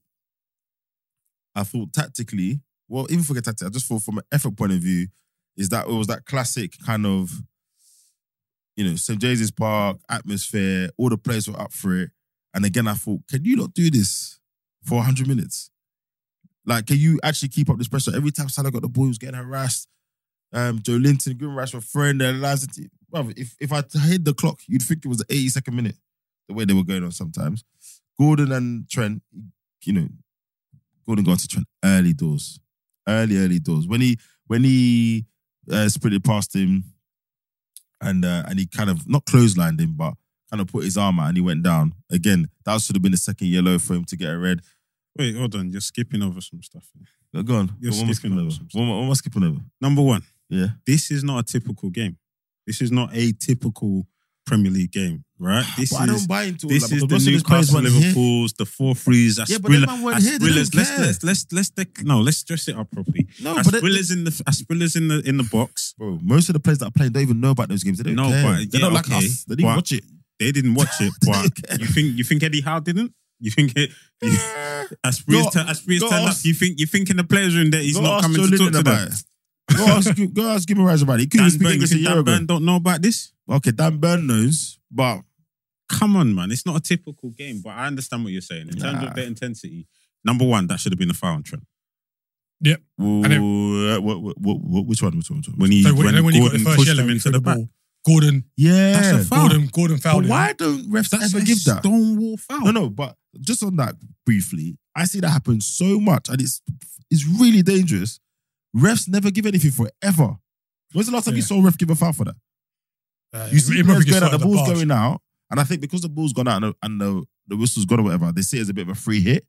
Speaker 1: I thought tactically. Well, even forget tactic. I just thought from an effort point of view, is that it was that classic kind of, you know, St James's Park atmosphere. All the players were up for it, and again I thought, can you not do this for 100 minutes? Like, can you actually keep up this pressure? Every time Salah got the ball, he was getting harassed. Um, Joe Linton, Grim Rash were throwing their lives. at it. Bruv, if if I hit the clock, you'd think it was the 82nd minute the way they were going on sometimes. Gordon and Trent, you know, Gordon got to Trent early doors, early early doors. When he when he uh, sprinted past him, and uh, and he kind of not clotheslined him, but kind of put his arm out and he went down again. That should have been the second yellow for him to get a red.
Speaker 3: Wait, hold on. You're skipping over some stuff.
Speaker 1: No, Go on,
Speaker 3: You're
Speaker 1: one more skipping
Speaker 3: skipping
Speaker 1: over.
Speaker 3: over some
Speaker 1: One more, one more skipping over.
Speaker 3: Number one,
Speaker 1: Yeah,
Speaker 3: this is not a typical game. This is not a typical Premier League game, right? This
Speaker 1: but
Speaker 3: is.
Speaker 1: I don't buy into all
Speaker 3: This
Speaker 1: that
Speaker 3: is
Speaker 1: because
Speaker 3: the
Speaker 1: most of these players
Speaker 3: Newcastle
Speaker 1: weren't here.
Speaker 3: Liverpool's, the four threes,
Speaker 1: Yeah, but them
Speaker 3: Asprilla-
Speaker 1: man weren't here, they don't
Speaker 3: Asprilla's- Let's
Speaker 1: care.
Speaker 3: let's let's let's dec- no, let's dress it up properly.
Speaker 1: No, but it-
Speaker 3: Asprilla's in the Asprilla's in the in the box.
Speaker 1: bro, most of the players that are playing don't even know about those games. They don't
Speaker 3: No,
Speaker 1: care.
Speaker 3: but
Speaker 1: They're
Speaker 3: yeah,
Speaker 1: not like
Speaker 3: okay,
Speaker 1: us. They didn't
Speaker 3: but-
Speaker 1: watch it.
Speaker 3: They didn't watch it, but you think you think Eddie Howe didn't? You think it? You,
Speaker 1: Go-
Speaker 3: Asprilla's, tu- Asprilla's
Speaker 1: go
Speaker 3: turned
Speaker 1: ask-
Speaker 3: up. You think you think in the players' room that he's
Speaker 1: Go
Speaker 3: not
Speaker 1: ask
Speaker 3: coming
Speaker 1: Joe
Speaker 3: to talk
Speaker 1: Linton
Speaker 3: to
Speaker 1: about
Speaker 3: them?
Speaker 1: it. Go ask, go ask Gimmer Rice about it. He couldn't
Speaker 3: Dan
Speaker 1: speak
Speaker 3: Burn, you
Speaker 1: English a
Speaker 3: think
Speaker 1: year
Speaker 3: Dan
Speaker 1: ago.
Speaker 3: Burn don't know about this?
Speaker 1: Okay, Dan Burn knows, but
Speaker 3: Come on, man! It's not a typical game, but I understand what you're saying in terms
Speaker 1: Nah.
Speaker 3: of the intensity. Number one, that should have been a foul on Trent.
Speaker 1: Wh- wh- wh- wh- which one? Which one? Which one?
Speaker 3: When he
Speaker 2: So
Speaker 3: when,
Speaker 2: when, then
Speaker 3: Gordon
Speaker 2: when he got the
Speaker 3: pushed
Speaker 2: first yellow,
Speaker 3: him
Speaker 2: he
Speaker 3: into
Speaker 2: threw
Speaker 3: the
Speaker 2: the
Speaker 3: back.
Speaker 2: ball. Gordon,
Speaker 1: yeah,
Speaker 3: That's a foul.
Speaker 2: Gordon, Gordon fouled
Speaker 1: But
Speaker 2: him.
Speaker 1: why don't refs
Speaker 3: That's
Speaker 1: ever give that?
Speaker 3: Stonewall foul.
Speaker 1: No, no, but just on that briefly, I see that happen so much, and it's it's really dangerous. Refs never give anything forever. When's the last time you
Speaker 2: Yeah.
Speaker 1: saw a ref give a foul for that?
Speaker 2: Uh,
Speaker 1: You see,
Speaker 2: it
Speaker 1: players
Speaker 2: probably gets
Speaker 1: going out, the
Speaker 2: started at
Speaker 1: ball's
Speaker 2: bar.
Speaker 1: going out, and I think because the ball's gone out and the, and the, the whistle's gone or whatever, they see it as a bit of a free hit.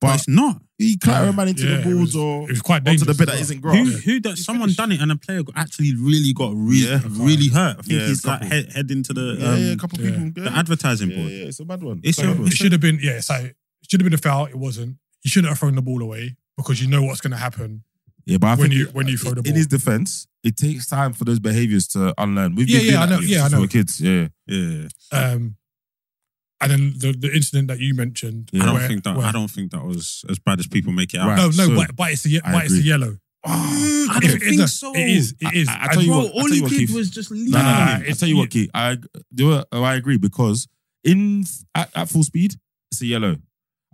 Speaker 3: But
Speaker 1: But
Speaker 3: it's not.
Speaker 1: he clatter a
Speaker 2: Yeah,
Speaker 1: man into
Speaker 2: yeah,
Speaker 1: the
Speaker 2: it
Speaker 1: balls
Speaker 2: was-
Speaker 1: or
Speaker 2: It was quite
Speaker 1: onto
Speaker 2: dangerous.
Speaker 1: the bit
Speaker 2: as
Speaker 1: that
Speaker 2: well.
Speaker 1: isn't
Speaker 3: Who,
Speaker 1: grass.
Speaker 3: who that someone
Speaker 2: finished.
Speaker 3: done it and a player got actually really got really,
Speaker 1: Yeah.
Speaker 3: really hurt. I think
Speaker 1: Yeah,
Speaker 3: he's like
Speaker 1: couple.
Speaker 3: head, head into the
Speaker 1: yeah,
Speaker 3: um,
Speaker 1: yeah, a couple
Speaker 2: yeah.
Speaker 1: people. Yeah.
Speaker 3: the advertising
Speaker 1: yeah,
Speaker 3: board.
Speaker 1: yeah, it's a bad one.
Speaker 3: It's
Speaker 2: So
Speaker 3: a,
Speaker 2: it should have been, yeah, so it should have been a foul. It wasn't. You shouldn't have thrown the ball away because you know what's going to happen.
Speaker 1: Yeah, but I
Speaker 2: When
Speaker 1: think uh,
Speaker 2: you- when you throw the
Speaker 1: in
Speaker 2: ball.
Speaker 1: his defense, it takes time for those behaviors to unlearn. We've
Speaker 2: Yeah,
Speaker 1: been
Speaker 2: yeah,
Speaker 1: doing
Speaker 2: I
Speaker 1: that
Speaker 2: know- yeah, I
Speaker 1: for
Speaker 2: know.
Speaker 1: kids. Yeah,
Speaker 3: yeah.
Speaker 2: Um, and then the, the incident that you mentioned.
Speaker 1: Yeah.
Speaker 3: I don't
Speaker 2: where-
Speaker 3: think that
Speaker 2: where-
Speaker 3: I don't think that was as bad as people make it out.
Speaker 1: Right.
Speaker 2: No, no,
Speaker 1: so-
Speaker 2: but, but it's a, ye-
Speaker 1: I
Speaker 2: but it's a
Speaker 1: agree.
Speaker 2: yellow. Ah,
Speaker 3: I
Speaker 2: It's-
Speaker 3: don't
Speaker 2: it's
Speaker 3: think
Speaker 2: a-
Speaker 3: so.
Speaker 2: It is. It is.
Speaker 1: I- I tell you
Speaker 3: Bro,
Speaker 1: what- I
Speaker 3: all
Speaker 1: tell
Speaker 3: he
Speaker 1: you what,
Speaker 3: did
Speaker 1: Keith.
Speaker 3: was just leave.
Speaker 1: No, no,
Speaker 2: Nah,
Speaker 1: no, no. I
Speaker 2: it's-
Speaker 1: tell you what, Key. I do. you know what? oh, I agree because in at, at full speed, it's a yellow.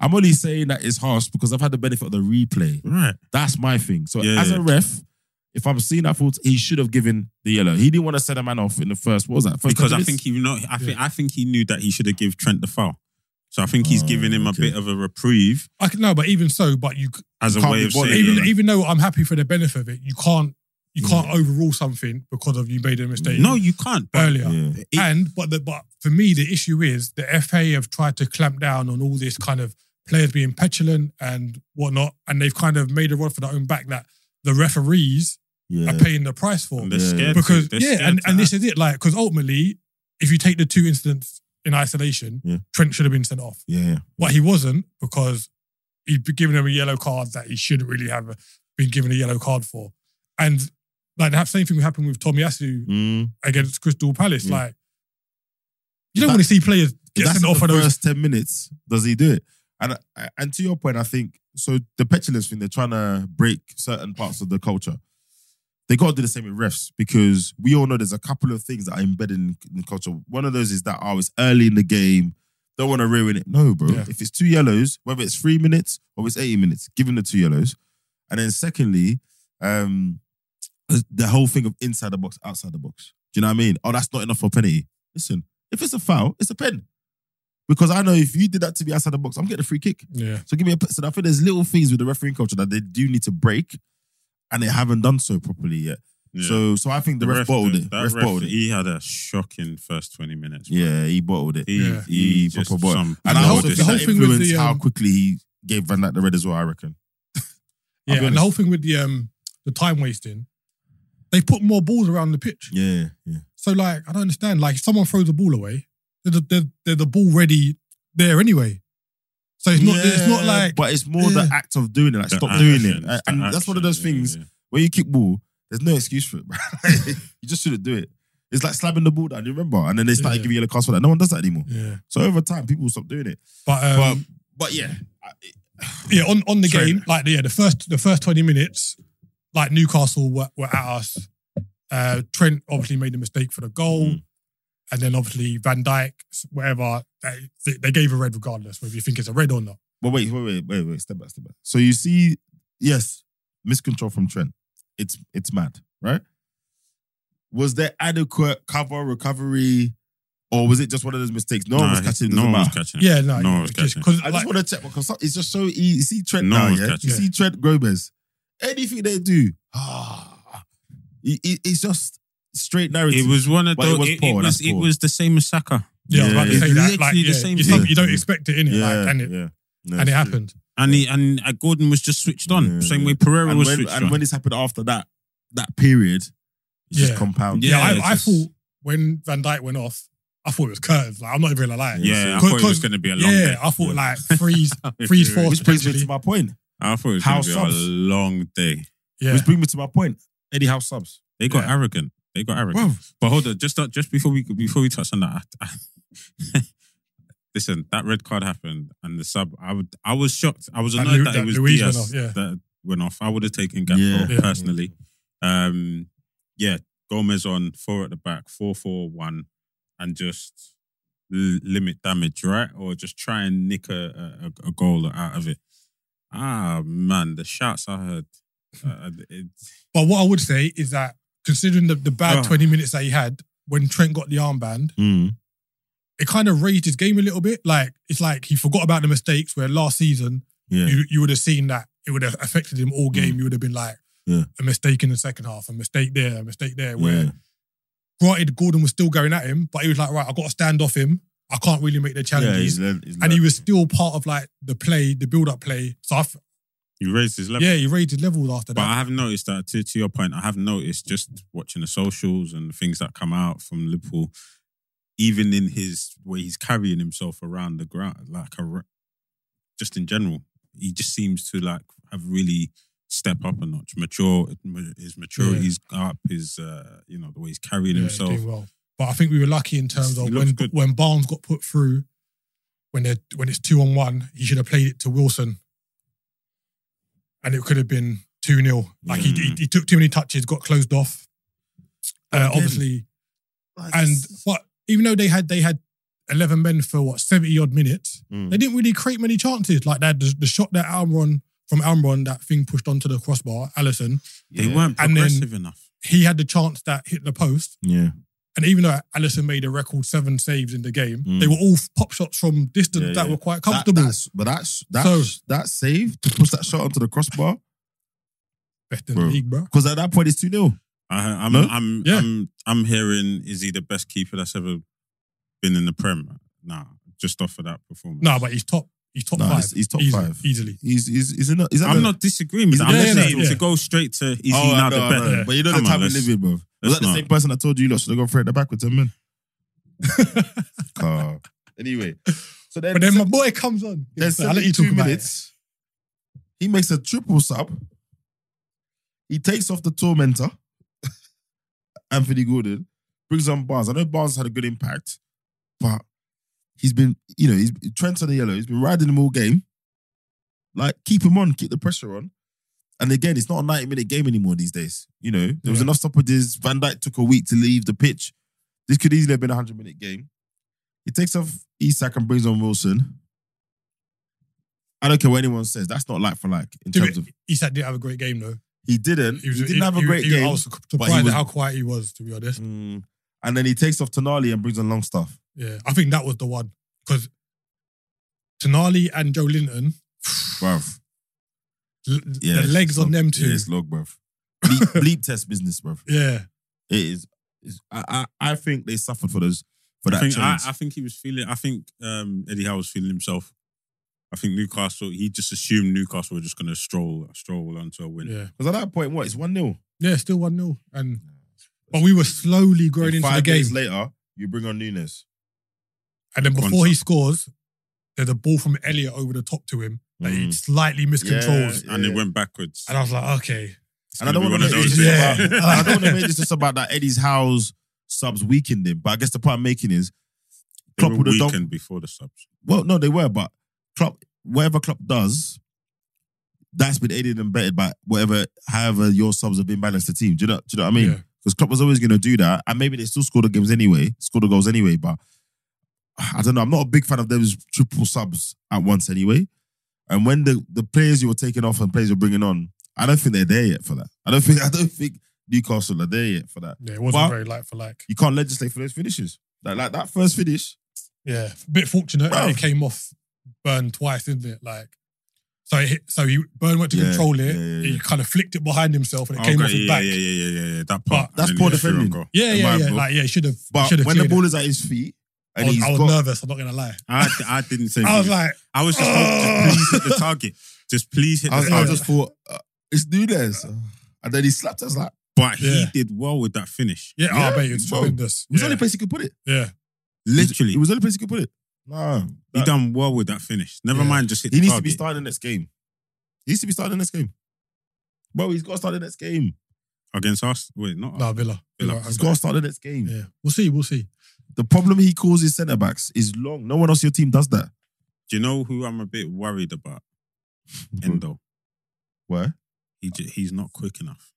Speaker 1: I'm only saying that it's harsh because I've had the benefit of the replay.
Speaker 3: Right.
Speaker 1: That's my thing. So
Speaker 3: Yeah,
Speaker 1: as
Speaker 3: yeah.
Speaker 1: a ref, if I'm seeing that fault, he should have given the yellow. He didn't want to set a man off in the first. What was that? First
Speaker 3: Because
Speaker 1: 10
Speaker 3: I
Speaker 1: minutes?
Speaker 3: think he know I think I think he knew that he should have give Trent the foul. So I think he's
Speaker 1: Oh,
Speaker 3: giving him
Speaker 1: okay.
Speaker 3: a bit of a reprieve
Speaker 2: I can, no, but even so, but you c-
Speaker 3: as a
Speaker 1: Can't
Speaker 3: way
Speaker 1: be
Speaker 3: of
Speaker 1: bothered.
Speaker 3: saying
Speaker 2: even
Speaker 3: yeah,
Speaker 2: even though I'm happy for the benefit of it, you can't you
Speaker 1: Yeah.
Speaker 2: can't overrule something because of you made a mistake
Speaker 3: No, you can't. But
Speaker 2: earlier.
Speaker 1: Yeah.
Speaker 3: it-
Speaker 2: And but the, but for me, the issue is the FA have tried to clamp down on all this kind of players being petulant and whatnot, and they've kind of made a rod for their own back that the referees
Speaker 1: yeah.
Speaker 2: are paying the price for.
Speaker 3: and they're
Speaker 1: Yeah.
Speaker 3: scared.
Speaker 2: because
Speaker 3: they're
Speaker 2: yeah,
Speaker 3: scared
Speaker 2: and,
Speaker 3: to
Speaker 2: and this
Speaker 3: act.
Speaker 2: is it. Like because ultimately, if you take the two incidents in isolation,
Speaker 1: Yeah.
Speaker 2: Trent should have been sent off,
Speaker 1: yeah, yeah.
Speaker 2: but he wasn't because he'd been given him a yellow card that he shouldn't really have been given a yellow card for, and like the same thing happened with Tommy Asu
Speaker 1: Mm.
Speaker 2: against Crystal Palace.
Speaker 1: Yeah.
Speaker 2: Like you don't
Speaker 1: That-
Speaker 2: want to see players get
Speaker 1: That's
Speaker 2: sent
Speaker 1: the
Speaker 2: off for those.
Speaker 1: first ten minutes. Does he do it? And I- and to your point, I think so. The petulance thing—they're trying to break certain parts of the culture. They got to do the same with refs because we all know there's a couple of things that are embedded in, in culture. One of those is that oh, it's early in the game. Don't want to ruin it. No, bro.
Speaker 2: Yeah.
Speaker 1: If it's two yellows, whether it's three minutes or it's eighty minutes, give him the two yellows. And then secondly, um, the whole thing of inside the box, outside the box. Do you know what I mean? Oh, that's not enough for a penalty. Listen, if it's a foul, it's a pen. Because I know if you did that to me outside the box, I'm getting a free kick.
Speaker 2: Yeah,
Speaker 1: So give me a pen. So I think there's little things with the refereeing culture that they do need to break, and they haven't done so properly yet.
Speaker 3: Yeah.
Speaker 1: So, so I think the, ref, bottled it.
Speaker 3: That
Speaker 1: Ref, bottled it.
Speaker 3: He had a shocking first twenty minutes. bro.
Speaker 1: Yeah, he bottled it.
Speaker 3: He,
Speaker 2: Yeah.
Speaker 3: he,
Speaker 1: He
Speaker 3: just
Speaker 1: proper bottled.
Speaker 3: some-
Speaker 1: And
Speaker 2: The
Speaker 1: I
Speaker 2: whole-
Speaker 1: also
Speaker 2: the
Speaker 1: think
Speaker 2: whole
Speaker 1: that
Speaker 2: thing with the,
Speaker 1: influenced how
Speaker 2: um,
Speaker 1: quickly he gave Van Dijk the red as well. I reckon. I'll
Speaker 2: yeah.
Speaker 1: be
Speaker 2: And the
Speaker 1: honest.
Speaker 2: whole thing with the um the time wasting, they put more balls around the pitch.
Speaker 1: Yeah, yeah.
Speaker 2: So like, I don't understand. Like, if someone throws the ball away, there's the there's the ball ready there anyway. So it's not it's not
Speaker 1: Yeah,
Speaker 2: like
Speaker 1: but it's more the
Speaker 2: Yeah.
Speaker 1: act of doing it. Like
Speaker 3: the
Speaker 1: stop doing it,
Speaker 3: actions,
Speaker 1: and,
Speaker 3: the
Speaker 1: and that's one of those
Speaker 3: actions, yeah,
Speaker 1: things.
Speaker 3: yeah.
Speaker 1: when you kick ball, there's no excuse for it, bro. you just shouldn't do it. It's like slapping the ball down, you remember? And then they started
Speaker 2: Yeah.
Speaker 1: giving yellow cards for that. No one does that anymore.
Speaker 2: yeah.
Speaker 1: So over time, people stop doing it.
Speaker 2: But, um,
Speaker 1: but, but yeah, I-
Speaker 2: yeah, on on the
Speaker 1: Sorry.
Speaker 2: game, like yeah, the first the first twenty minutes, like Newcastle were, were at us. Uh, Trent obviously made the mistake for the goal,
Speaker 1: Mm.
Speaker 2: and then obviously Van Dijk, whatever they, they gave a red regardless, whether you think it's a red or not.
Speaker 1: but wait, wait, wait, wait, wait, step back, step back. So you see, yes, miscontrol from Trent. It's it's mad, right? Was there adequate cover recovery, or was it just one of those mistakes? No one was
Speaker 3: Nah,
Speaker 1: catching.
Speaker 3: No
Speaker 1: doesn't
Speaker 3: one was
Speaker 1: matter.
Speaker 3: catching. it.
Speaker 2: Yeah, no,
Speaker 3: No one was
Speaker 2: because
Speaker 3: catching it.
Speaker 1: I
Speaker 2: like,
Speaker 1: just want to check because some- it's just so easy. You see Trent
Speaker 3: No
Speaker 1: now,
Speaker 3: one's
Speaker 1: yeah.
Speaker 3: catching
Speaker 1: You
Speaker 2: it.
Speaker 1: see Trent Grobers. Anything they do, ah, it- it- it's just straight narrative.
Speaker 3: It was one of
Speaker 1: But it
Speaker 3: those.
Speaker 1: was
Speaker 3: It,
Speaker 1: poor,
Speaker 3: it, was,
Speaker 1: that's
Speaker 3: it
Speaker 1: poor.
Speaker 3: was the same as Saka,
Speaker 2: yeah, I was about to
Speaker 1: Yeah,
Speaker 2: say
Speaker 3: it's
Speaker 2: that. Like,
Speaker 3: literally the
Speaker 2: yeah,
Speaker 3: same
Speaker 2: you, don't,
Speaker 1: thing.
Speaker 2: you don't expect it in it, like, and it,
Speaker 1: yeah. No,
Speaker 2: and it
Speaker 1: it's true.
Speaker 2: happened.
Speaker 3: and he, and uh, Gordon was just switched on.
Speaker 1: Yeah,
Speaker 3: same
Speaker 1: yeah.
Speaker 3: way Pereira
Speaker 1: And
Speaker 3: was
Speaker 1: when,
Speaker 3: switched
Speaker 1: and
Speaker 3: on.
Speaker 1: when this happened after that, that period, it's just
Speaker 2: Yeah.
Speaker 1: compound.
Speaker 2: Yeah,
Speaker 3: Yeah, it's
Speaker 2: I, I
Speaker 3: just-
Speaker 2: thought when Van Dyke went off, I thought it was curtains. Like, I'm not even gonna lie.
Speaker 1: Yeah,
Speaker 3: yeah, I
Speaker 2: Cause-
Speaker 3: thought it was
Speaker 2: cause-
Speaker 3: going to be a long
Speaker 2: Yeah,
Speaker 3: day.
Speaker 2: I thought like freeze,
Speaker 3: Yeah.
Speaker 2: freeze, four
Speaker 1: Which brings me
Speaker 2: potentially.
Speaker 1: to my point.
Speaker 3: I thought it was
Speaker 1: How
Speaker 3: going to be
Speaker 1: subs?
Speaker 3: a long day.
Speaker 2: Yeah,
Speaker 1: Which brings me to my point. Eddie House subs.
Speaker 3: They got
Speaker 2: Yeah.
Speaker 3: arrogant. They got arrogant. But hold on, just uh, just before we before we touch on that, I, I- listen, that red card happened, and the sub. I would I was shocked. I was
Speaker 2: That
Speaker 3: annoyed
Speaker 2: Lu-
Speaker 3: that,
Speaker 2: that
Speaker 3: it was
Speaker 2: Luis went
Speaker 3: Diaz
Speaker 2: off, yeah.
Speaker 3: that went off. I would have taken
Speaker 1: Yeah.
Speaker 3: Gakpo
Speaker 2: Yeah.
Speaker 3: personally.
Speaker 1: Mm.
Speaker 3: Um, yeah, Gomez on four at the back, four four one, and just l- limit damage, right? Or just try and nick a, a, a goal out of it. Ah man, the shouts I heard. Uh, it,
Speaker 2: but what I would say is that considering the, the bad
Speaker 3: Ah.
Speaker 1: Mm.
Speaker 2: 20 minutes that he had when Trent got the armband, it kind of raised his game a little bit. Like it's like he forgot about the mistakes where last season
Speaker 1: Yeah. Mm.
Speaker 2: you you would have seen that it would have affected him all game. You would have been like
Speaker 1: Yeah.
Speaker 2: a mistake in the second half, a mistake there, a mistake there. Where
Speaker 1: yeah.
Speaker 2: granted Gordon was still going at him, but he was like, right, I got to stand off him. I can't really make the
Speaker 1: yeah,
Speaker 2: challenges.
Speaker 1: he's learned, he's
Speaker 2: and he
Speaker 1: learned.
Speaker 2: was still part of like the play, the build up play. So I f-
Speaker 3: You raised his level.
Speaker 2: yeah, he rated levels after
Speaker 3: But I
Speaker 2: that.
Speaker 3: have noticed that to, to your point, I have noticed just watching the socials and the things that come out from Liverpool, even in his way he's carrying himself around the ground, like ar- just in general, he just seems to like have really step up a notch, mature. His maturity's up. His uh, you know the way he's carrying
Speaker 2: Yeah, he's
Speaker 3: himself.
Speaker 2: doing well. But I think we were lucky in terms
Speaker 3: He
Speaker 2: of
Speaker 3: looks
Speaker 2: when
Speaker 3: good.
Speaker 2: when Barnes got put through, when they when it's two on one, he should have played it to Wilson, and it could have been two 0 Like he, he
Speaker 3: Mm.
Speaker 2: he took too many touches, got closed off. Uh,
Speaker 1: Again,
Speaker 2: obviously,
Speaker 1: Like,
Speaker 2: and but even though they had they had eleven men for what seventy odd minutes,
Speaker 3: Hmm.
Speaker 1: Mm.
Speaker 2: they didn't really create many chances. Like that, the, the shot that Almiron from Almiron, that thing pushed onto the crossbar, Allison,
Speaker 3: They
Speaker 1: yeah.
Speaker 3: weren't
Speaker 2: And then-
Speaker 3: progressive enough.
Speaker 2: he had the chance that hit the post.
Speaker 1: Yeah.
Speaker 2: And even though Allison made a record seven saves in the game,
Speaker 1: Mm.
Speaker 2: they were all pop shots from distance
Speaker 1: Yeah,
Speaker 2: that
Speaker 1: yeah.
Speaker 2: were quite
Speaker 1: That,
Speaker 2: comfortable.
Speaker 1: that's, but that's that's that save to push that shot onto the crossbar
Speaker 2: Best in
Speaker 1: Bro.
Speaker 2: the league, bro.
Speaker 1: because at that point it's two 0
Speaker 3: I, I'm,
Speaker 1: No?
Speaker 3: I'm,
Speaker 2: Yeah.
Speaker 3: I'm, I'm hearing is he the best keeper that's ever been in the Prem? Nah, just off of that performance.
Speaker 2: No, but he's top. He's top
Speaker 1: No,
Speaker 2: five.
Speaker 1: he's, he's top
Speaker 2: easily,
Speaker 1: five.
Speaker 2: easily.
Speaker 1: He's he's he's in. A, is that
Speaker 3: I'm
Speaker 1: the-
Speaker 3: not disagreeing with
Speaker 1: Is
Speaker 3: that. I'm
Speaker 1: it-
Speaker 2: Yeah,
Speaker 3: just
Speaker 2: yeah,
Speaker 3: saying
Speaker 2: yeah.
Speaker 3: to go straight to is
Speaker 1: Oh,
Speaker 3: he
Speaker 1: I
Speaker 3: now
Speaker 1: know,
Speaker 3: the
Speaker 1: I
Speaker 3: best?
Speaker 1: know. But you know
Speaker 3: Come
Speaker 1: the
Speaker 3: on,
Speaker 1: type
Speaker 3: let's-
Speaker 1: we live in, bro. Was
Speaker 3: let's
Speaker 1: that the
Speaker 3: not.
Speaker 1: same person that told you lot should have gone for it at the back with ten men? Car. Anyway, so then
Speaker 2: But then my boy comes on.
Speaker 1: Then
Speaker 2: So I'll let you talk
Speaker 1: 72
Speaker 2: about it.
Speaker 1: minutes, he makes a triple sub. He takes off the tormentor, Anthony Gordon, brings on Barnes. I know Barnes had a good impact, but he's been, you know, he's Trent on the yellow. He's been riding him all game. Like, keep him on, keep the pressure on. And again, it's not a 90 minute game anymore these days. You know, there was
Speaker 2: Yeah.
Speaker 1: enough stoppages. Van Dyke took a week to leave the pitch. This could easily have been a 100 minute game. He takes off Isak and brings on Wilson. I don't care what anyone says. That's not like for like in
Speaker 2: Dude,
Speaker 1: terms of
Speaker 2: Isak did have a great game though.
Speaker 1: he didn't. He, didn't have a great
Speaker 2: he-
Speaker 1: game.
Speaker 2: I was surprised
Speaker 1: was-
Speaker 2: at how quiet he was. To be honest,
Speaker 1: Mm. and then he takes off Tonali and brings on long stuff.
Speaker 2: yeah, I think that was the one because Tonali and Joe Linton,
Speaker 1: Bruv.
Speaker 2: l-
Speaker 1: Yeah,
Speaker 2: the
Speaker 1: it's
Speaker 2: legs on
Speaker 1: log-
Speaker 2: them two.
Speaker 1: Yeah, it's log, bruv. Bleep, bleep test business, bruv.
Speaker 2: yeah.
Speaker 1: It is. it's- I, I, I think they suffered for those for
Speaker 3: I
Speaker 1: that
Speaker 3: think, I,
Speaker 1: change.
Speaker 3: I think he was feeling. I think um, Eddie Howe was feeling himself. I think Newcastle. He just assumed Newcastle were just going to stroll stroll onto a win.
Speaker 2: Yeah.
Speaker 1: Because at that point, what? It's 1 0.
Speaker 2: Yeah, still 1 0. And but we were slowly growing into the
Speaker 1: Five
Speaker 2: game.
Speaker 1: minutes later, you bring on Nunes.
Speaker 2: and then before he scores, there's a ball from Elliot over the top to him that he
Speaker 1: Mm.
Speaker 2: slightly miscontrols.
Speaker 1: Yeah.
Speaker 3: And it went backwards.
Speaker 2: And I was like, okay.
Speaker 3: It's
Speaker 1: And I
Speaker 3: gonna
Speaker 1: don't
Speaker 3: be
Speaker 1: want
Speaker 3: one
Speaker 1: to
Speaker 3: of
Speaker 1: make this
Speaker 3: those
Speaker 1: just
Speaker 2: Yeah.
Speaker 1: about. I don't want to make this just about that Eddie's house subs weakened him. But I guess the point I'm making is,
Speaker 3: They
Speaker 1: Klopp
Speaker 3: were
Speaker 1: would have
Speaker 3: weakened
Speaker 1: done.
Speaker 3: before the subs.
Speaker 1: Well, no, they were, but Klopp, whatever Klopp does, that's been aided and bettered by whatever, however your subs have been balanced the team. Do you know? Do you know what I mean?
Speaker 2: Yeah.
Speaker 1: Because Klopp was always going to do that, and maybe they still score the games anyway, score the goals anyway. But I don't know. I'm not a big fan of those triple subs at once anyway. And when the the players you were taking off and players you're bringing on, I don't think they're there yet for that. I don't think I don't think Newcastle are there yet for that.
Speaker 2: Yeah, it wasn't
Speaker 1: But-
Speaker 2: very like for like.
Speaker 1: You can't legislate for those finishes. Like, like that first finish,
Speaker 2: Yeah. A bit fortunate that it
Speaker 1: Bruv.
Speaker 2: came off Burn twice, didn't it? Like, so it hit, so he, Burn went to
Speaker 1: Yeah,
Speaker 2: control it.
Speaker 1: yeah, yeah,
Speaker 2: He
Speaker 1: yeah. Oh,
Speaker 2: kind of flicked it behind himself and
Speaker 3: Oh,
Speaker 2: it
Speaker 3: Okay,
Speaker 2: came off his
Speaker 3: yeah,
Speaker 2: back.
Speaker 3: yeah,
Speaker 2: Yeah,
Speaker 3: yeah, yeah, yeah, yeah. That part.
Speaker 1: that's
Speaker 3: And
Speaker 1: poor
Speaker 3: then he threw on
Speaker 1: defending.
Speaker 3: goal.
Speaker 2: yeah,
Speaker 1: In
Speaker 2: yeah.
Speaker 1: my book.
Speaker 2: Like, yeah, he should have.
Speaker 1: but
Speaker 2: should have
Speaker 1: when the
Speaker 2: cleared
Speaker 1: ball is at his feet
Speaker 2: I
Speaker 1: and
Speaker 2: was,
Speaker 1: he's
Speaker 2: I was
Speaker 1: got
Speaker 2: nervous. I'm not going to lie.
Speaker 3: I, I didn't say.
Speaker 2: I was like,
Speaker 3: I was just, hoping just please hit the target. Just please hit the
Speaker 1: I, was,
Speaker 3: target.
Speaker 1: I just thought uh, it's Nunes, and then he slapped us like
Speaker 3: But he
Speaker 2: Yeah.
Speaker 3: did well with that finish.
Speaker 2: yeah,
Speaker 1: Yeah,
Speaker 2: oh, mate, it's
Speaker 1: bro.
Speaker 2: tremendous.
Speaker 1: it was the
Speaker 2: Yeah.
Speaker 1: only place he could put it.
Speaker 2: yeah.
Speaker 3: Literally.
Speaker 1: it was the only place he could put it. No,
Speaker 3: He done well with that finish. Never
Speaker 2: Yeah.
Speaker 3: mind, just hit.
Speaker 1: He
Speaker 3: the
Speaker 1: needs to
Speaker 3: target.
Speaker 1: be starting the next game. He needs to be starting the next game. Bro, he's got to start the next game.
Speaker 3: against us. Wait, not
Speaker 2: No, Villa.
Speaker 3: Villa.
Speaker 2: Villa.
Speaker 1: He's got to start the next game.
Speaker 2: Yeah. We'll see. We'll see.
Speaker 1: The problem he causes centre backs is long. No one else in your team does that.
Speaker 3: Do you know who I'm a bit worried about?
Speaker 1: Bro,
Speaker 3: Endo.
Speaker 1: Where?
Speaker 3: He j- he's not quick enough.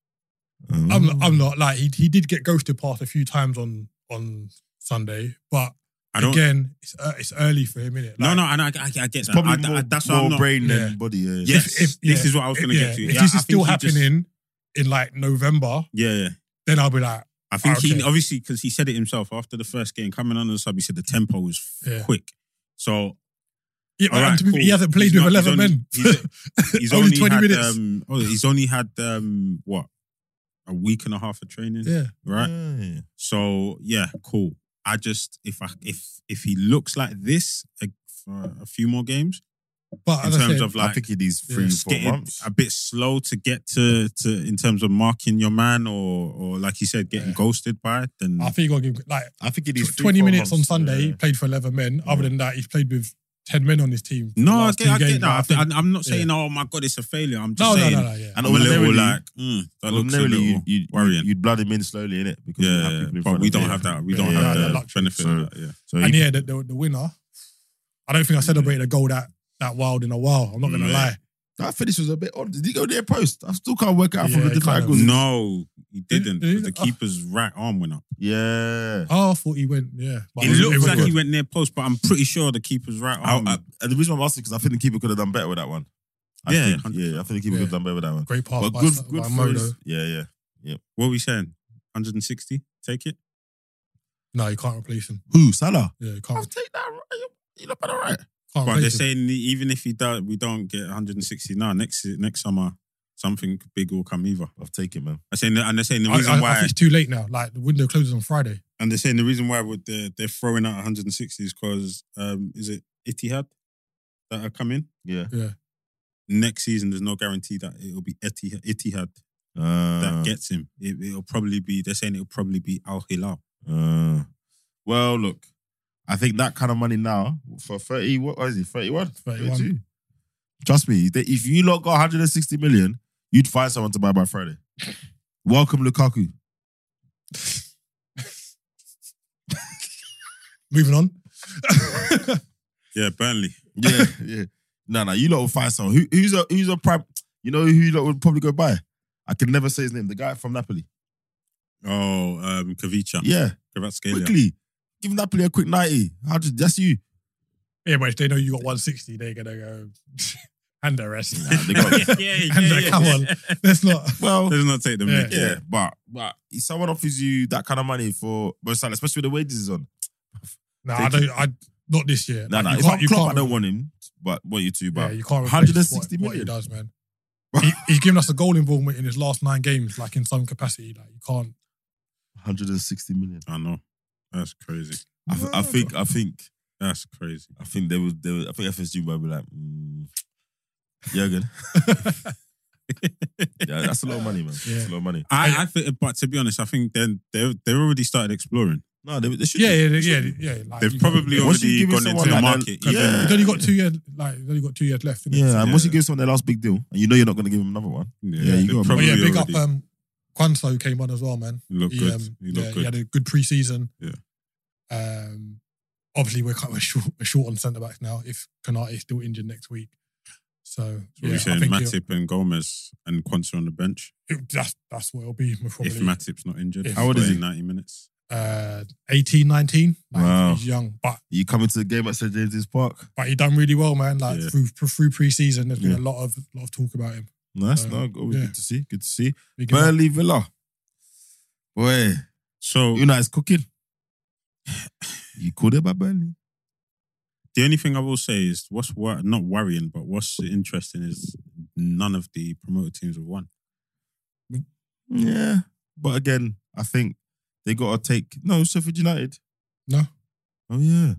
Speaker 1: Um,
Speaker 2: I'm
Speaker 3: Mm.
Speaker 2: not, I'm not like he, he did get ghosted past a few times on on Sunday, but
Speaker 3: I don't.
Speaker 2: again, it's uh, it's early for him, innit?
Speaker 3: no,
Speaker 2: Like,
Speaker 3: no, and I, I, I get that.
Speaker 1: probably
Speaker 3: I,
Speaker 1: more,
Speaker 3: I, that's why
Speaker 1: more
Speaker 3: I'm not.
Speaker 1: brain
Speaker 2: Yeah.
Speaker 1: than body. Yeah.
Speaker 3: Yes,
Speaker 2: If-
Speaker 3: this
Speaker 2: if- yeah.
Speaker 3: is what I was going to
Speaker 2: yeah,
Speaker 3: get to.
Speaker 2: If
Speaker 3: Yeah,
Speaker 2: this
Speaker 3: I
Speaker 2: is
Speaker 3: think
Speaker 2: still
Speaker 3: he just-
Speaker 2: happening in like November,
Speaker 3: yeah, yeah.
Speaker 2: then I'll be like,
Speaker 3: I think
Speaker 2: Okay.
Speaker 3: he obviously because he said it himself after the first game coming on the sub. He said the tempo was f-
Speaker 2: Yeah.
Speaker 3: quick. So
Speaker 2: Yeah,
Speaker 3: all right,
Speaker 2: and to be-
Speaker 3: cool.
Speaker 2: he hasn't played
Speaker 3: He's
Speaker 2: with
Speaker 3: not- he's
Speaker 2: eleven
Speaker 3: only-
Speaker 2: men.
Speaker 3: he's, he's
Speaker 2: Only
Speaker 3: only,
Speaker 2: 20
Speaker 3: had,
Speaker 2: minutes.
Speaker 3: Um, oh, he's only had um, what a week and a half of training,
Speaker 2: yeah,
Speaker 3: right?
Speaker 1: Yeah.
Speaker 3: So yeah, cool. I just if I if if he looks like this a, for a few more games
Speaker 2: but
Speaker 3: in
Speaker 2: as I
Speaker 3: terms
Speaker 2: said,
Speaker 3: of like
Speaker 1: I think it needs
Speaker 2: Yeah.
Speaker 1: three,
Speaker 3: just
Speaker 1: four
Speaker 3: getting
Speaker 1: months.
Speaker 3: a bit slow to get to to in terms of marking your man or or like you said getting
Speaker 2: Yeah.
Speaker 3: ghosted by then
Speaker 2: I think you got to give like
Speaker 1: I think it
Speaker 2: tw-
Speaker 1: needs three,
Speaker 2: twenty
Speaker 1: four
Speaker 2: minutes on
Speaker 1: months.
Speaker 2: Sunday. He
Speaker 1: Yeah.
Speaker 2: played for eleven men. Other than that, he's played with ten men on his team. for the
Speaker 3: no I
Speaker 2: last
Speaker 3: get,
Speaker 2: two
Speaker 3: I get
Speaker 2: games,
Speaker 3: that. I
Speaker 2: but I think-
Speaker 3: am not saying oh my god it's a failure I'm just
Speaker 2: no, no,
Speaker 3: saying
Speaker 2: no, no, yeah.
Speaker 3: I'm
Speaker 1: And
Speaker 3: a little
Speaker 1: ordinarily-
Speaker 3: like mm, that looks a
Speaker 1: Ordinarily,
Speaker 3: little
Speaker 1: you'd, you'd,
Speaker 3: worrying
Speaker 1: you'd blood him in slowly, innit? Because you
Speaker 3: yeah,
Speaker 1: have people in
Speaker 3: but
Speaker 1: front
Speaker 3: we
Speaker 1: of you.
Speaker 3: don't have that we
Speaker 1: Yeah.
Speaker 3: don't
Speaker 1: Yeah,
Speaker 3: have
Speaker 1: yeah,
Speaker 3: the
Speaker 1: yeah.
Speaker 2: luxury.
Speaker 3: benefit
Speaker 1: So-
Speaker 3: of that yeah
Speaker 1: So
Speaker 2: And
Speaker 1: he-
Speaker 2: yeah, the, the, the winner. I don't
Speaker 3: Mm.
Speaker 2: think I celebrated a goal that that wild in a while. I'm not gonna
Speaker 3: Yeah.
Speaker 2: lie.
Speaker 1: that finish was a bit odd. Did he go near post? I still can't work out
Speaker 2: Yeah,
Speaker 1: from the
Speaker 2: he
Speaker 1: different
Speaker 2: kind of-
Speaker 1: angles.
Speaker 3: no he didn't 'cause the
Speaker 2: Oh.
Speaker 3: keeper's right arm went up
Speaker 1: Yeah.
Speaker 2: Oh, I thought he went. Yeah, but
Speaker 3: it
Speaker 2: was-
Speaker 3: looked
Speaker 2: was
Speaker 3: like he
Speaker 2: good. uh,
Speaker 3: went near post but I'm pretty sure the keeper's right
Speaker 1: I,
Speaker 3: arm
Speaker 1: I, and the reason why I'm asking because I think the keeper could have done better with that one. I
Speaker 3: Yeah,
Speaker 1: think, yeah, I think the keeper could have done better with that one.
Speaker 2: Great pass
Speaker 1: But
Speaker 2: by,
Speaker 1: good,
Speaker 2: by
Speaker 1: good
Speaker 2: Mo,
Speaker 1: first-
Speaker 2: though.
Speaker 1: Yeah, yeah.
Speaker 3: what are we saying 160 take it
Speaker 2: No, you can't replace him.
Speaker 1: Who Salah?
Speaker 2: Yeah,
Speaker 1: I'll
Speaker 2: you can't.
Speaker 1: take that. right. You- You look better, right?
Speaker 2: can't
Speaker 3: But they're
Speaker 2: replace him.
Speaker 3: saying even if he does, we don't get 160 now. Next next summer, something big will come either.
Speaker 1: I'll take it, man.
Speaker 3: I saying, that- and they're saying the
Speaker 2: I,
Speaker 3: reason
Speaker 2: I, I
Speaker 3: why,
Speaker 2: think it's too late now. Like the window closes on Friday.
Speaker 3: and they're saying the reason why with the, they're throwing out 160 is because um, is it Etihad that are coming
Speaker 1: Yeah.
Speaker 3: next season? There's no guarantee that it'll be Etihad, Etihad
Speaker 1: Uh,
Speaker 3: that gets him. It, it'll probably be. They're saying it'll probably be Al Hilal.
Speaker 1: uh, well, look, I think that kind of money now for thirty. What is it? Thirty-one.
Speaker 2: 31.
Speaker 1: Trust me, they- if you lot got 160 million, you'd find someone to buy by Friday. Welcome, Lukaku.
Speaker 2: Moving on.
Speaker 3: Yeah, Burnley.
Speaker 1: Yeah, yeah. No, no, you lot will find someone. Who, who's a who's a prime? You know who you lot would probably go buy. I can never say his name. The guy from Napoli.
Speaker 3: Oh, um, Kavicha.
Speaker 1: Yeah,
Speaker 3: Kvaratskhelia.
Speaker 1: quickly. Give Napoli a quick 90. How did that's you?
Speaker 2: yeah, but if they know you got 160, they're gonna go and the rest.
Speaker 1: Nah, they got-
Speaker 2: And, uh, come on. That's not.
Speaker 1: Well,
Speaker 3: Let's not take the mic.
Speaker 1: yeah, but but if someone offers you that kind of money for Mo Salah, especially with the wages he's on.
Speaker 2: No,
Speaker 1: Take
Speaker 2: I don't. I not this year.
Speaker 1: No,
Speaker 2: Like,
Speaker 1: no,
Speaker 2: you
Speaker 1: it's not
Speaker 2: can't. You
Speaker 1: Klopp. I
Speaker 2: can't.
Speaker 1: don't want him, but want you to,
Speaker 2: yeah,
Speaker 1: but
Speaker 2: you can't. replace
Speaker 1: 160
Speaker 2: what, what he
Speaker 1: million.
Speaker 2: does, man. he, he's given us a goal involvement in his last nine games, like in some capacity. Like you can't.
Speaker 1: 160 million.
Speaker 3: I know. That's crazy.
Speaker 1: I, th- I think I think
Speaker 3: That's crazy.
Speaker 1: I think they would. They would I think FSG might be like, mm, Jurgen. yeah, that's a lot of money, man.
Speaker 2: Yeah.
Speaker 1: That's a lot of money.
Speaker 3: I, I think, but to be honest, I think then they they already started exploring.
Speaker 1: No, they, they should.
Speaker 2: Yeah,
Speaker 1: do.
Speaker 2: yeah,
Speaker 1: They
Speaker 2: yeah,
Speaker 1: should do.
Speaker 2: yeah. Like,
Speaker 3: They've
Speaker 2: you can't-
Speaker 3: probably
Speaker 1: Once you
Speaker 3: already
Speaker 1: give it
Speaker 3: gone
Speaker 1: someone
Speaker 3: into the
Speaker 1: like
Speaker 3: market.
Speaker 1: that-
Speaker 3: yeah.
Speaker 2: You've only got two years. Like you've only got two years left. innit?
Speaker 1: Yeah, and once you
Speaker 3: Yeah.
Speaker 1: give someone their last big deal, and you know you're not going to give them another one. Yeah, you
Speaker 3: they
Speaker 1: got-
Speaker 2: But
Speaker 3: probably
Speaker 2: yeah, big up.
Speaker 3: already
Speaker 2: Um, Quanso came on as well, man.
Speaker 3: look
Speaker 2: He,
Speaker 3: good.
Speaker 2: um,
Speaker 3: you
Speaker 2: yeah,
Speaker 3: look
Speaker 2: he
Speaker 3: good.
Speaker 2: had a good preseason.
Speaker 3: Yeah.
Speaker 2: Um, obviously we're kind of short, we're short on centre backs now. If Kanate is still injured next week, so
Speaker 3: What
Speaker 2: yeah,
Speaker 3: we
Speaker 2: I
Speaker 3: saying?
Speaker 2: think he'll-
Speaker 3: Matip and Gomez and Quanta on the bench.
Speaker 2: it- that's that's what it'll be most probably.
Speaker 3: If Matip's not injured,
Speaker 2: If-
Speaker 1: How old is he?
Speaker 3: In Ninety minutes.
Speaker 2: uh, 18, 19. Like,
Speaker 1: Wow.
Speaker 2: He's young, but
Speaker 1: You come into the game at St James's Park.
Speaker 2: but he done really well, man. Like
Speaker 3: Yeah.
Speaker 2: through through pre-season, there's been
Speaker 1: Yeah.
Speaker 2: a lot of lot of talk about him.
Speaker 1: Nice,
Speaker 2: Um,
Speaker 1: no, good,
Speaker 2: yeah.
Speaker 1: good to see. Good to see.
Speaker 2: Big him up.
Speaker 1: Burnley Villa. Boy,
Speaker 3: So
Speaker 1: United's cooking. You called it by Burnley.
Speaker 3: the only thing I will say is what's wor- not worrying, but what's interesting is none of the promoted teams have won.
Speaker 1: Yeah, but again, I think they got to take no Sheffield United.
Speaker 2: No,
Speaker 1: Oh yeah,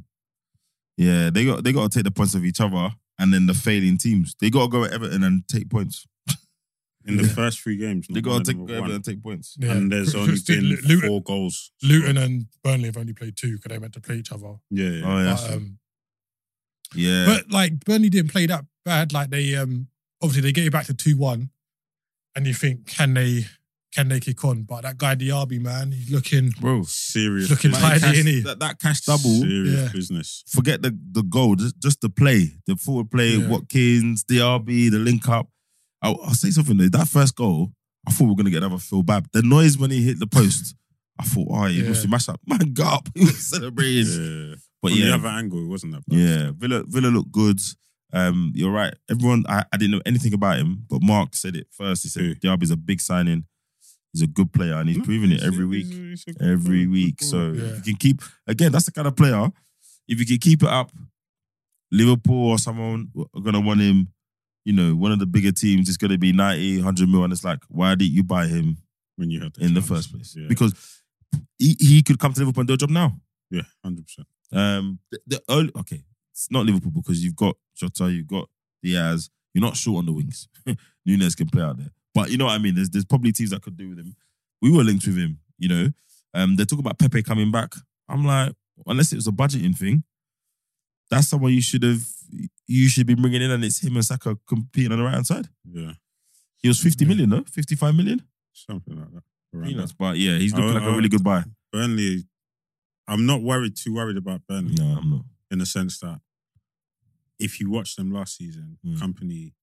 Speaker 1: yeah. They got they got to take the points of each other, and then the failing teams. They got to go at Everton and take points.
Speaker 3: In the
Speaker 2: Yeah.
Speaker 3: first three games,
Speaker 1: They
Speaker 3: not
Speaker 1: got
Speaker 3: one
Speaker 1: to
Speaker 3: of
Speaker 1: take
Speaker 3: them have
Speaker 1: Everton
Speaker 3: won.
Speaker 1: and take points.
Speaker 2: yeah.
Speaker 3: And there's
Speaker 2: Lu-
Speaker 3: only
Speaker 2: Lu- Lu-
Speaker 3: been
Speaker 2: Luton,
Speaker 3: four goals.
Speaker 2: Luton and Burnley have only played two because they meant to play each other.
Speaker 3: Yeah, yeah.
Speaker 1: Oh yeah,
Speaker 2: But, um,
Speaker 1: yeah.
Speaker 2: But like Burnley didn't play that bad. Like they um obviously they get you back to two one, and you think can they can they kick on? But that guy Diaby man, he's looking
Speaker 1: bro.
Speaker 3: serious.
Speaker 2: Looking
Speaker 3: business.
Speaker 2: tidy,
Speaker 1: cash-
Speaker 2: innit?
Speaker 1: that, that cash double.
Speaker 3: Serious
Speaker 2: Yeah.
Speaker 3: business.
Speaker 1: Forget the the goal, just just the play, the forward play.
Speaker 2: Yeah.
Speaker 1: Watkins, DRB, the link up. I, I'll say something though. That first goal, I thought we were gonna get another Phil Babb. The noise when he hit the post, I thought, all right, he
Speaker 2: Yeah.
Speaker 1: must be mashed up. Man, got up. He was celebrating.
Speaker 3: Yeah.
Speaker 1: But
Speaker 3: From
Speaker 1: yeah,
Speaker 3: the other angle, it wasn't that bad.
Speaker 1: Yeah, Villa Villa looked good. Um, you're right. Everyone, I, I didn't know anything about him, but Mark said it first. He
Speaker 3: Who?
Speaker 1: said Diaby's a big signing. He's a good player and he's
Speaker 3: No,
Speaker 1: proving it
Speaker 3: he's-
Speaker 1: every
Speaker 3: he's-
Speaker 1: week.
Speaker 3: he's a good player,
Speaker 1: Every
Speaker 3: good
Speaker 1: week.
Speaker 3: player.
Speaker 1: So
Speaker 2: Yeah.
Speaker 1: if you can keep again, that's the kind of player. If you can keep it up, Liverpool or someone are gonna want him, you know, one of the bigger teams is gonna be 90, 100 mil, and it's like, why did you buy him
Speaker 3: when you had the
Speaker 1: in the
Speaker 3: chance.
Speaker 1: first place?
Speaker 3: yeah,
Speaker 1: Because he, he could come to Liverpool and do a job now.
Speaker 3: yeah, hundred percent.
Speaker 1: Um, the, the early, okay, it's not Liverpool because you've got Jota, you've got Diaz. You're not short on the wings. Nunes can play out there, but you know what I mean. There's there's probably teams that could do with him. We were linked with him, you know. Um, they're talking about Pepe coming back. I'm like, unless it was a budgeting thing, that's someone you should have you should be bringing in, and it's him and Saka competing on the right hand side.
Speaker 3: Yeah,
Speaker 1: He was 50 million, no, 55 million.
Speaker 3: something like that. Around
Speaker 1: Peanuts,
Speaker 3: that.
Speaker 1: but yeah, he's looking
Speaker 3: I-
Speaker 1: like a
Speaker 3: I-
Speaker 1: really good buy.
Speaker 3: Burnley, I'm not worried too worried about Burnley
Speaker 1: No, I'm not.
Speaker 3: in the sense that if you watch them last season,
Speaker 1: Mm.
Speaker 3: company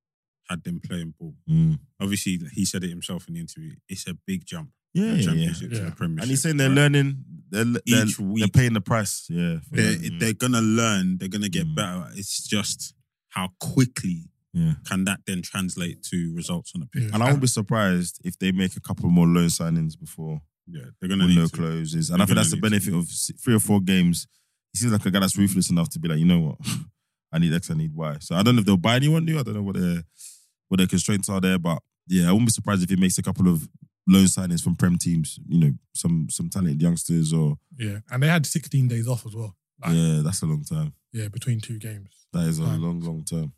Speaker 3: had them playing ball.
Speaker 1: Mm.
Speaker 3: Obviously, he said it himself in the interview. It's a big jump.
Speaker 1: Yeah,
Speaker 3: from
Speaker 1: yeah, yeah.
Speaker 3: championship to
Speaker 2: Yeah.
Speaker 3: the Premiership.
Speaker 1: And he's saying they're
Speaker 3: right?
Speaker 1: learning. They're, they're,
Speaker 3: Each week.
Speaker 1: they're paying the price. Yeah. for
Speaker 3: They're,
Speaker 2: Mm-hmm.
Speaker 1: that.
Speaker 3: they're gonna learn. They're gonna get
Speaker 1: Mm.
Speaker 3: better. It's just how quickly
Speaker 1: yeah.
Speaker 3: can that then translate to results on the pitch?
Speaker 2: Yeah.
Speaker 1: And I won't be surprised if they make a couple more loan signings before
Speaker 3: Yeah, they're gonna
Speaker 1: window
Speaker 3: need to.
Speaker 1: closes. And
Speaker 3: They're
Speaker 1: I think
Speaker 3: gonna
Speaker 1: that's the
Speaker 3: need to.
Speaker 1: benefit of s- three or four games. He seems like a guy that's ruthless enough to be like, you know what, I need X, I need Y. So I don't know if they'll buy anyone new. I don't know what their what their constraints are there, but yeah, I wouldn't be surprised if he makes a couple of loan signings from prem teams. You know, some some talented youngsters or
Speaker 2: Yeah, and they had 16 days off as well. Like,
Speaker 1: yeah, that's a long time.
Speaker 2: yeah, between two games.
Speaker 1: That is a
Speaker 2: Right.
Speaker 1: long, long term.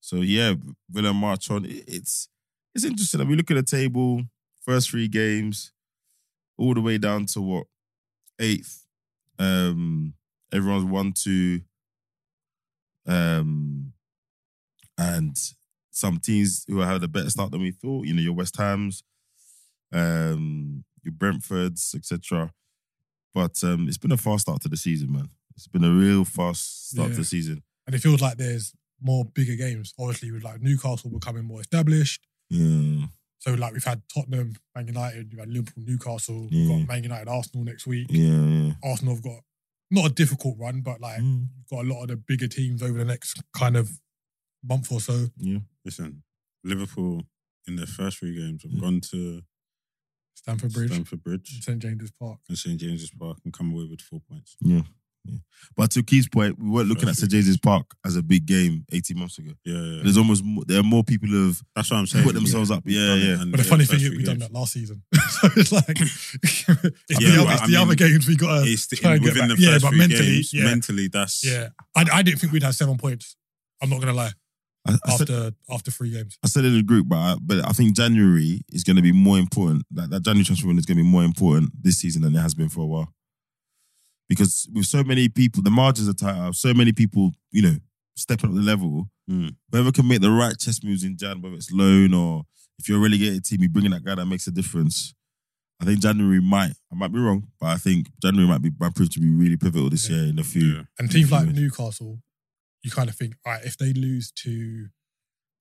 Speaker 1: So yeah, Villa march on. It- It's it's interesting. I mean, look at the table. First three games, all the way down to what eighth. Um, everyone's one two. Um, and some teams who had a better start than we thought. You know, your West Ham's, um, your Brentfords, etc. But um, it's been a fast start to the season, man. It's been a real fast start to
Speaker 2: Yeah.
Speaker 1: the season.
Speaker 2: And it feels like there's more bigger games. Obviously, with like Newcastle becoming more established.
Speaker 1: Yeah,
Speaker 2: So like we've had Tottenham, Man United, we've had Liverpool, Newcastle,
Speaker 1: Yeah.
Speaker 3: Mm.
Speaker 2: we've got Man United, Arsenal next week.
Speaker 1: yeah, yeah.
Speaker 2: Arsenal have got not a difficult run, but like
Speaker 3: Mm.
Speaker 1: Mm,
Speaker 2: got a lot of the bigger teams over the next kind of month or so.
Speaker 1: yeah.
Speaker 3: Listen, Liverpool in their first three games have
Speaker 1: Mm.
Speaker 3: gone to
Speaker 2: Stamford Bridge,
Speaker 3: Stamford Bridge
Speaker 2: St James's Park.
Speaker 3: and St James's Park and come away with four points.
Speaker 1: But to Key's point, we weren't looking at St James's Park as a big game 18 months ago.
Speaker 3: Yeah, yeah.
Speaker 1: There's almost more, there are more people who have
Speaker 3: that's what I'm saying.
Speaker 1: Mm. put themselves up. Yeah, yeah.
Speaker 2: But the funny thing is, we done that last season. so it's like it's the,
Speaker 3: Yeah,
Speaker 2: other,
Speaker 3: but
Speaker 2: it's
Speaker 3: I
Speaker 2: the other
Speaker 3: mean,
Speaker 2: games we got. to
Speaker 3: It's the,
Speaker 2: try and get
Speaker 3: within the
Speaker 2: back.
Speaker 3: first
Speaker 2: Yeah, but
Speaker 3: three
Speaker 2: mentally,
Speaker 3: games,
Speaker 2: yeah.
Speaker 3: mentally, that's
Speaker 2: Yeah, I, I didn't think we'd have seven points. I'm not gonna lie.
Speaker 1: I, I said,
Speaker 2: After after three games,
Speaker 1: I said in the group, but I, but I think January is going to be more important. That, that January transfer window is going to be more important this season than it has been for a while. Because with so many people, the margins are tighter. So many people, you know, stepping up the level.
Speaker 3: Mm.
Speaker 1: Whoever can make the right chess moves in Jan, whether it's loan or if you're a relegated team, you bring in that guy that makes a difference. I think January might, I might be wrong, but I think January might be might prove to be really pivotal this
Speaker 2: Yeah.
Speaker 1: year in a few.
Speaker 3: yeah.
Speaker 2: and teams like Newcastle, you kind of think, all right, if they lose to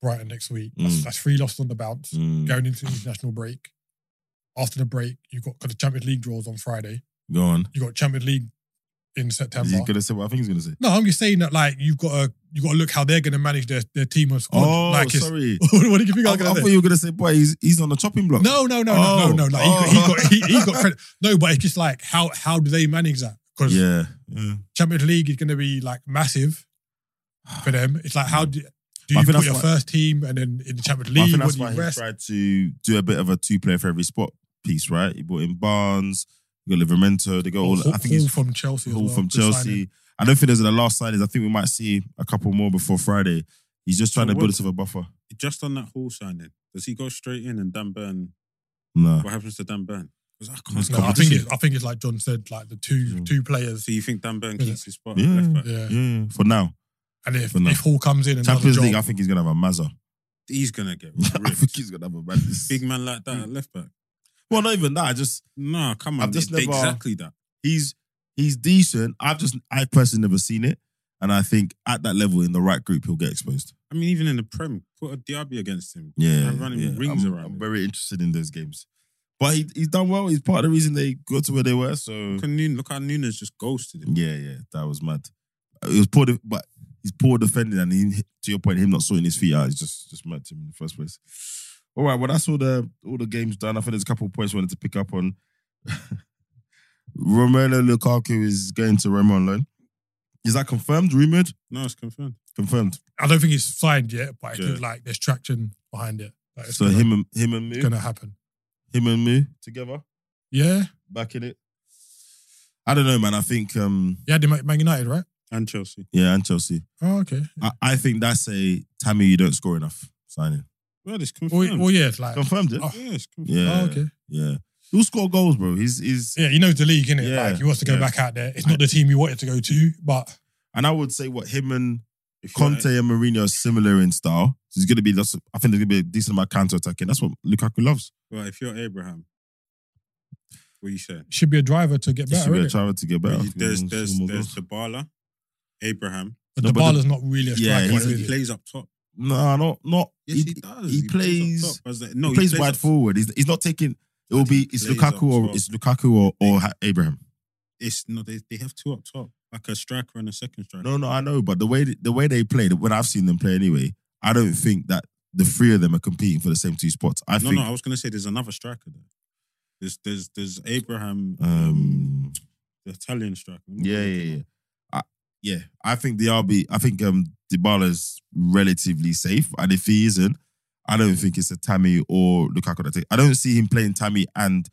Speaker 2: Brighton next week, that's,
Speaker 1: Mm.
Speaker 2: that's three losses on the bounce.
Speaker 1: Mm.
Speaker 2: Going into international break. After the break, you've got, got the Champions League draws on Friday.
Speaker 1: Hmm. Go on.
Speaker 2: You got Champions League in
Speaker 1: Is
Speaker 2: September.
Speaker 1: he going to say what I think he's going to say?
Speaker 2: No, I'm just saying that like you've got to you got to look how they're going to manage their, their team and squad.
Speaker 1: Oh,
Speaker 2: like it's-
Speaker 1: sorry.
Speaker 2: what do you think
Speaker 1: I,
Speaker 2: I'm
Speaker 1: I
Speaker 2: going to
Speaker 1: thought
Speaker 2: say?
Speaker 1: you were gonna say, boy, he's he's on the chopping block.
Speaker 2: No, no, no,
Speaker 1: Oh.
Speaker 2: no, no, no. Like, He, got, he got he, he got credit. No, but it's just like how how do they manage that? Because
Speaker 1: Yeah. yeah.
Speaker 2: Champions League is going to be like massive for them. It's like how do,
Speaker 1: Mm. I
Speaker 2: do you
Speaker 1: think
Speaker 2: put
Speaker 1: that's
Speaker 2: your
Speaker 1: why-
Speaker 2: first team and then in the Champions
Speaker 1: I
Speaker 2: League
Speaker 1: think
Speaker 2: when
Speaker 1: that's
Speaker 2: do you
Speaker 1: why he
Speaker 2: rest?
Speaker 1: tried to do a bit of a two player for every spot piece, right? He brought in Barnes, he got Livermento, they got all.
Speaker 2: Hall,
Speaker 1: I think he's
Speaker 2: from Chelsea. as
Speaker 1: Hall
Speaker 2: well,
Speaker 1: from
Speaker 2: good signing.
Speaker 1: Chelsea. I don't think there's the last signings. I think we might see a couple more before Friday. He's just trying
Speaker 3: So
Speaker 1: to build
Speaker 3: what-
Speaker 1: us of a buffer.
Speaker 3: Just on that Hall signing, does he go straight in and Dan Burn?
Speaker 1: No.
Speaker 3: What happens to Dan Burn? Because I
Speaker 1: It's
Speaker 3: can't.
Speaker 2: No, I think
Speaker 1: competition.
Speaker 2: it's, I think it's like John said, like the two
Speaker 1: Mm.
Speaker 2: two players.
Speaker 3: So you think Dan Burn
Speaker 2: Yeah.
Speaker 3: keeps his spot? at
Speaker 1: Yeah.
Speaker 3: left back?
Speaker 2: Yeah,
Speaker 1: Yeah. For now,
Speaker 2: and if,
Speaker 1: But no.
Speaker 2: if Hall comes in and does a
Speaker 1: Champions
Speaker 2: job,
Speaker 1: League. I think he's gonna have a Mazza.
Speaker 3: He's gonna get
Speaker 1: I think
Speaker 3: ripped.
Speaker 1: he's gonna have a man.
Speaker 3: Big man like that at
Speaker 2: Mm.
Speaker 3: left back.
Speaker 1: Well, not even that. I just
Speaker 3: Nah, come on.
Speaker 1: I've just
Speaker 3: they- they
Speaker 1: never-
Speaker 3: Exactly that.
Speaker 1: he's he's decent. I've just I personally never seen it, and I think at that level in the right group he'll get exposed.
Speaker 3: I mean, even in the Prem, put a Diaby against him.
Speaker 1: Yeah,
Speaker 3: And running rings
Speaker 1: I'm,
Speaker 3: around
Speaker 1: I'm
Speaker 3: him.
Speaker 1: very interested in those games, but he, he's done well. He's part of the reason they got to where they were. So
Speaker 3: Look, at Nunes, look how Nunes just ghosted
Speaker 2: Mm.
Speaker 3: him.
Speaker 1: yeah, yeah, that was mad. It was poor, de- but he's poor defending, and he, to your point, him not sorting his feet out is just just mad to me in the first place. All right. Well, that's all the all the games done. I think there's a couple of points we wanted to pick up on. Romelu Lukaku is going to Roma on loan. Is that confirmed? Rumored?
Speaker 3: No, it's confirmed.
Speaker 1: Confirmed.
Speaker 2: I don't think it's signed yet, but it
Speaker 3: Yeah.
Speaker 2: looks like there's traction behind it. Like it's
Speaker 1: So
Speaker 2: gonna,
Speaker 1: him and him and
Speaker 2: it's
Speaker 1: me,
Speaker 2: gonna happen.
Speaker 1: him and me together,
Speaker 2: Yeah,
Speaker 1: back in it. I don't know, man. I think um
Speaker 2: yeah, they Man United, right?
Speaker 3: And Chelsea.
Speaker 1: yeah, and Chelsea.
Speaker 2: Oh, okay.
Speaker 1: I, I think that's a Tammy. You don't score enough signing.
Speaker 3: Well, it's
Speaker 2: Well,
Speaker 3: confirmed.
Speaker 2: well yeah, it's like,
Speaker 1: Confirmed it.
Speaker 2: Oh.
Speaker 3: yeah, it's confirmed.
Speaker 1: Yeah.
Speaker 2: oh, okay.
Speaker 1: Yeah. Who score goals, bro? He's he's
Speaker 2: Yeah, he knows the league, innit?
Speaker 1: Yeah,
Speaker 2: Like he wants to go
Speaker 1: yeah.
Speaker 2: back out there. It's not the team you wanted to go to, but
Speaker 1: and I would say what him and
Speaker 3: If you're-
Speaker 1: Conte and Mourinho are similar in style. So it's gonna be that's I think there's gonna be a decent amount of counter attacking. That's what Lukaku loves.
Speaker 3: Well, if you're Abraham, what you say?
Speaker 2: should be a driver to get
Speaker 1: He should
Speaker 2: better.
Speaker 1: be a
Speaker 2: innit?
Speaker 1: driver to get better.
Speaker 3: Well, you- there's
Speaker 1: Score
Speaker 3: there's
Speaker 1: more
Speaker 3: there's
Speaker 1: goals.
Speaker 3: Dybala, Abraham.
Speaker 2: But
Speaker 1: No,
Speaker 2: the
Speaker 1: but the-
Speaker 2: ball is not really a
Speaker 1: Yeah,
Speaker 2: striker.
Speaker 1: he's-
Speaker 2: is
Speaker 3: He
Speaker 2: he?
Speaker 3: plays up top.
Speaker 1: no, not not
Speaker 3: Yes, he, does.
Speaker 1: he
Speaker 3: up
Speaker 1: plays-
Speaker 3: top. As the- no,
Speaker 1: he plays, wide
Speaker 3: up-
Speaker 1: forward. He's, he's not taking. It will be it's
Speaker 3: Plays up
Speaker 1: Lukaku or
Speaker 3: top.
Speaker 1: it's Lukaku or, or Ha- Abraham.
Speaker 3: It's no, they, they have two up top, like a striker and a second striker.
Speaker 1: No, no, I know, but the way the way they play, when I've seen them play anyway, I don't think that the three of them are competing for the same two spots. I
Speaker 3: no,
Speaker 1: think.
Speaker 3: no, I was gonna say there's another striker there. There's there's there's Abraham,
Speaker 1: Um,
Speaker 3: the Italian striker. Let me
Speaker 1: yeah,
Speaker 3: look
Speaker 1: yeah,
Speaker 3: him
Speaker 1: yeah.
Speaker 3: up.
Speaker 1: I, yeah, I think the RB. I think um, Dybala's relatively safe, and if he isn't, I don't think it's a Tammy or Lukaku. That take, I don't see him playing Tammy and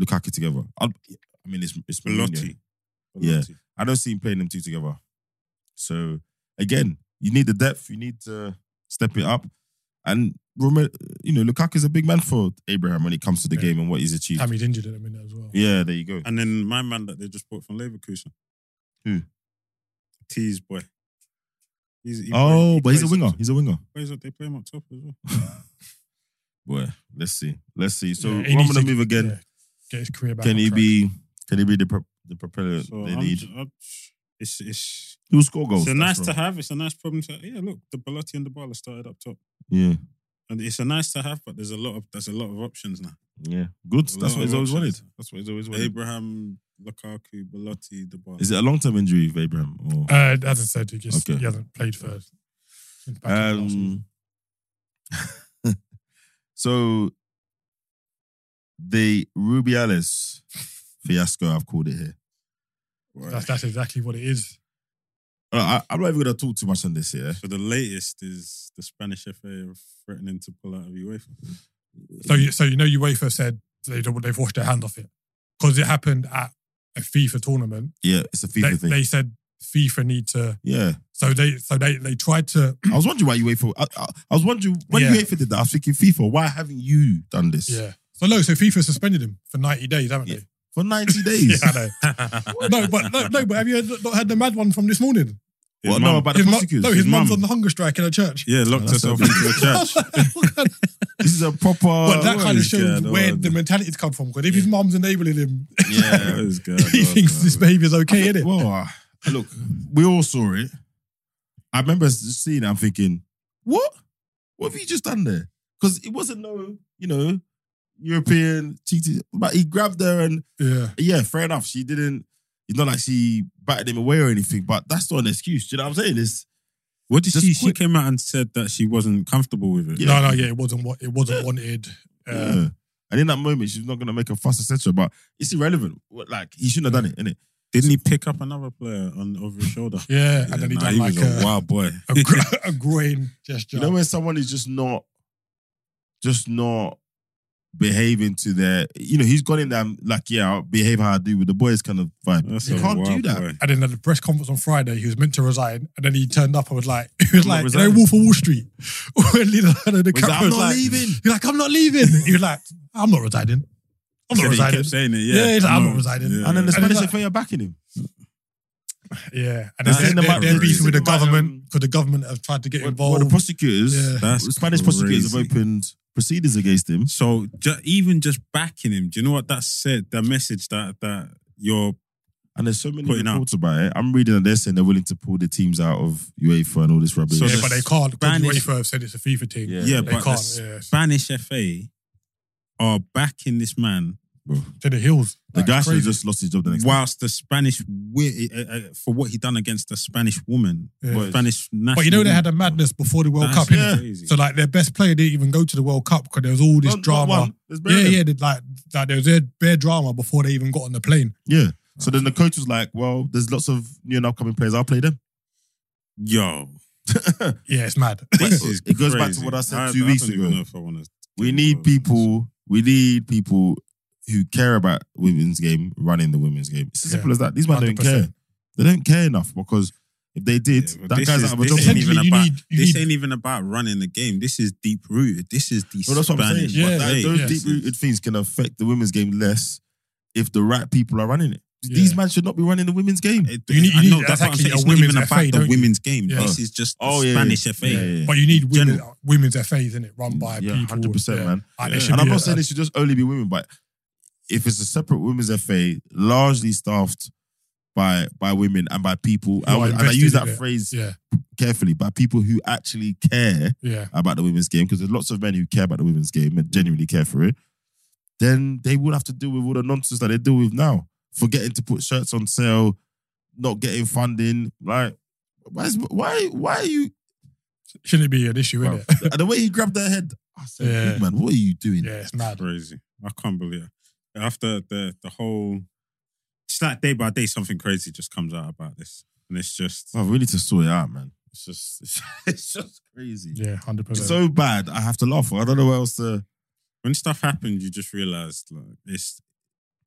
Speaker 1: Lukaku together. I, I mean, it's it's Mourinho.
Speaker 3: Belotti.
Speaker 1: Yeah.
Speaker 3: Belotti.
Speaker 1: I don't see him playing them two together. So again, you need the depth. You need to step it up. And remember, you know, Lukaku's a big man for Abraham when it comes to the
Speaker 2: Yeah.
Speaker 1: game and what he's achieved.
Speaker 2: Tammy's injured at the minute as well.
Speaker 1: yeah, there you go.
Speaker 3: And then my man that they just bought from Leverkusen.
Speaker 1: Who?
Speaker 3: T's boy. He's, he play-
Speaker 1: oh,
Speaker 3: he
Speaker 1: but he's a
Speaker 3: plays
Speaker 1: winger.
Speaker 3: up top.
Speaker 1: He's a winger.
Speaker 3: Plays up- They play him up top as well.
Speaker 1: Boy, let's see. Let's see. So
Speaker 2: Yeah,
Speaker 1: yeah,
Speaker 2: he needs
Speaker 1: Roman
Speaker 2: to-
Speaker 1: move again.
Speaker 2: yeah, get his career back.
Speaker 1: can
Speaker 2: on
Speaker 1: he
Speaker 2: track.
Speaker 1: be? Can he be the pro- the propeller
Speaker 3: So
Speaker 1: they
Speaker 3: I'm-
Speaker 1: need?
Speaker 3: I'm- it's it's
Speaker 1: He will score goals.
Speaker 3: it's a nice
Speaker 1: that's wrong.
Speaker 3: to have. It's a nice problem to yeah. Look, the Bellotti and the Bala started up top,
Speaker 1: Yeah,
Speaker 3: and it's a nice to have. But there's a lot of there's a lot of options now.
Speaker 1: yeah. Good.
Speaker 3: A
Speaker 1: That's
Speaker 3: lot
Speaker 1: what
Speaker 3: of
Speaker 1: he's always wanted.
Speaker 3: options.
Speaker 1: That's what he's always wanted.
Speaker 3: Abraham, Lukaku, Bellotti, the Bala.
Speaker 1: Is it a long term injury, with Abraham? Or
Speaker 2: Uh, as I said, he just
Speaker 1: Okay.
Speaker 2: he hasn't played for. since back in the last season.
Speaker 1: Um, so the Rubiales fiasco, I've called it here.
Speaker 2: that's that's exactly what it is.
Speaker 1: Uh, I, I'm not even going to talk too much on this here.
Speaker 3: So the latest is the Spanish FA threatening to pull out of UEFA.
Speaker 2: So you, so you know UEFA said they don't, they've washed their hands off it because it happened at a FIFA tournament.
Speaker 1: Yeah, it's a FIFA
Speaker 2: They,
Speaker 1: thing.
Speaker 2: they said FIFA need to
Speaker 1: yeah,
Speaker 2: so they so they they tried to
Speaker 1: I was wondering why you wait for. I, I, I was wondering when
Speaker 2: Yeah.
Speaker 1: UEFA did that. I was thinking FIFA. Why haven't you done this
Speaker 2: yeah. So no, so FIFA suspended him for ninety days, haven't
Speaker 1: Yeah.
Speaker 2: they?
Speaker 1: for 90 days?
Speaker 2: Yeah, I know. no, but no, no, but have you not had the mad one from this morning?
Speaker 3: His
Speaker 1: Well,
Speaker 3: mum-
Speaker 1: no, but the
Speaker 2: His mu-
Speaker 1: prosecutors.
Speaker 2: no, his,
Speaker 1: his
Speaker 2: mum's
Speaker 1: mum.
Speaker 2: on the hunger strike in a church.
Speaker 3: yeah, locked
Speaker 1: That's
Speaker 3: herself
Speaker 1: okay.
Speaker 3: into a church.
Speaker 1: This is a proper.
Speaker 2: but Oh, that
Speaker 1: what
Speaker 2: kind of
Speaker 1: is
Speaker 2: shows
Speaker 1: going on?
Speaker 2: where the mentality's come from. Because if his mum's enabling him,
Speaker 1: Yeah.
Speaker 3: That is good.
Speaker 2: he thinks this behaviour's okay, innit?
Speaker 1: Well, uh, look, we all saw it. I remember s- seeing it. I'm thinking, what? What have you just done there? Because it wasn't no, you know, European cheating. But he grabbed her and,
Speaker 2: Yeah.
Speaker 1: yeah, fair enough. She didn't, it's not like she batted him away or anything, but that's not an excuse. Do you know what I'm saying? It's,
Speaker 3: What did
Speaker 1: Just
Speaker 3: she? She
Speaker 1: quick.
Speaker 3: came out and said that she wasn't comfortable with it.
Speaker 1: Yeah.
Speaker 2: No, no, yeah, it wasn't what it wasn't wanted. Uh,
Speaker 1: yeah. And in that moment, she's not going to make a fuss, etc. But it's irrelevant. What- Like, he shouldn't have done it, innit?
Speaker 3: Didn't he pick up another player on over his shoulder?
Speaker 2: Yeah, and then he
Speaker 3: nah,
Speaker 2: done like
Speaker 3: was a,
Speaker 2: a,
Speaker 3: wild boy.
Speaker 2: a, gr- a groin gesture.
Speaker 1: You know when someone is just not, just not behaving to their, you know, he's gone in there and like, yeah, I'll behave how I do with the boys kind of vibe.
Speaker 3: That's
Speaker 1: you
Speaker 3: a
Speaker 1: can't do
Speaker 3: wild
Speaker 1: that.
Speaker 3: boy.
Speaker 2: and then at the press conference on Friday, he was meant to resign, and then he turned up and was like, he was
Speaker 1: I'm not
Speaker 2: like, you know,
Speaker 1: resigning.
Speaker 2: Wolf of Wall Street, when Leonardo
Speaker 1: He's like,
Speaker 2: DiCaprio
Speaker 1: I'm
Speaker 2: was
Speaker 1: not
Speaker 2: like,
Speaker 1: leaving.
Speaker 2: you're like, I'm not leaving. He was like, I'm not resigning. I'm
Speaker 3: So
Speaker 2: not
Speaker 3: he
Speaker 2: resigning.
Speaker 3: kept saying it. Yeah,
Speaker 2: Yeah, he's like, I'm not resigning.
Speaker 3: Yeah.
Speaker 1: And then the
Speaker 2: And it's
Speaker 1: Spanish
Speaker 2: like-
Speaker 1: FA are backing him.
Speaker 2: Yeah, and
Speaker 1: Nah,
Speaker 2: they're,
Speaker 1: it's not
Speaker 2: they're,
Speaker 1: about
Speaker 2: they're
Speaker 1: reason.
Speaker 2: beefing with the
Speaker 1: It's about,
Speaker 2: government
Speaker 1: um,
Speaker 2: because the government have tried to get
Speaker 1: Well,
Speaker 2: involved.
Speaker 1: the prosecutors,
Speaker 2: Yeah.
Speaker 3: That's
Speaker 1: the Spanish prosecutors have
Speaker 3: crazy.
Speaker 1: opened proceedings against him.
Speaker 3: So ju- even just backing him, do you know what that said? That message that that you're
Speaker 1: And there's so many
Speaker 3: Putting up.
Speaker 1: reports about it. I'm reading that they're saying they're willing to pull the teams out of UEFA and all this rubbish.
Speaker 3: So
Speaker 2: yeah,
Speaker 3: the
Speaker 2: but they can't because
Speaker 3: Spanish-
Speaker 2: UEFA have said it's a FIFA team.
Speaker 1: Yeah.
Speaker 3: yeah,
Speaker 2: They
Speaker 3: but
Speaker 2: can't.
Speaker 3: the
Speaker 2: Yeah.
Speaker 3: Spanish FA are backing this man
Speaker 1: bro.
Speaker 2: to the hills.
Speaker 1: The
Speaker 2: Like,
Speaker 1: guy should have
Speaker 2: crazy.
Speaker 1: just lost his job the next day.
Speaker 3: Whilst the Spanish, wi- uh, uh, for what he done against the Spanish woman,
Speaker 2: Yeah.
Speaker 3: the Spanish national.
Speaker 2: But you know they had a
Speaker 3: woman.
Speaker 2: madness before the World
Speaker 3: That's
Speaker 2: Cup, innit?
Speaker 3: crazy.
Speaker 2: So like their best player didn't even go to the World Cup because there was all this
Speaker 1: Not- not
Speaker 2: drama.
Speaker 1: one. There's
Speaker 2: yeah,
Speaker 1: barely
Speaker 2: yeah, they- like like there was their bare drama before they even got on the plane.
Speaker 1: Yeah. So then the coach was like, well, there's lots of new and upcoming players. I'll play them.
Speaker 3: Yo,
Speaker 2: Yeah, it's mad.
Speaker 3: this is
Speaker 1: It goes back to
Speaker 3: crazy.
Speaker 1: what I said
Speaker 3: I,
Speaker 1: two
Speaker 3: I
Speaker 1: weeks
Speaker 3: don't
Speaker 1: ago.
Speaker 3: Even know if I wanna
Speaker 1: We need people, we need people who care about women's game running the women's game. It's as
Speaker 2: Yeah.
Speaker 1: simple as that. These men don't care.
Speaker 2: 100%.
Speaker 1: They don't care enough because if they did,
Speaker 3: Yeah, but
Speaker 1: that
Speaker 3: this
Speaker 1: guy's
Speaker 3: is-
Speaker 1: out of a
Speaker 3: this
Speaker 1: job.
Speaker 3: ain't even
Speaker 2: Essentially, you
Speaker 3: about-
Speaker 2: need you
Speaker 3: This
Speaker 2: need
Speaker 3: ain't even about running the game. This is deep rooted. This is the
Speaker 1: No, that's what I'm saying.
Speaker 3: Spanish
Speaker 2: Yeah,
Speaker 1: But that-
Speaker 3: way.
Speaker 1: those
Speaker 2: yeah.
Speaker 1: deep rooted things can affect the women's game less if the right people are running it. These
Speaker 2: Yeah.
Speaker 1: men should not be running the women's game.
Speaker 3: It-
Speaker 2: You need- you
Speaker 3: I
Speaker 2: need-
Speaker 3: know,
Speaker 2: that's
Speaker 3: that's what I'm
Speaker 2: actually
Speaker 3: saying.
Speaker 2: a
Speaker 3: It's not even
Speaker 2: women's
Speaker 3: about
Speaker 2: FA,
Speaker 3: the
Speaker 2: don't you?
Speaker 3: women's game.
Speaker 2: Yeah.
Speaker 3: This is just
Speaker 1: Oh, yeah, yeah.
Speaker 3: Spanish FA.
Speaker 1: Yeah, yeah, yeah.
Speaker 2: But you need women,
Speaker 3: General.
Speaker 2: women's FAs in it, run by
Speaker 1: yeah,
Speaker 2: people.
Speaker 1: 100%,
Speaker 2: yeah.
Speaker 1: man.
Speaker 3: Yeah.
Speaker 2: Like, there should
Speaker 1: And
Speaker 2: be
Speaker 1: I'm
Speaker 2: a-
Speaker 1: not saying it should just only be women, but if it's a separate women's FA, largely staffed by by women and by people,
Speaker 2: Who
Speaker 1: I
Speaker 2: are
Speaker 1: would- and I
Speaker 2: invested
Speaker 1: use
Speaker 2: in
Speaker 1: that
Speaker 2: it.
Speaker 1: phrase
Speaker 2: Yeah,
Speaker 1: carefully, by people who actually care
Speaker 2: yeah,
Speaker 1: about the women's game, because there's lots of men who care about the women's game and genuinely care for it, then they would have to deal with all the nonsense that they deal with now. Forgetting to put shirts on sale, not getting funding. Like, why is, why why are you
Speaker 2: shouldn't be an issue,
Speaker 1: Bro,
Speaker 2: innit? it?
Speaker 1: the way he grabbed their head? I said,
Speaker 2: Yeah.
Speaker 1: "Big man, what are you doing?
Speaker 2: Yeah, it's mad.
Speaker 3: Crazy. I can't believe it. After the the whole, it's like day by day something crazy just comes out about this, and it's just
Speaker 1: Bro, we need to sort it out, man. It's just it's, it's just crazy.
Speaker 2: Yeah, hundred
Speaker 1: It's
Speaker 2: percent.
Speaker 1: so bad. I have to laugh. I don't know what else to.
Speaker 3: when stuff happens, you just realize like it's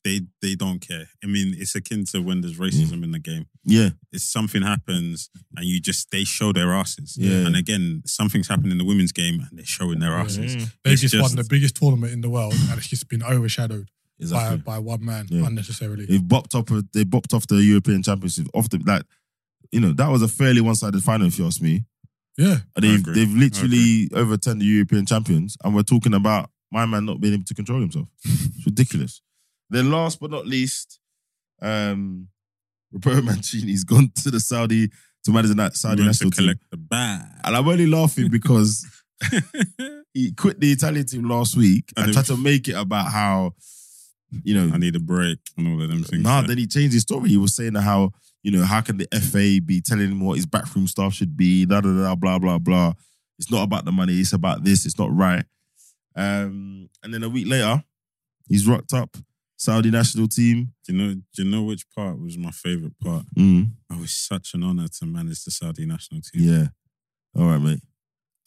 Speaker 3: they they don't care. I mean, it's akin to when there's racism in the game.
Speaker 1: Yeah,
Speaker 3: It's something happens and you just they show their asses.
Speaker 1: Yeah.
Speaker 3: And again, something's happened in the women's game and they're showing their
Speaker 2: Yeah.
Speaker 3: asses.
Speaker 2: They've
Speaker 3: it's
Speaker 2: just,
Speaker 3: just-
Speaker 2: won the biggest tournament in the world, and it's just been overshadowed by,
Speaker 1: exactly.
Speaker 2: by one man
Speaker 1: Yeah.
Speaker 2: unnecessarily.
Speaker 1: They bopped up. They bopped off the European Championship off the like. You know that was a fairly one-sided final, if you ask me.
Speaker 2: yeah,
Speaker 1: And They've
Speaker 3: agree.
Speaker 1: they've literally overturned the European champions, and we're talking about my man not being able to control himself. It's ridiculous. Then, last but not least, um, Roberto Mancini's gone to the Saudi to manage the na-
Speaker 3: You
Speaker 1: Saudi
Speaker 3: want to
Speaker 1: national team.
Speaker 3: collect the bag.
Speaker 1: And I'm only laughing because he quit the Italian team last week
Speaker 3: And
Speaker 1: and
Speaker 3: it-
Speaker 1: tried to make it about how, you know,
Speaker 3: I need a break and all of them things.
Speaker 1: nah,
Speaker 3: Yeah.
Speaker 1: then he changed his story. He was saying how, you know, how can the FA be telling him what his backroom staff should be, da da da, blah, blah, blah. It's not about the money, it's about this, it's not right. Um, and then a week later, he's rocked up, Saudi national team. Mm,
Speaker 3: do you know do you know which part was my favourite part? Oh, it's such an honour to manage the Saudi national team.
Speaker 1: Yeah. All right, mate.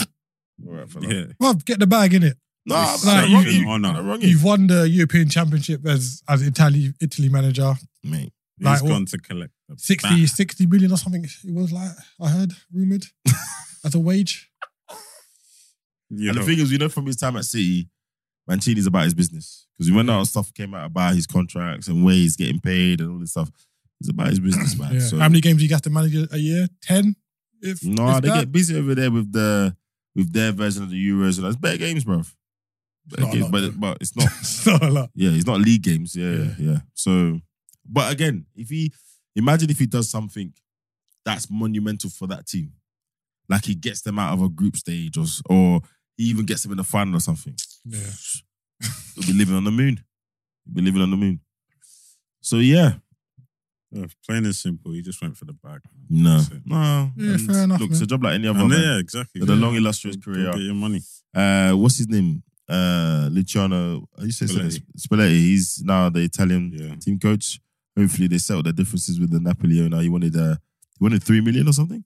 Speaker 1: All right, fella.
Speaker 3: Yeah.
Speaker 2: well, get the bag in it.
Speaker 1: No,
Speaker 3: It's
Speaker 1: I'm
Speaker 2: like
Speaker 1: wrong.
Speaker 3: even
Speaker 1: you.
Speaker 3: honour.
Speaker 1: I'm wrong. you.
Speaker 2: You've won the European Championship as as Italy Italy manager.
Speaker 1: Mate.
Speaker 3: He's
Speaker 2: Like, what-
Speaker 3: gone to collect the
Speaker 2: 60,
Speaker 3: bag.
Speaker 2: 60 million or something. It was like I heard rumored as a wage.
Speaker 3: You
Speaker 1: and
Speaker 3: know.
Speaker 1: the thing is, we know from his time at City, Mancini's about his business. Because when all stuff came out about his contracts and where he's getting paid and all this stuff, it's about his business, man.
Speaker 2: Yeah.
Speaker 1: So,
Speaker 2: How many games do you guys to manage a year? Ten. If
Speaker 1: no,
Speaker 2: if
Speaker 1: they
Speaker 2: that?
Speaker 1: get busy over there with the with their version of the Euros and that's better games, bro. Better
Speaker 2: not a
Speaker 1: games,
Speaker 2: lot,
Speaker 1: but
Speaker 2: though.
Speaker 1: but it's not.
Speaker 2: It's not a lot.
Speaker 1: yeah, it's not league games. Yeah, yeah,
Speaker 2: Yeah.
Speaker 1: yeah. So, but again, if he imagine if he does something that's monumental for that team, like he gets them out of a group stage or s- or he even gets them in the final or something.
Speaker 2: Yeah.
Speaker 1: We'll be living on the moon. We'll be living on the moon. So yeah,
Speaker 3: Yeah, uh, plain and simple. He just went for the bag.
Speaker 1: no,
Speaker 3: That's it.
Speaker 1: no.
Speaker 2: Yeah,
Speaker 1: And
Speaker 2: Hmm, fair enough,
Speaker 1: Look, it's a
Speaker 2: man.
Speaker 1: job like any other.
Speaker 3: And
Speaker 1: man.
Speaker 3: yeah, exactly.
Speaker 1: With a
Speaker 3: Yeah.
Speaker 1: long illustrious
Speaker 3: Go- go
Speaker 1: career.
Speaker 3: Get your money.
Speaker 1: Uh, what's his name? Uh, Luciano. You said Spalletti.
Speaker 3: Spalletti.
Speaker 1: Spalletti. He's now the Italian
Speaker 3: Yeah.
Speaker 1: team coach. Hopefully, they settle their differences with the Napoli owner. He wanted uh, he wanted three million or something.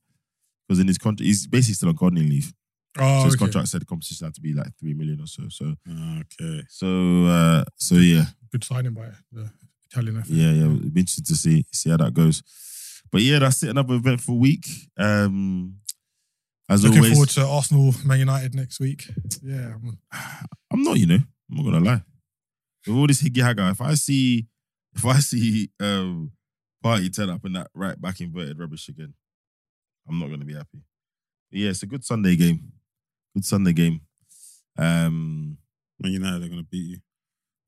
Speaker 1: Because in his contract, he's basically still on gardening leave. so
Speaker 2: Oh,
Speaker 1: his
Speaker 2: okay.
Speaker 1: contract said competition had to be like three million or so. So,
Speaker 3: Okay.
Speaker 1: so, uh, so yeah.
Speaker 2: good signing by the Italian FA.
Speaker 1: Yeah, yeah. It'll be interesting to see see how that goes. But yeah, that's it. Another eventful week. Um as
Speaker 2: Looking
Speaker 1: always,
Speaker 2: forward to Arsenal Man United next week. Yeah, I'm-
Speaker 1: I'm not, you know, I'm not gonna lie. With all this higgy haga, if I see if I see um party turn up in that right back inverted rubbish again, I'm not gonna be happy. But yeah, it's a good Sunday game. Good Sunday game. Um
Speaker 3: Man United are going to beat you.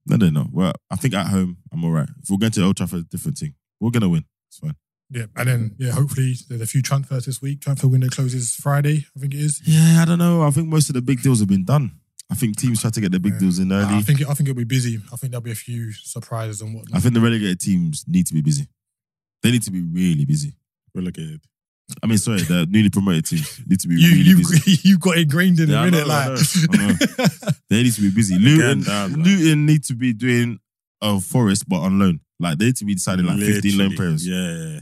Speaker 1: no, no, no. Well, I think at home I'm all right. If we're going to Old Trafford, different thing. We're gonna win. It's fine.
Speaker 2: yeah, and then yeah, hopefully there's a few transfers this week. Transfer window closes Friday, I think it is.
Speaker 1: Yeah, I don't know. I think most of the big deals have been done. I think teams try to get the big
Speaker 2: Yeah.
Speaker 1: deals in early.
Speaker 2: I think I think it'll be busy. I think there'll be a few surprises and whatnot.
Speaker 1: I think the relegated teams need to be busy. They need to be really busy.
Speaker 3: Relegated.
Speaker 1: I mean, sorry, the newly promoted teams need to be
Speaker 2: you
Speaker 1: really
Speaker 2: you
Speaker 1: busy.
Speaker 2: you got ingrained in
Speaker 1: Yeah, I
Speaker 2: it, innit?
Speaker 1: know, I
Speaker 2: Like
Speaker 1: know, I They need to be busy. Luton,
Speaker 3: damn, like-
Speaker 1: Luton need to be doing a Forest but on loan. Like they need to be deciding like fifteen loan
Speaker 3: Literally.
Speaker 1: players.
Speaker 3: Yeah.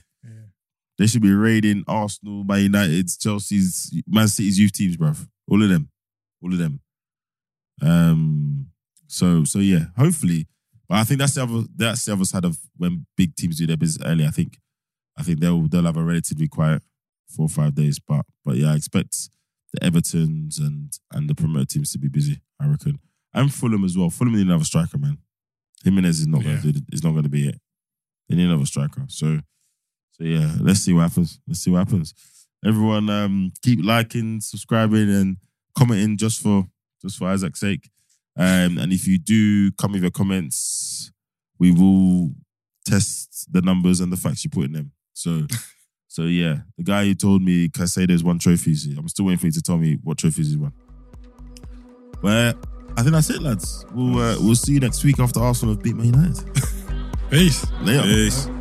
Speaker 1: They should be raiding Arsenal, Man United's, Chelsea's, Man City's youth teams, bruv. All of them, all of them. Um. So so yeah, hopefully. But I think that's the other that's the other side of when big teams do their business early. I think I think they'll they'll have a relatively quiet four or five days. But but yeah, I expect the Everton's and and the promoted teams to be busy. I reckon and Fulham as well. Fulham need another striker, man. Jimenez is not
Speaker 2: Yeah.
Speaker 1: going to is not going to be it. They need another striker. So so yeah, let's see what happens. Let's see what happens. Everyone, um, keep liking, subscribing, and commenting just for just for Isaac's sake. Um, and if you do come with your comments, we will test the numbers and the facts you put in them. So, so yeah, the guy who told me Caicedo's won trophies, I'm still waiting for you to tell me what trophies he won. But I think that's it, lads. We'll uh, we'll see you next week after Arsenal have beat Man United.
Speaker 2: peace.
Speaker 1: Later.
Speaker 3: Peace.